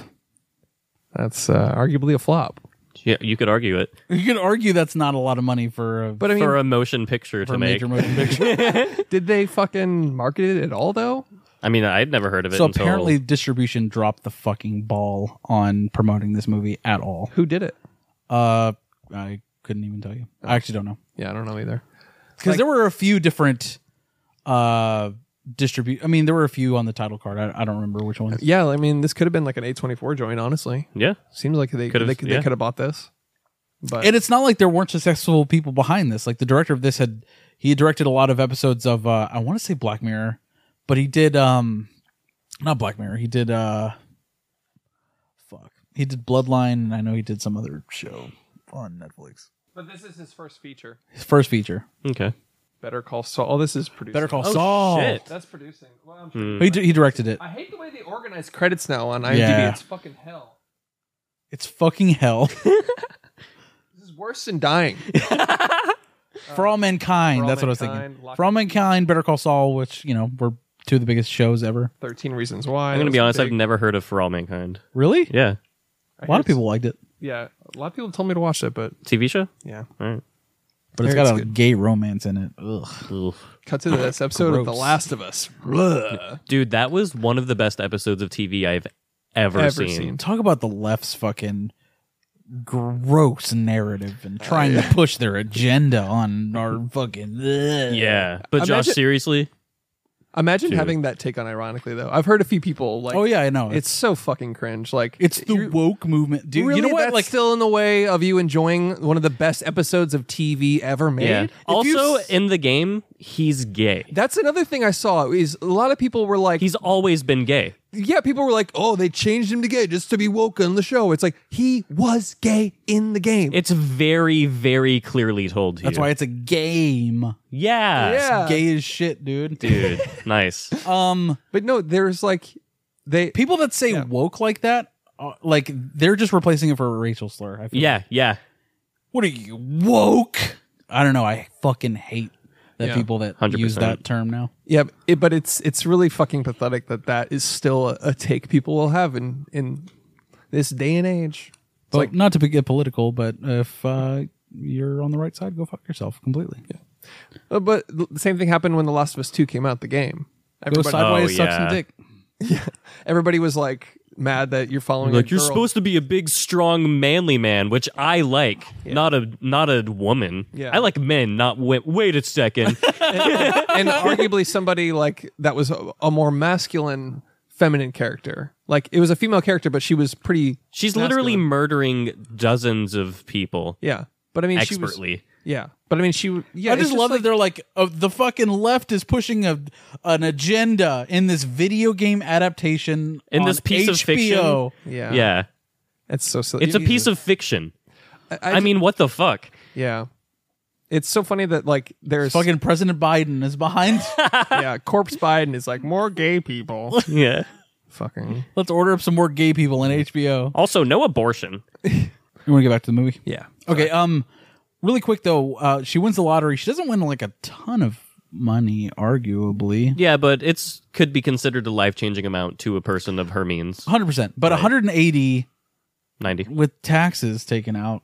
S2: That's uh, arguably a flop.
S1: Yeah, you could argue it
S4: You could argue that's not a lot of money for a,
S2: But I mean,
S1: for a motion picture uh, to
S4: for a
S1: make.
S4: major motion picture.
S2: did they fucking market it at all though?
S1: I mean, I'd never heard of it.
S4: so
S1: until,
S4: apparently, distribution dropped the fucking ball on promoting this movie at all.
S2: Who did it?
S4: Uh, I couldn't even tell you. I actually don't know.
S2: Yeah, I don't know either.
S4: because there were a few different uh distribute i mean there were a few on the title card i, I don't remember which ones
S2: Yeah, I mean, this could have been like an A24 joint, honestly.
S1: yeah,
S2: Seems like they could
S1: Could've-
S2: they, could-
S1: yeah.
S2: they could have bought this. But
S4: and it's not like there weren't successful people behind this like the director of this had he had directed a lot of episodes of uh i want to say black mirror but he did um not black mirror he did uh fuck he did bloodline and i know he did some other show on netflix
S2: But this is his first feature.
S4: His first feature.
S1: Okay.
S2: Better Call Saul. oh, This is producing.
S4: Better Call Saul.
S1: shit.
S2: That's producing. Well, I'm
S4: He, di- he directed it.
S2: I hate the way they organize credits now on IMDb.
S4: Yeah.
S2: It's fucking hell.
S4: It's fucking hell.
S2: This is worse than dying.
S4: For All Mankind.
S2: For All
S4: that's what I was
S2: Uh, Mankind,
S4: thinking.
S2: Lock-
S4: For All Mankind, Better Call Saul, which, you know, were two of the biggest shows ever.
S2: Thirteen Reasons Why.
S1: I'm gonna
S2: That
S1: be
S2: was
S1: honest.
S2: big-
S1: I've never heard of For All Mankind.
S4: Really?
S1: Yeah,
S2: I
S4: A lot
S2: hear
S4: of people liked it.
S2: it's- Yeah, a lot of people told me to watch that, but
S1: TV show.
S2: yeah.
S1: All right.
S4: But it's
S2: Yeah,
S4: got
S2: it's
S4: a gay romance in it. Ugh.
S1: Oof.
S2: Cut to the next episode of The
S4: Gross.
S2: Last of Us. Ugh.
S1: Dude, that was one of the best episodes of TV I've ever,
S2: Ever
S1: seen.
S2: seen.
S4: Talk about the left's fucking gross narrative and trying to push their agenda on our fucking. ugh.
S1: Yeah, but Josh,
S2: Imagine-
S1: seriously,
S2: Imagine
S1: Dude.
S2: having that take on ironically though. I've heard a few people like
S4: Oh yeah, I know.
S2: It's
S4: It's
S2: so fucking cringe. Like
S4: it's the
S2: you-
S4: woke movement, dude.
S2: really,
S4: you know what?
S2: That's
S4: Like,
S2: still in the way of you enjoying one of the best episodes of TV ever made.
S1: yeah.
S2: If you
S1: Also,
S2: s-
S1: in the game, he's gay.
S2: that's another thing I saw is a lot of people were like,
S1: He's always been gay.
S2: yeah, people were like, oh, they changed him to gay just to be woke on the show. It's like he was gay in the game.
S1: It's very, very clearly told to
S4: that's
S1: you.
S4: why it's a game.
S1: yeah.
S2: Yeah.
S4: Gay as shit, dude.
S1: Dude, nice.
S4: Um,
S2: but no, there's like they
S4: people that say
S2: Yeah.
S4: woke like that, uh, like they're just replacing it for a racial slur. I feel
S1: Yeah, yeah.
S4: What are you woke? I don't know. I fucking hate that
S2: Yeah.
S4: people that use
S1: 100%.
S4: that term now.
S2: Yeah, it, but it's it's really fucking pathetic that that is still a, a take people will have in in this day and age. It's
S4: But
S2: like
S4: not to be- get political, but if uh, you're on the right side, go fuck yourself completely.
S2: Uh, But the same thing happened when The Last of Us Two came out. The game,
S4: Go
S2: everybody,
S4: sideways,
S1: Oh,
S4: suck
S1: yeah.
S4: some dick.
S2: everybody was like mad that you're following.
S1: Like
S2: a
S1: you're
S2: girl.
S1: supposed to be a big, strong, manly man, which I like. Not a not a woman.
S2: Yeah.
S1: I like men, not women. Wait a second.
S2: and arguably somebody like that was a, a more masculine, feminine character. Like it was a female character, but she was pretty.
S1: She's
S2: masculine.
S1: literally murdering dozens of people
S2: yeah. But I mean, she was
S1: expertly.
S2: yeah. But I mean, she yeah.
S4: I
S2: it's
S4: just, love
S2: like,
S4: that they're like oh, the fucking left is pushing a an agenda in this video game adaptation
S1: In this
S4: on
S1: piece of
S4: HBO.
S2: yeah
S1: yeah.
S2: It's so silly.
S1: It's a piece of fiction.
S2: I,
S1: I mean, what the fuck?
S2: yeah. It's so funny that like there's
S4: Fucking President Biden is behind.
S2: yeah, corpse Biden is like more gay people.
S1: Yeah.
S2: Fucking
S4: Let's order up some more gay people in HBO.
S1: Also, no abortion.
S4: You want to get back to the movie?
S2: yeah.
S4: Okay. Um, really quick though, uh, she wins the lottery. She doesn't win like a ton of money, arguably.
S1: Yeah, but it's could be considered a life changing amount to a person of her means.
S4: Hundred percent, but one hundred and eighty
S1: Ninety.
S4: with taxes taken out.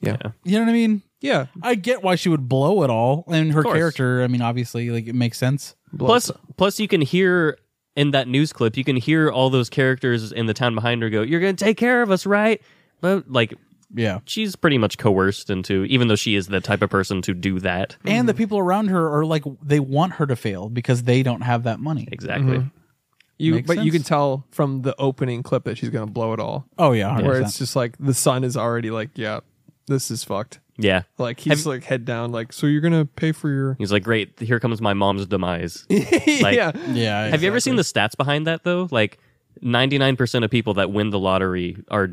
S2: Yeah.
S4: You know what I mean?
S2: Yeah.
S4: I get why she would blow it all, and her
S1: course.
S4: character. I mean, obviously, like it makes sense.
S1: Plus, plus, you can hear in that news clip, you can hear all those characters in the town behind her go, "You're gonna take care of us, right?" But like,
S4: Yeah.
S1: she's pretty much coerced into, even though she is the type of person to do that.
S4: And the
S2: Mm-hmm.
S4: people around her are like they want her to fail because they don't have that money.
S1: Exactly.
S2: you
S4: makes
S2: but you can
S4: sense.
S2: tell from the opening clip that she's gonna blow it all.
S4: Oh yeah, 100%.
S2: Where it's just like the son is already like, yeah, this is fucked.
S1: Yeah.
S2: Like he's like head down, like so you're gonna pay for your
S1: He's like, "Great, here comes my mom's demise."
S2: yeah.
S4: yeah.
S1: Have you ever seen the stats behind that though? Like, ninety nine percent of people that win the lottery are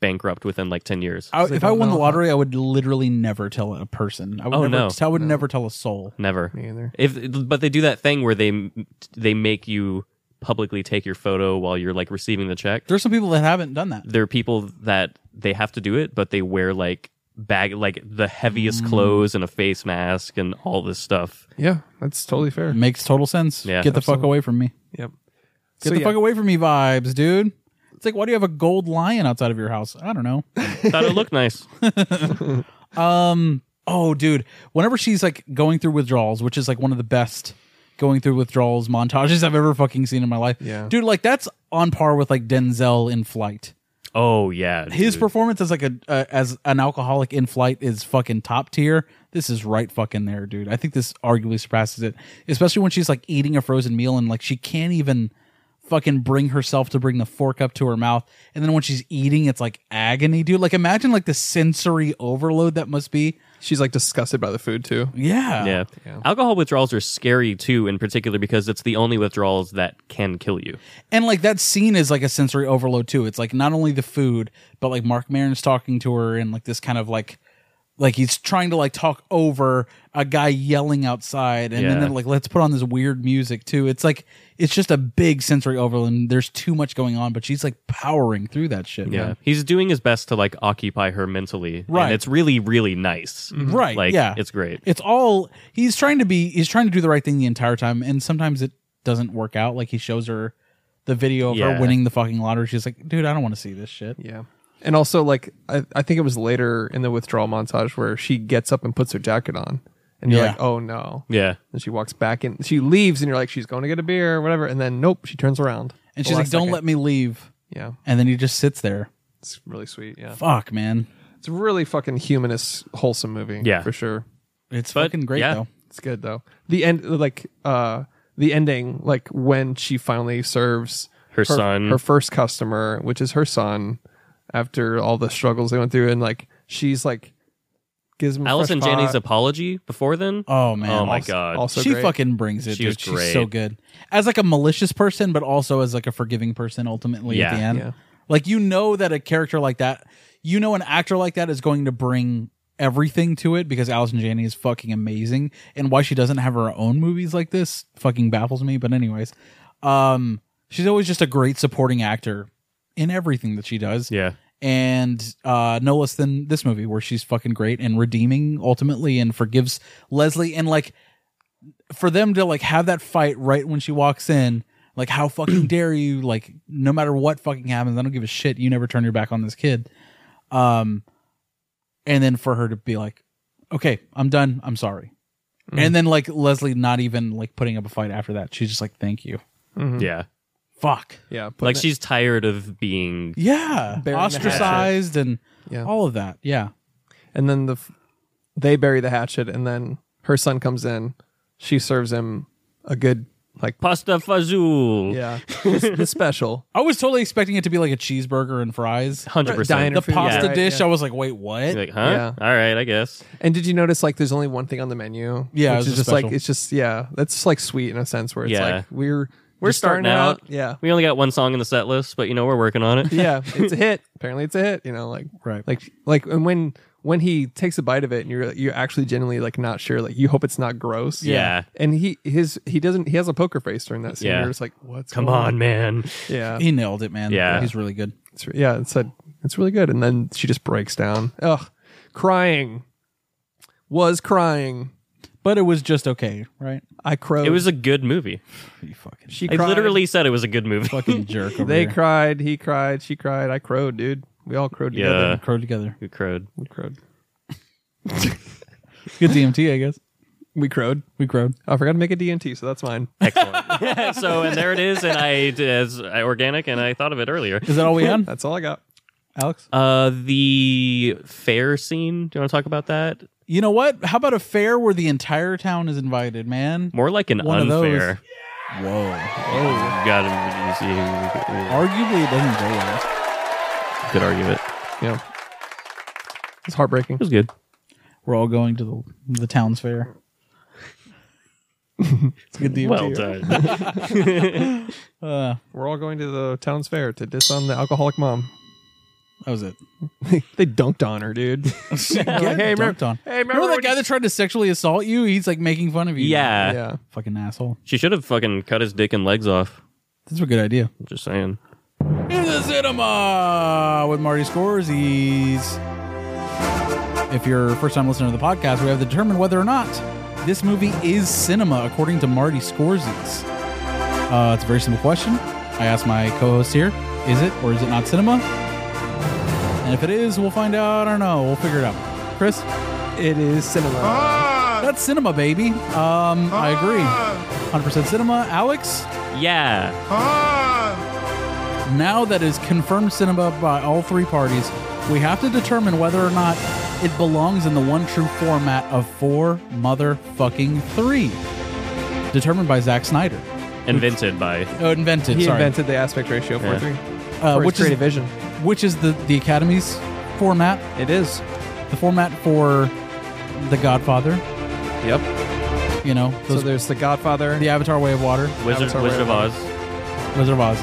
S1: bankrupt within like ten years.
S4: I, if I won the
S2: know.
S4: lottery, I would literally never tell a person. I would
S1: Oh,
S4: never,
S1: no.
S4: I would never tell a soul.
S1: Never.
S2: either.
S1: If but they do that thing where they they make you publicly take your photo while you're like receiving the check.
S4: There's some people that haven't done that.
S1: There are people that they have to do it, but they wear like bag like the heaviest clothes and a face mask and all this stuff.
S2: Yeah, that's totally fair.
S4: Makes total sense.
S1: Yeah,
S4: Get the fuck
S2: absolutely.
S4: away from me.
S2: Yep.
S4: Mm-hmm. Get
S2: So,
S4: the
S2: yeah.
S4: fuck away from me vibes, dude. It's like, why do you have a gold lion outside of your house? I don't know.
S1: Thought it looked nice.
S4: Oh, dude. Whenever she's like going through withdrawals, which is like one of the best going through withdrawals montages I've ever fucking seen in my life.
S2: Yeah.
S4: Dude, like that's on par with like Denzel in flight.
S1: Oh yeah,
S4: His
S1: dude.
S4: performance as like a uh, as an alcoholic in flight is fucking top tier. This is right fucking there, dude. I think this arguably surpasses it, especially when she's like eating a frozen meal and like she can't even fucking bring herself to bring the fork up to her mouth. And then when she's eating, it's like agony, dude. Like imagine like the sensory overload that must be.
S2: She's like disgusted by the food too.
S4: Yeah.
S1: yeah. Alcohol withdrawals are scary too, in particular because it's the only withdrawals that can kill you.
S4: And like that scene is like a sensory overload too. It's like not only the food, but like Mark Maron's talking to her and like this kind of like like he's trying to like talk over a guy yelling outside and then
S1: Yeah.
S4: they're like let's put on this weird music too it's like it's just a big sensory overload and there's too much going on but she's like powering through that shit
S1: Yeah.
S4: man.
S1: He's doing his best to like occupy her mentally.
S4: Right.
S1: And it's really, really nice.
S4: right
S1: Like
S4: yeah
S1: it's great.
S4: it's all he's trying to be he's trying to do the right thing the entire time and sometimes it doesn't work out like he shows her the video of
S1: Yeah.
S4: her winning the fucking lottery she's like dude i don't want to see this shit
S2: Yeah. And also, like, I, I think it was later in the withdrawal montage where she gets up and puts her jacket on. And you're
S4: Yeah.
S2: like, oh no.
S1: yeah.
S2: And she walks back and she leaves, and you're like, she's going to get a beer or whatever. And then, nope, she turns around.
S4: and
S2: The
S4: she's like
S2: last
S4: don't
S2: second.
S4: let me leave
S2: Yeah.
S4: and then he just sits there
S2: It's really sweet. Yeah.
S4: fuck man
S2: It's a really fucking humanist, wholesome movie.
S1: Yeah.
S2: For sure.
S4: it's
S1: But,
S4: fucking great
S1: yeah.
S4: though
S2: It's good though. The end, like, uh, the ending, like when she finally serves
S1: Her son.
S2: her first customer, which is her son, after all the struggles they went through, and like she's like gives him a
S1: Alice
S2: fresh
S1: and Janney's
S2: pot.
S1: apology before then.
S4: oh man
S1: Oh my
S2: Also-
S1: god.
S2: also
S4: she
S2: great.
S4: fucking brings it
S1: She
S4: dude.
S1: was
S4: she's so
S1: great.
S4: good as like a malicious person but also as like a forgiving person ultimately at
S1: Yeah.
S4: the end
S2: Yeah.
S4: like you know that a character like that you know an actor like that is going to bring everything to it because Allison Janney is fucking amazing and why she doesn't have her own movies like this fucking baffles me but anyways um she's always just a great supporting actor in everything that she does
S1: yeah.
S4: and uh, no less than this movie where she's fucking great and redeeming ultimately and forgives Leslie and like for them to like have that fight right when she walks in like how fucking dare you like no matter what fucking happens I don't give a shit you never turn your back on this kid um and then for her to be like okay I'm done I'm sorry
S2: Mm.
S4: and then like Leslie not even like putting up a fight after that she's just like thank you
S1: Yeah.
S4: fuck
S2: Yeah, putting
S1: Like
S2: it-
S1: she's tired of being
S4: yeah
S2: Burying the hatchet.
S4: ostracized and
S2: Yeah.
S4: all of that yeah
S2: and then the f- they bury the hatchet, and then her son comes in. She serves him a good like
S1: pasta fazool.
S2: yeah, the special.
S4: I was totally expecting it to be like a cheeseburger and fries.
S1: Hundred percent.
S2: Diner
S4: The
S2: food,
S4: pasta
S2: yeah.
S4: dish,
S2: Yeah.
S4: I was like, wait, what?
S1: Like, huh? All right, I guess.
S2: And did you notice like there's only one thing on the menu?
S4: Yeah,
S2: which
S4: it was
S2: is
S4: a
S2: just
S4: special.
S2: like it's just yeah, that's like sweet in a sense where it's
S1: Yeah.
S2: like we're
S1: We're
S2: just
S1: starting, out.
S2: Yeah,
S1: We only got one song in the set list, but you know we're working on it.
S2: yeah, it's a hit. Apparently, it's a hit. You know, like
S4: Right.
S2: like like and when when he takes a bite of it, and you're you're actually genuinely like not sure. Like you hope it's not gross.
S1: Yeah.
S2: And he his he doesn't he has a poker face during that scene.
S1: Yeah.
S2: You're just like, what's
S1: Come
S2: going
S1: on, man.
S2: Yeah,
S4: He nailed it, man.
S1: Yeah.
S4: He's really good.
S2: it's, re- yeah. It's a, it's really good. And then she just breaks down. Ugh, crying. Was crying.
S4: But it was just okay, right?
S2: I crowed.
S1: It was a good movie.
S4: You fucking,
S2: she
S1: I
S2: cried.
S1: literally said it was a good movie.
S4: fucking jerk over
S2: They
S4: here.
S2: cried, he cried, she cried, I crowed, dude. We all crowed together.
S1: yeah.
S4: Crowed together.
S1: Who crowed?
S2: We crowed.
S4: Good DMT, I guess.
S2: We crowed.
S4: We crowed.
S2: I forgot to make a DNT, so that's mine.
S1: Excellent. so and there it is, and I as I- organic, and I thought of it earlier.
S4: Is that all we had,
S2: That's all I got.
S4: Alex?
S1: Uh, the fair scene. Do you want to talk about that?
S4: You know what? How about a fair where the entire town is invited, man?
S1: More like an
S4: One of those.
S1: unfair.
S4: Whoa.
S1: Got him.
S4: Arguably, it doesn't go well.
S1: Could argue it.
S2: Yeah. It's heartbreaking.
S1: It was good.
S4: We're all going to the, the town's fair. it's good DMT.
S1: Well
S4: right?
S1: done.
S2: We're all going to the town's fair to diss on the alcoholic mom.
S4: That was it.
S2: they dunked on her, dude.
S4: Get
S2: hey, remember-
S4: dunked on.
S2: hey, remember
S4: remember that
S2: when
S4: guy
S2: you-
S4: that tried to sexually assault you? He's like making fun of you.
S1: yeah.
S2: yeah.
S4: Fucking asshole.
S1: She should have fucking cut his dick and legs off.
S4: That's a good idea.
S1: I'm just saying.
S4: In the cinema with Marty Scores. He's. If you're a first time listener to the podcast, we have determined whether or not this movie is cinema according to Marty Scorses. Uh, it's a very simple question. I asked my co host here is it or is it not cinema? And if it is, we'll find out. I don't know. We'll figure it out. Chris?
S2: It is cinema.
S4: That's cinema, baby. Um, I agree. 100% cinema. Alex,
S1: Yeah.
S4: now that is confirmed cinema by all three parties, we have to determine whether or not it belongs in the one true format of four motherfucking three. Determined by Zack Snyder.
S1: Invented by.
S4: Oh, invented,
S2: He
S4: sorry.
S2: invented the aspect ratio for
S1: Yeah.
S2: three.
S4: uh,
S2: for his
S4: which,
S2: creative
S4: is,
S2: vision.
S4: which is the, the Academy's format,
S2: It is.
S4: the format for The Godfather,
S2: Yep.
S4: you know,
S2: So
S4: those,
S2: there's the Godfather,
S4: the Avatar Way of Water,
S1: Wizard,
S2: Avatar
S1: Wizard of
S2: Way
S1: Oz,
S4: Wizard of Oz.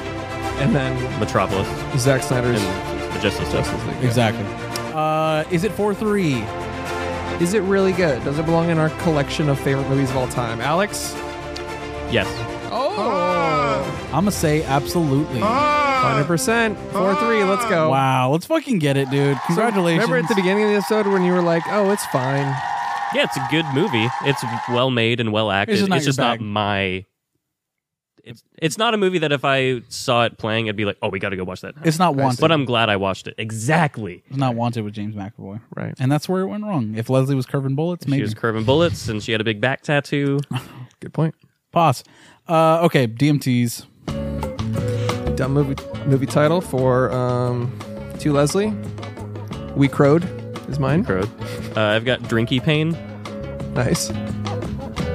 S2: and then
S1: Metropolis,
S2: Zack Snyder's
S1: and the Justice League.
S2: Justice League.
S4: Exactly. Uh, is it 4 3?
S2: Is it really good? Does it belong in our collection of favorite movies of all time? Alex?
S1: Yes.
S2: Oh!
S4: I'm gonna say absolutely.
S2: 100%. 4 3, let's go.
S4: Wow, let's fucking get it, dude. Congratulations.
S2: Remember at the beginning of the episode when you were like, oh, it's fine?
S1: Yeah, it's a good movie. It's well made and well acted.
S4: It's
S1: It's
S4: just
S1: just
S4: not
S1: not,
S4: your bag.
S1: my. It's it's not a movie that if I saw it playing, I'd be like, oh, we got to go watch that.
S4: It's not wanted.
S1: But I'm glad I watched it. Exactly.
S4: It's not wanted with James McAvoy.
S2: Right.
S4: And that's where it went wrong. If Leslie was curving bullets,
S1: She
S4: maybe.
S1: was curving bullets and she had a big back tattoo.
S2: Good point.
S4: Pause. Uh, okay, DMTs.
S2: Dumb movie movie title for um, To Leslie. We Crowed is mine.
S1: Crowed. Uh, I've got drinky pain.
S2: Nice.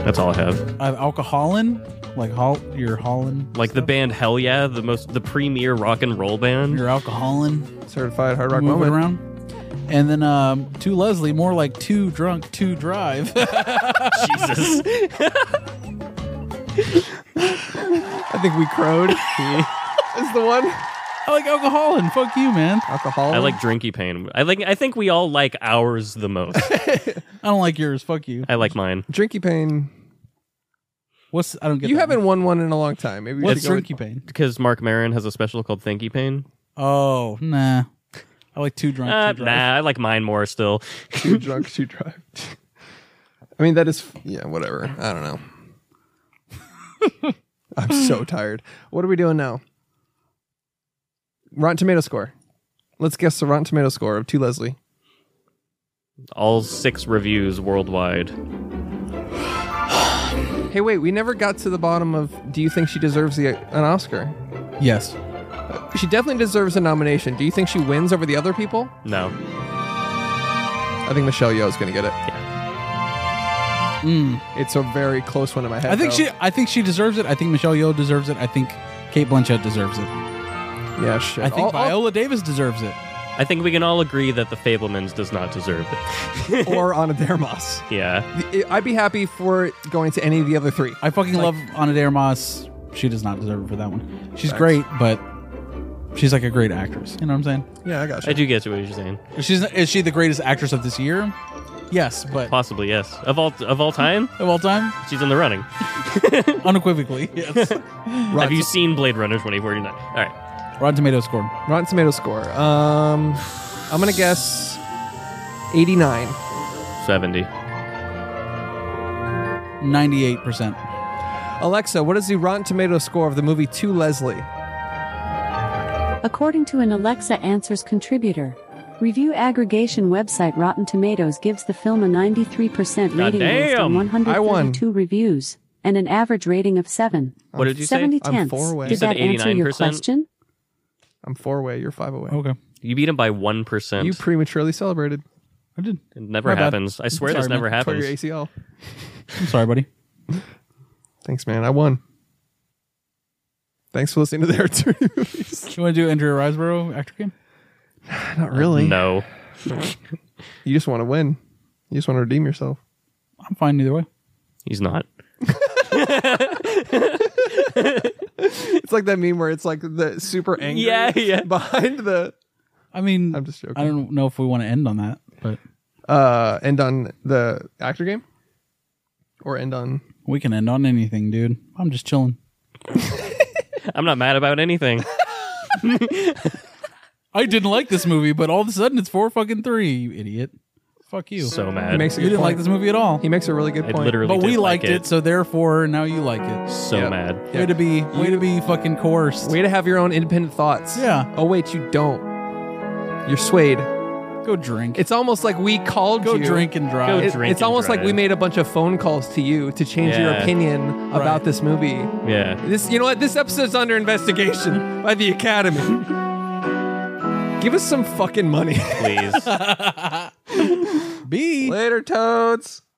S1: That's all I have.
S4: I have alcoholin, like hol- you're hollin,
S1: Like the band Hell Yeah, the most the premier rock and roll band.
S4: you're alcoholin,
S2: Certified Hard Rock
S4: moving
S2: Moment.
S4: around. And then um, to Leslie, more like too drunk to drive.
S1: Jesus.
S2: I think We Crowed is the one.
S4: I like alcoholin. Fuck you, man.
S2: Alcohol.
S1: I like drinky pain. I like I think we all like ours the most.
S4: I don't like yours. Fuck you.
S1: I like mine.
S2: Drinky Pain.
S4: What's I don't get.
S2: You
S4: that
S2: haven't
S4: one.
S2: won one in a long time. Maybe we
S4: What's
S2: should go with-
S4: drinky pain?
S1: Because Mark Maron has a special called Thanky Pain.
S4: Oh nah. I like too drunk
S1: Uh,
S4: to drive.
S1: nah, I like mine more still.
S2: too drunk to drive. I mean, that is yeah, whatever. I don't know. I'm so tired. What are we doing now? Rotten Tomato score. Let's guess the Rotten Tomato score of Two Leslie.
S1: All six reviews worldwide.
S2: Hey, wait, we never got to the bottom of. Do you think she deserves the, an Oscar?
S4: Yes.
S2: She definitely deserves a nomination. Do you think she wins over the other people?
S1: No.
S2: I think Michelle Yeoh is going to get it.
S4: Mm.
S2: It's a very close one in my head.
S4: I think
S2: though.
S4: she. I think she deserves it. I think Michelle Yeoh deserves it. I think Kate Blanchett deserves it.
S2: Yeah, shit.
S4: I think
S2: All- all-
S4: Viola Davis deserves it.
S1: I think we can all agree that the Fablemans does not deserve it.
S2: or Ana de Armas.
S1: yeah.
S2: I'd be happy for it going to any of the other three.
S4: I fucking love Ana de Armas. She does not deserve it for that one. She's great, but she's like a great actress. You know what I'm saying?
S2: Yeah, I got
S1: I do get to what you're saying.
S4: She's is she the greatest actress of this year? Yes, but
S1: Possibly, yes. Of all of all time,
S4: of all time,
S1: she's in the running.
S4: unequivocally. Yes.
S1: Have you seen Blade Runner 2049? All right.
S4: Rotten Tomato score.
S2: Rotten Tomato score. Um, I'm gonna guess 89.
S1: 70.
S4: 98 percent.
S2: Alexa, what is the Rotten Tomato score of the movie To Leslie?
S8: According to an Alexa Answers contributor, review aggregation website Rotten Tomatoes gives the film a 93% rating based on
S1: damn.
S2: I won.
S8: 132 reviews and an average rating of 7.
S1: What did you say?
S8: 70
S2: I'm
S8: tenths.
S2: four away. You
S8: Did
S1: said
S8: that answer your
S1: 89%?
S8: question?
S2: I'm four away. You're five
S1: Oh,
S2: away.
S4: Okay.
S1: You beat him by 1%.
S2: You prematurely celebrated.
S4: I did.
S1: it never
S4: my bad.
S1: happens. I swear this
S4: Sorry, man.
S1: never
S2: Tore your
S1: happens.
S2: ACL.
S4: I'm sorry, buddy.
S2: Thanks, man. I won. Thanks for listening to the Air Two movies.
S4: You want to do Andrea Riseborough actor game?
S2: Not really.
S1: No.
S2: You just want to win. You just want to redeem yourself.
S4: I'm fine either way.
S1: He's not.
S2: It's like that meme where it's like the super angry
S1: Yeah, yeah.
S2: behind the
S4: I mean,
S2: I'm just joking.
S4: I don't know if we want to end on that, but
S2: uh end on the actor game or end on
S4: we can end on anything, dude. I'm just chilling.
S1: I'm not mad about anything.
S4: I didn't like this movie, but all of a sudden it's four fucking three, you idiot. Fuck you.
S1: So
S2: He
S1: mad.
S2: makes a
S4: you
S2: good
S4: didn't
S2: point.
S4: like this movie at all.
S2: He makes a really good
S1: I
S2: point.
S1: literally
S4: but we
S1: did
S4: liked
S1: like
S4: it, so therefore now you like it.
S1: So
S2: Yeah.
S1: mad.
S4: Way to be, way to be fucking coerced.
S2: Way to have your own independent thoughts.
S4: Yeah.
S2: Oh wait, you don't. You're swayed.
S4: Go drink.
S2: It's almost like we called
S4: go
S2: you.
S4: drink and
S1: Go
S4: drive.
S2: It-
S1: Drink
S2: it's
S1: and
S2: almost like
S1: drive.
S2: we made a bunch of phone calls to you to change your
S1: Yeah.
S2: opinion about
S4: Right.
S2: this movie.
S1: Yeah.
S2: This, you know what? This episode's under investigation by the Academy. Give us some fucking money.
S1: Please.
S4: Be
S2: Later, toads.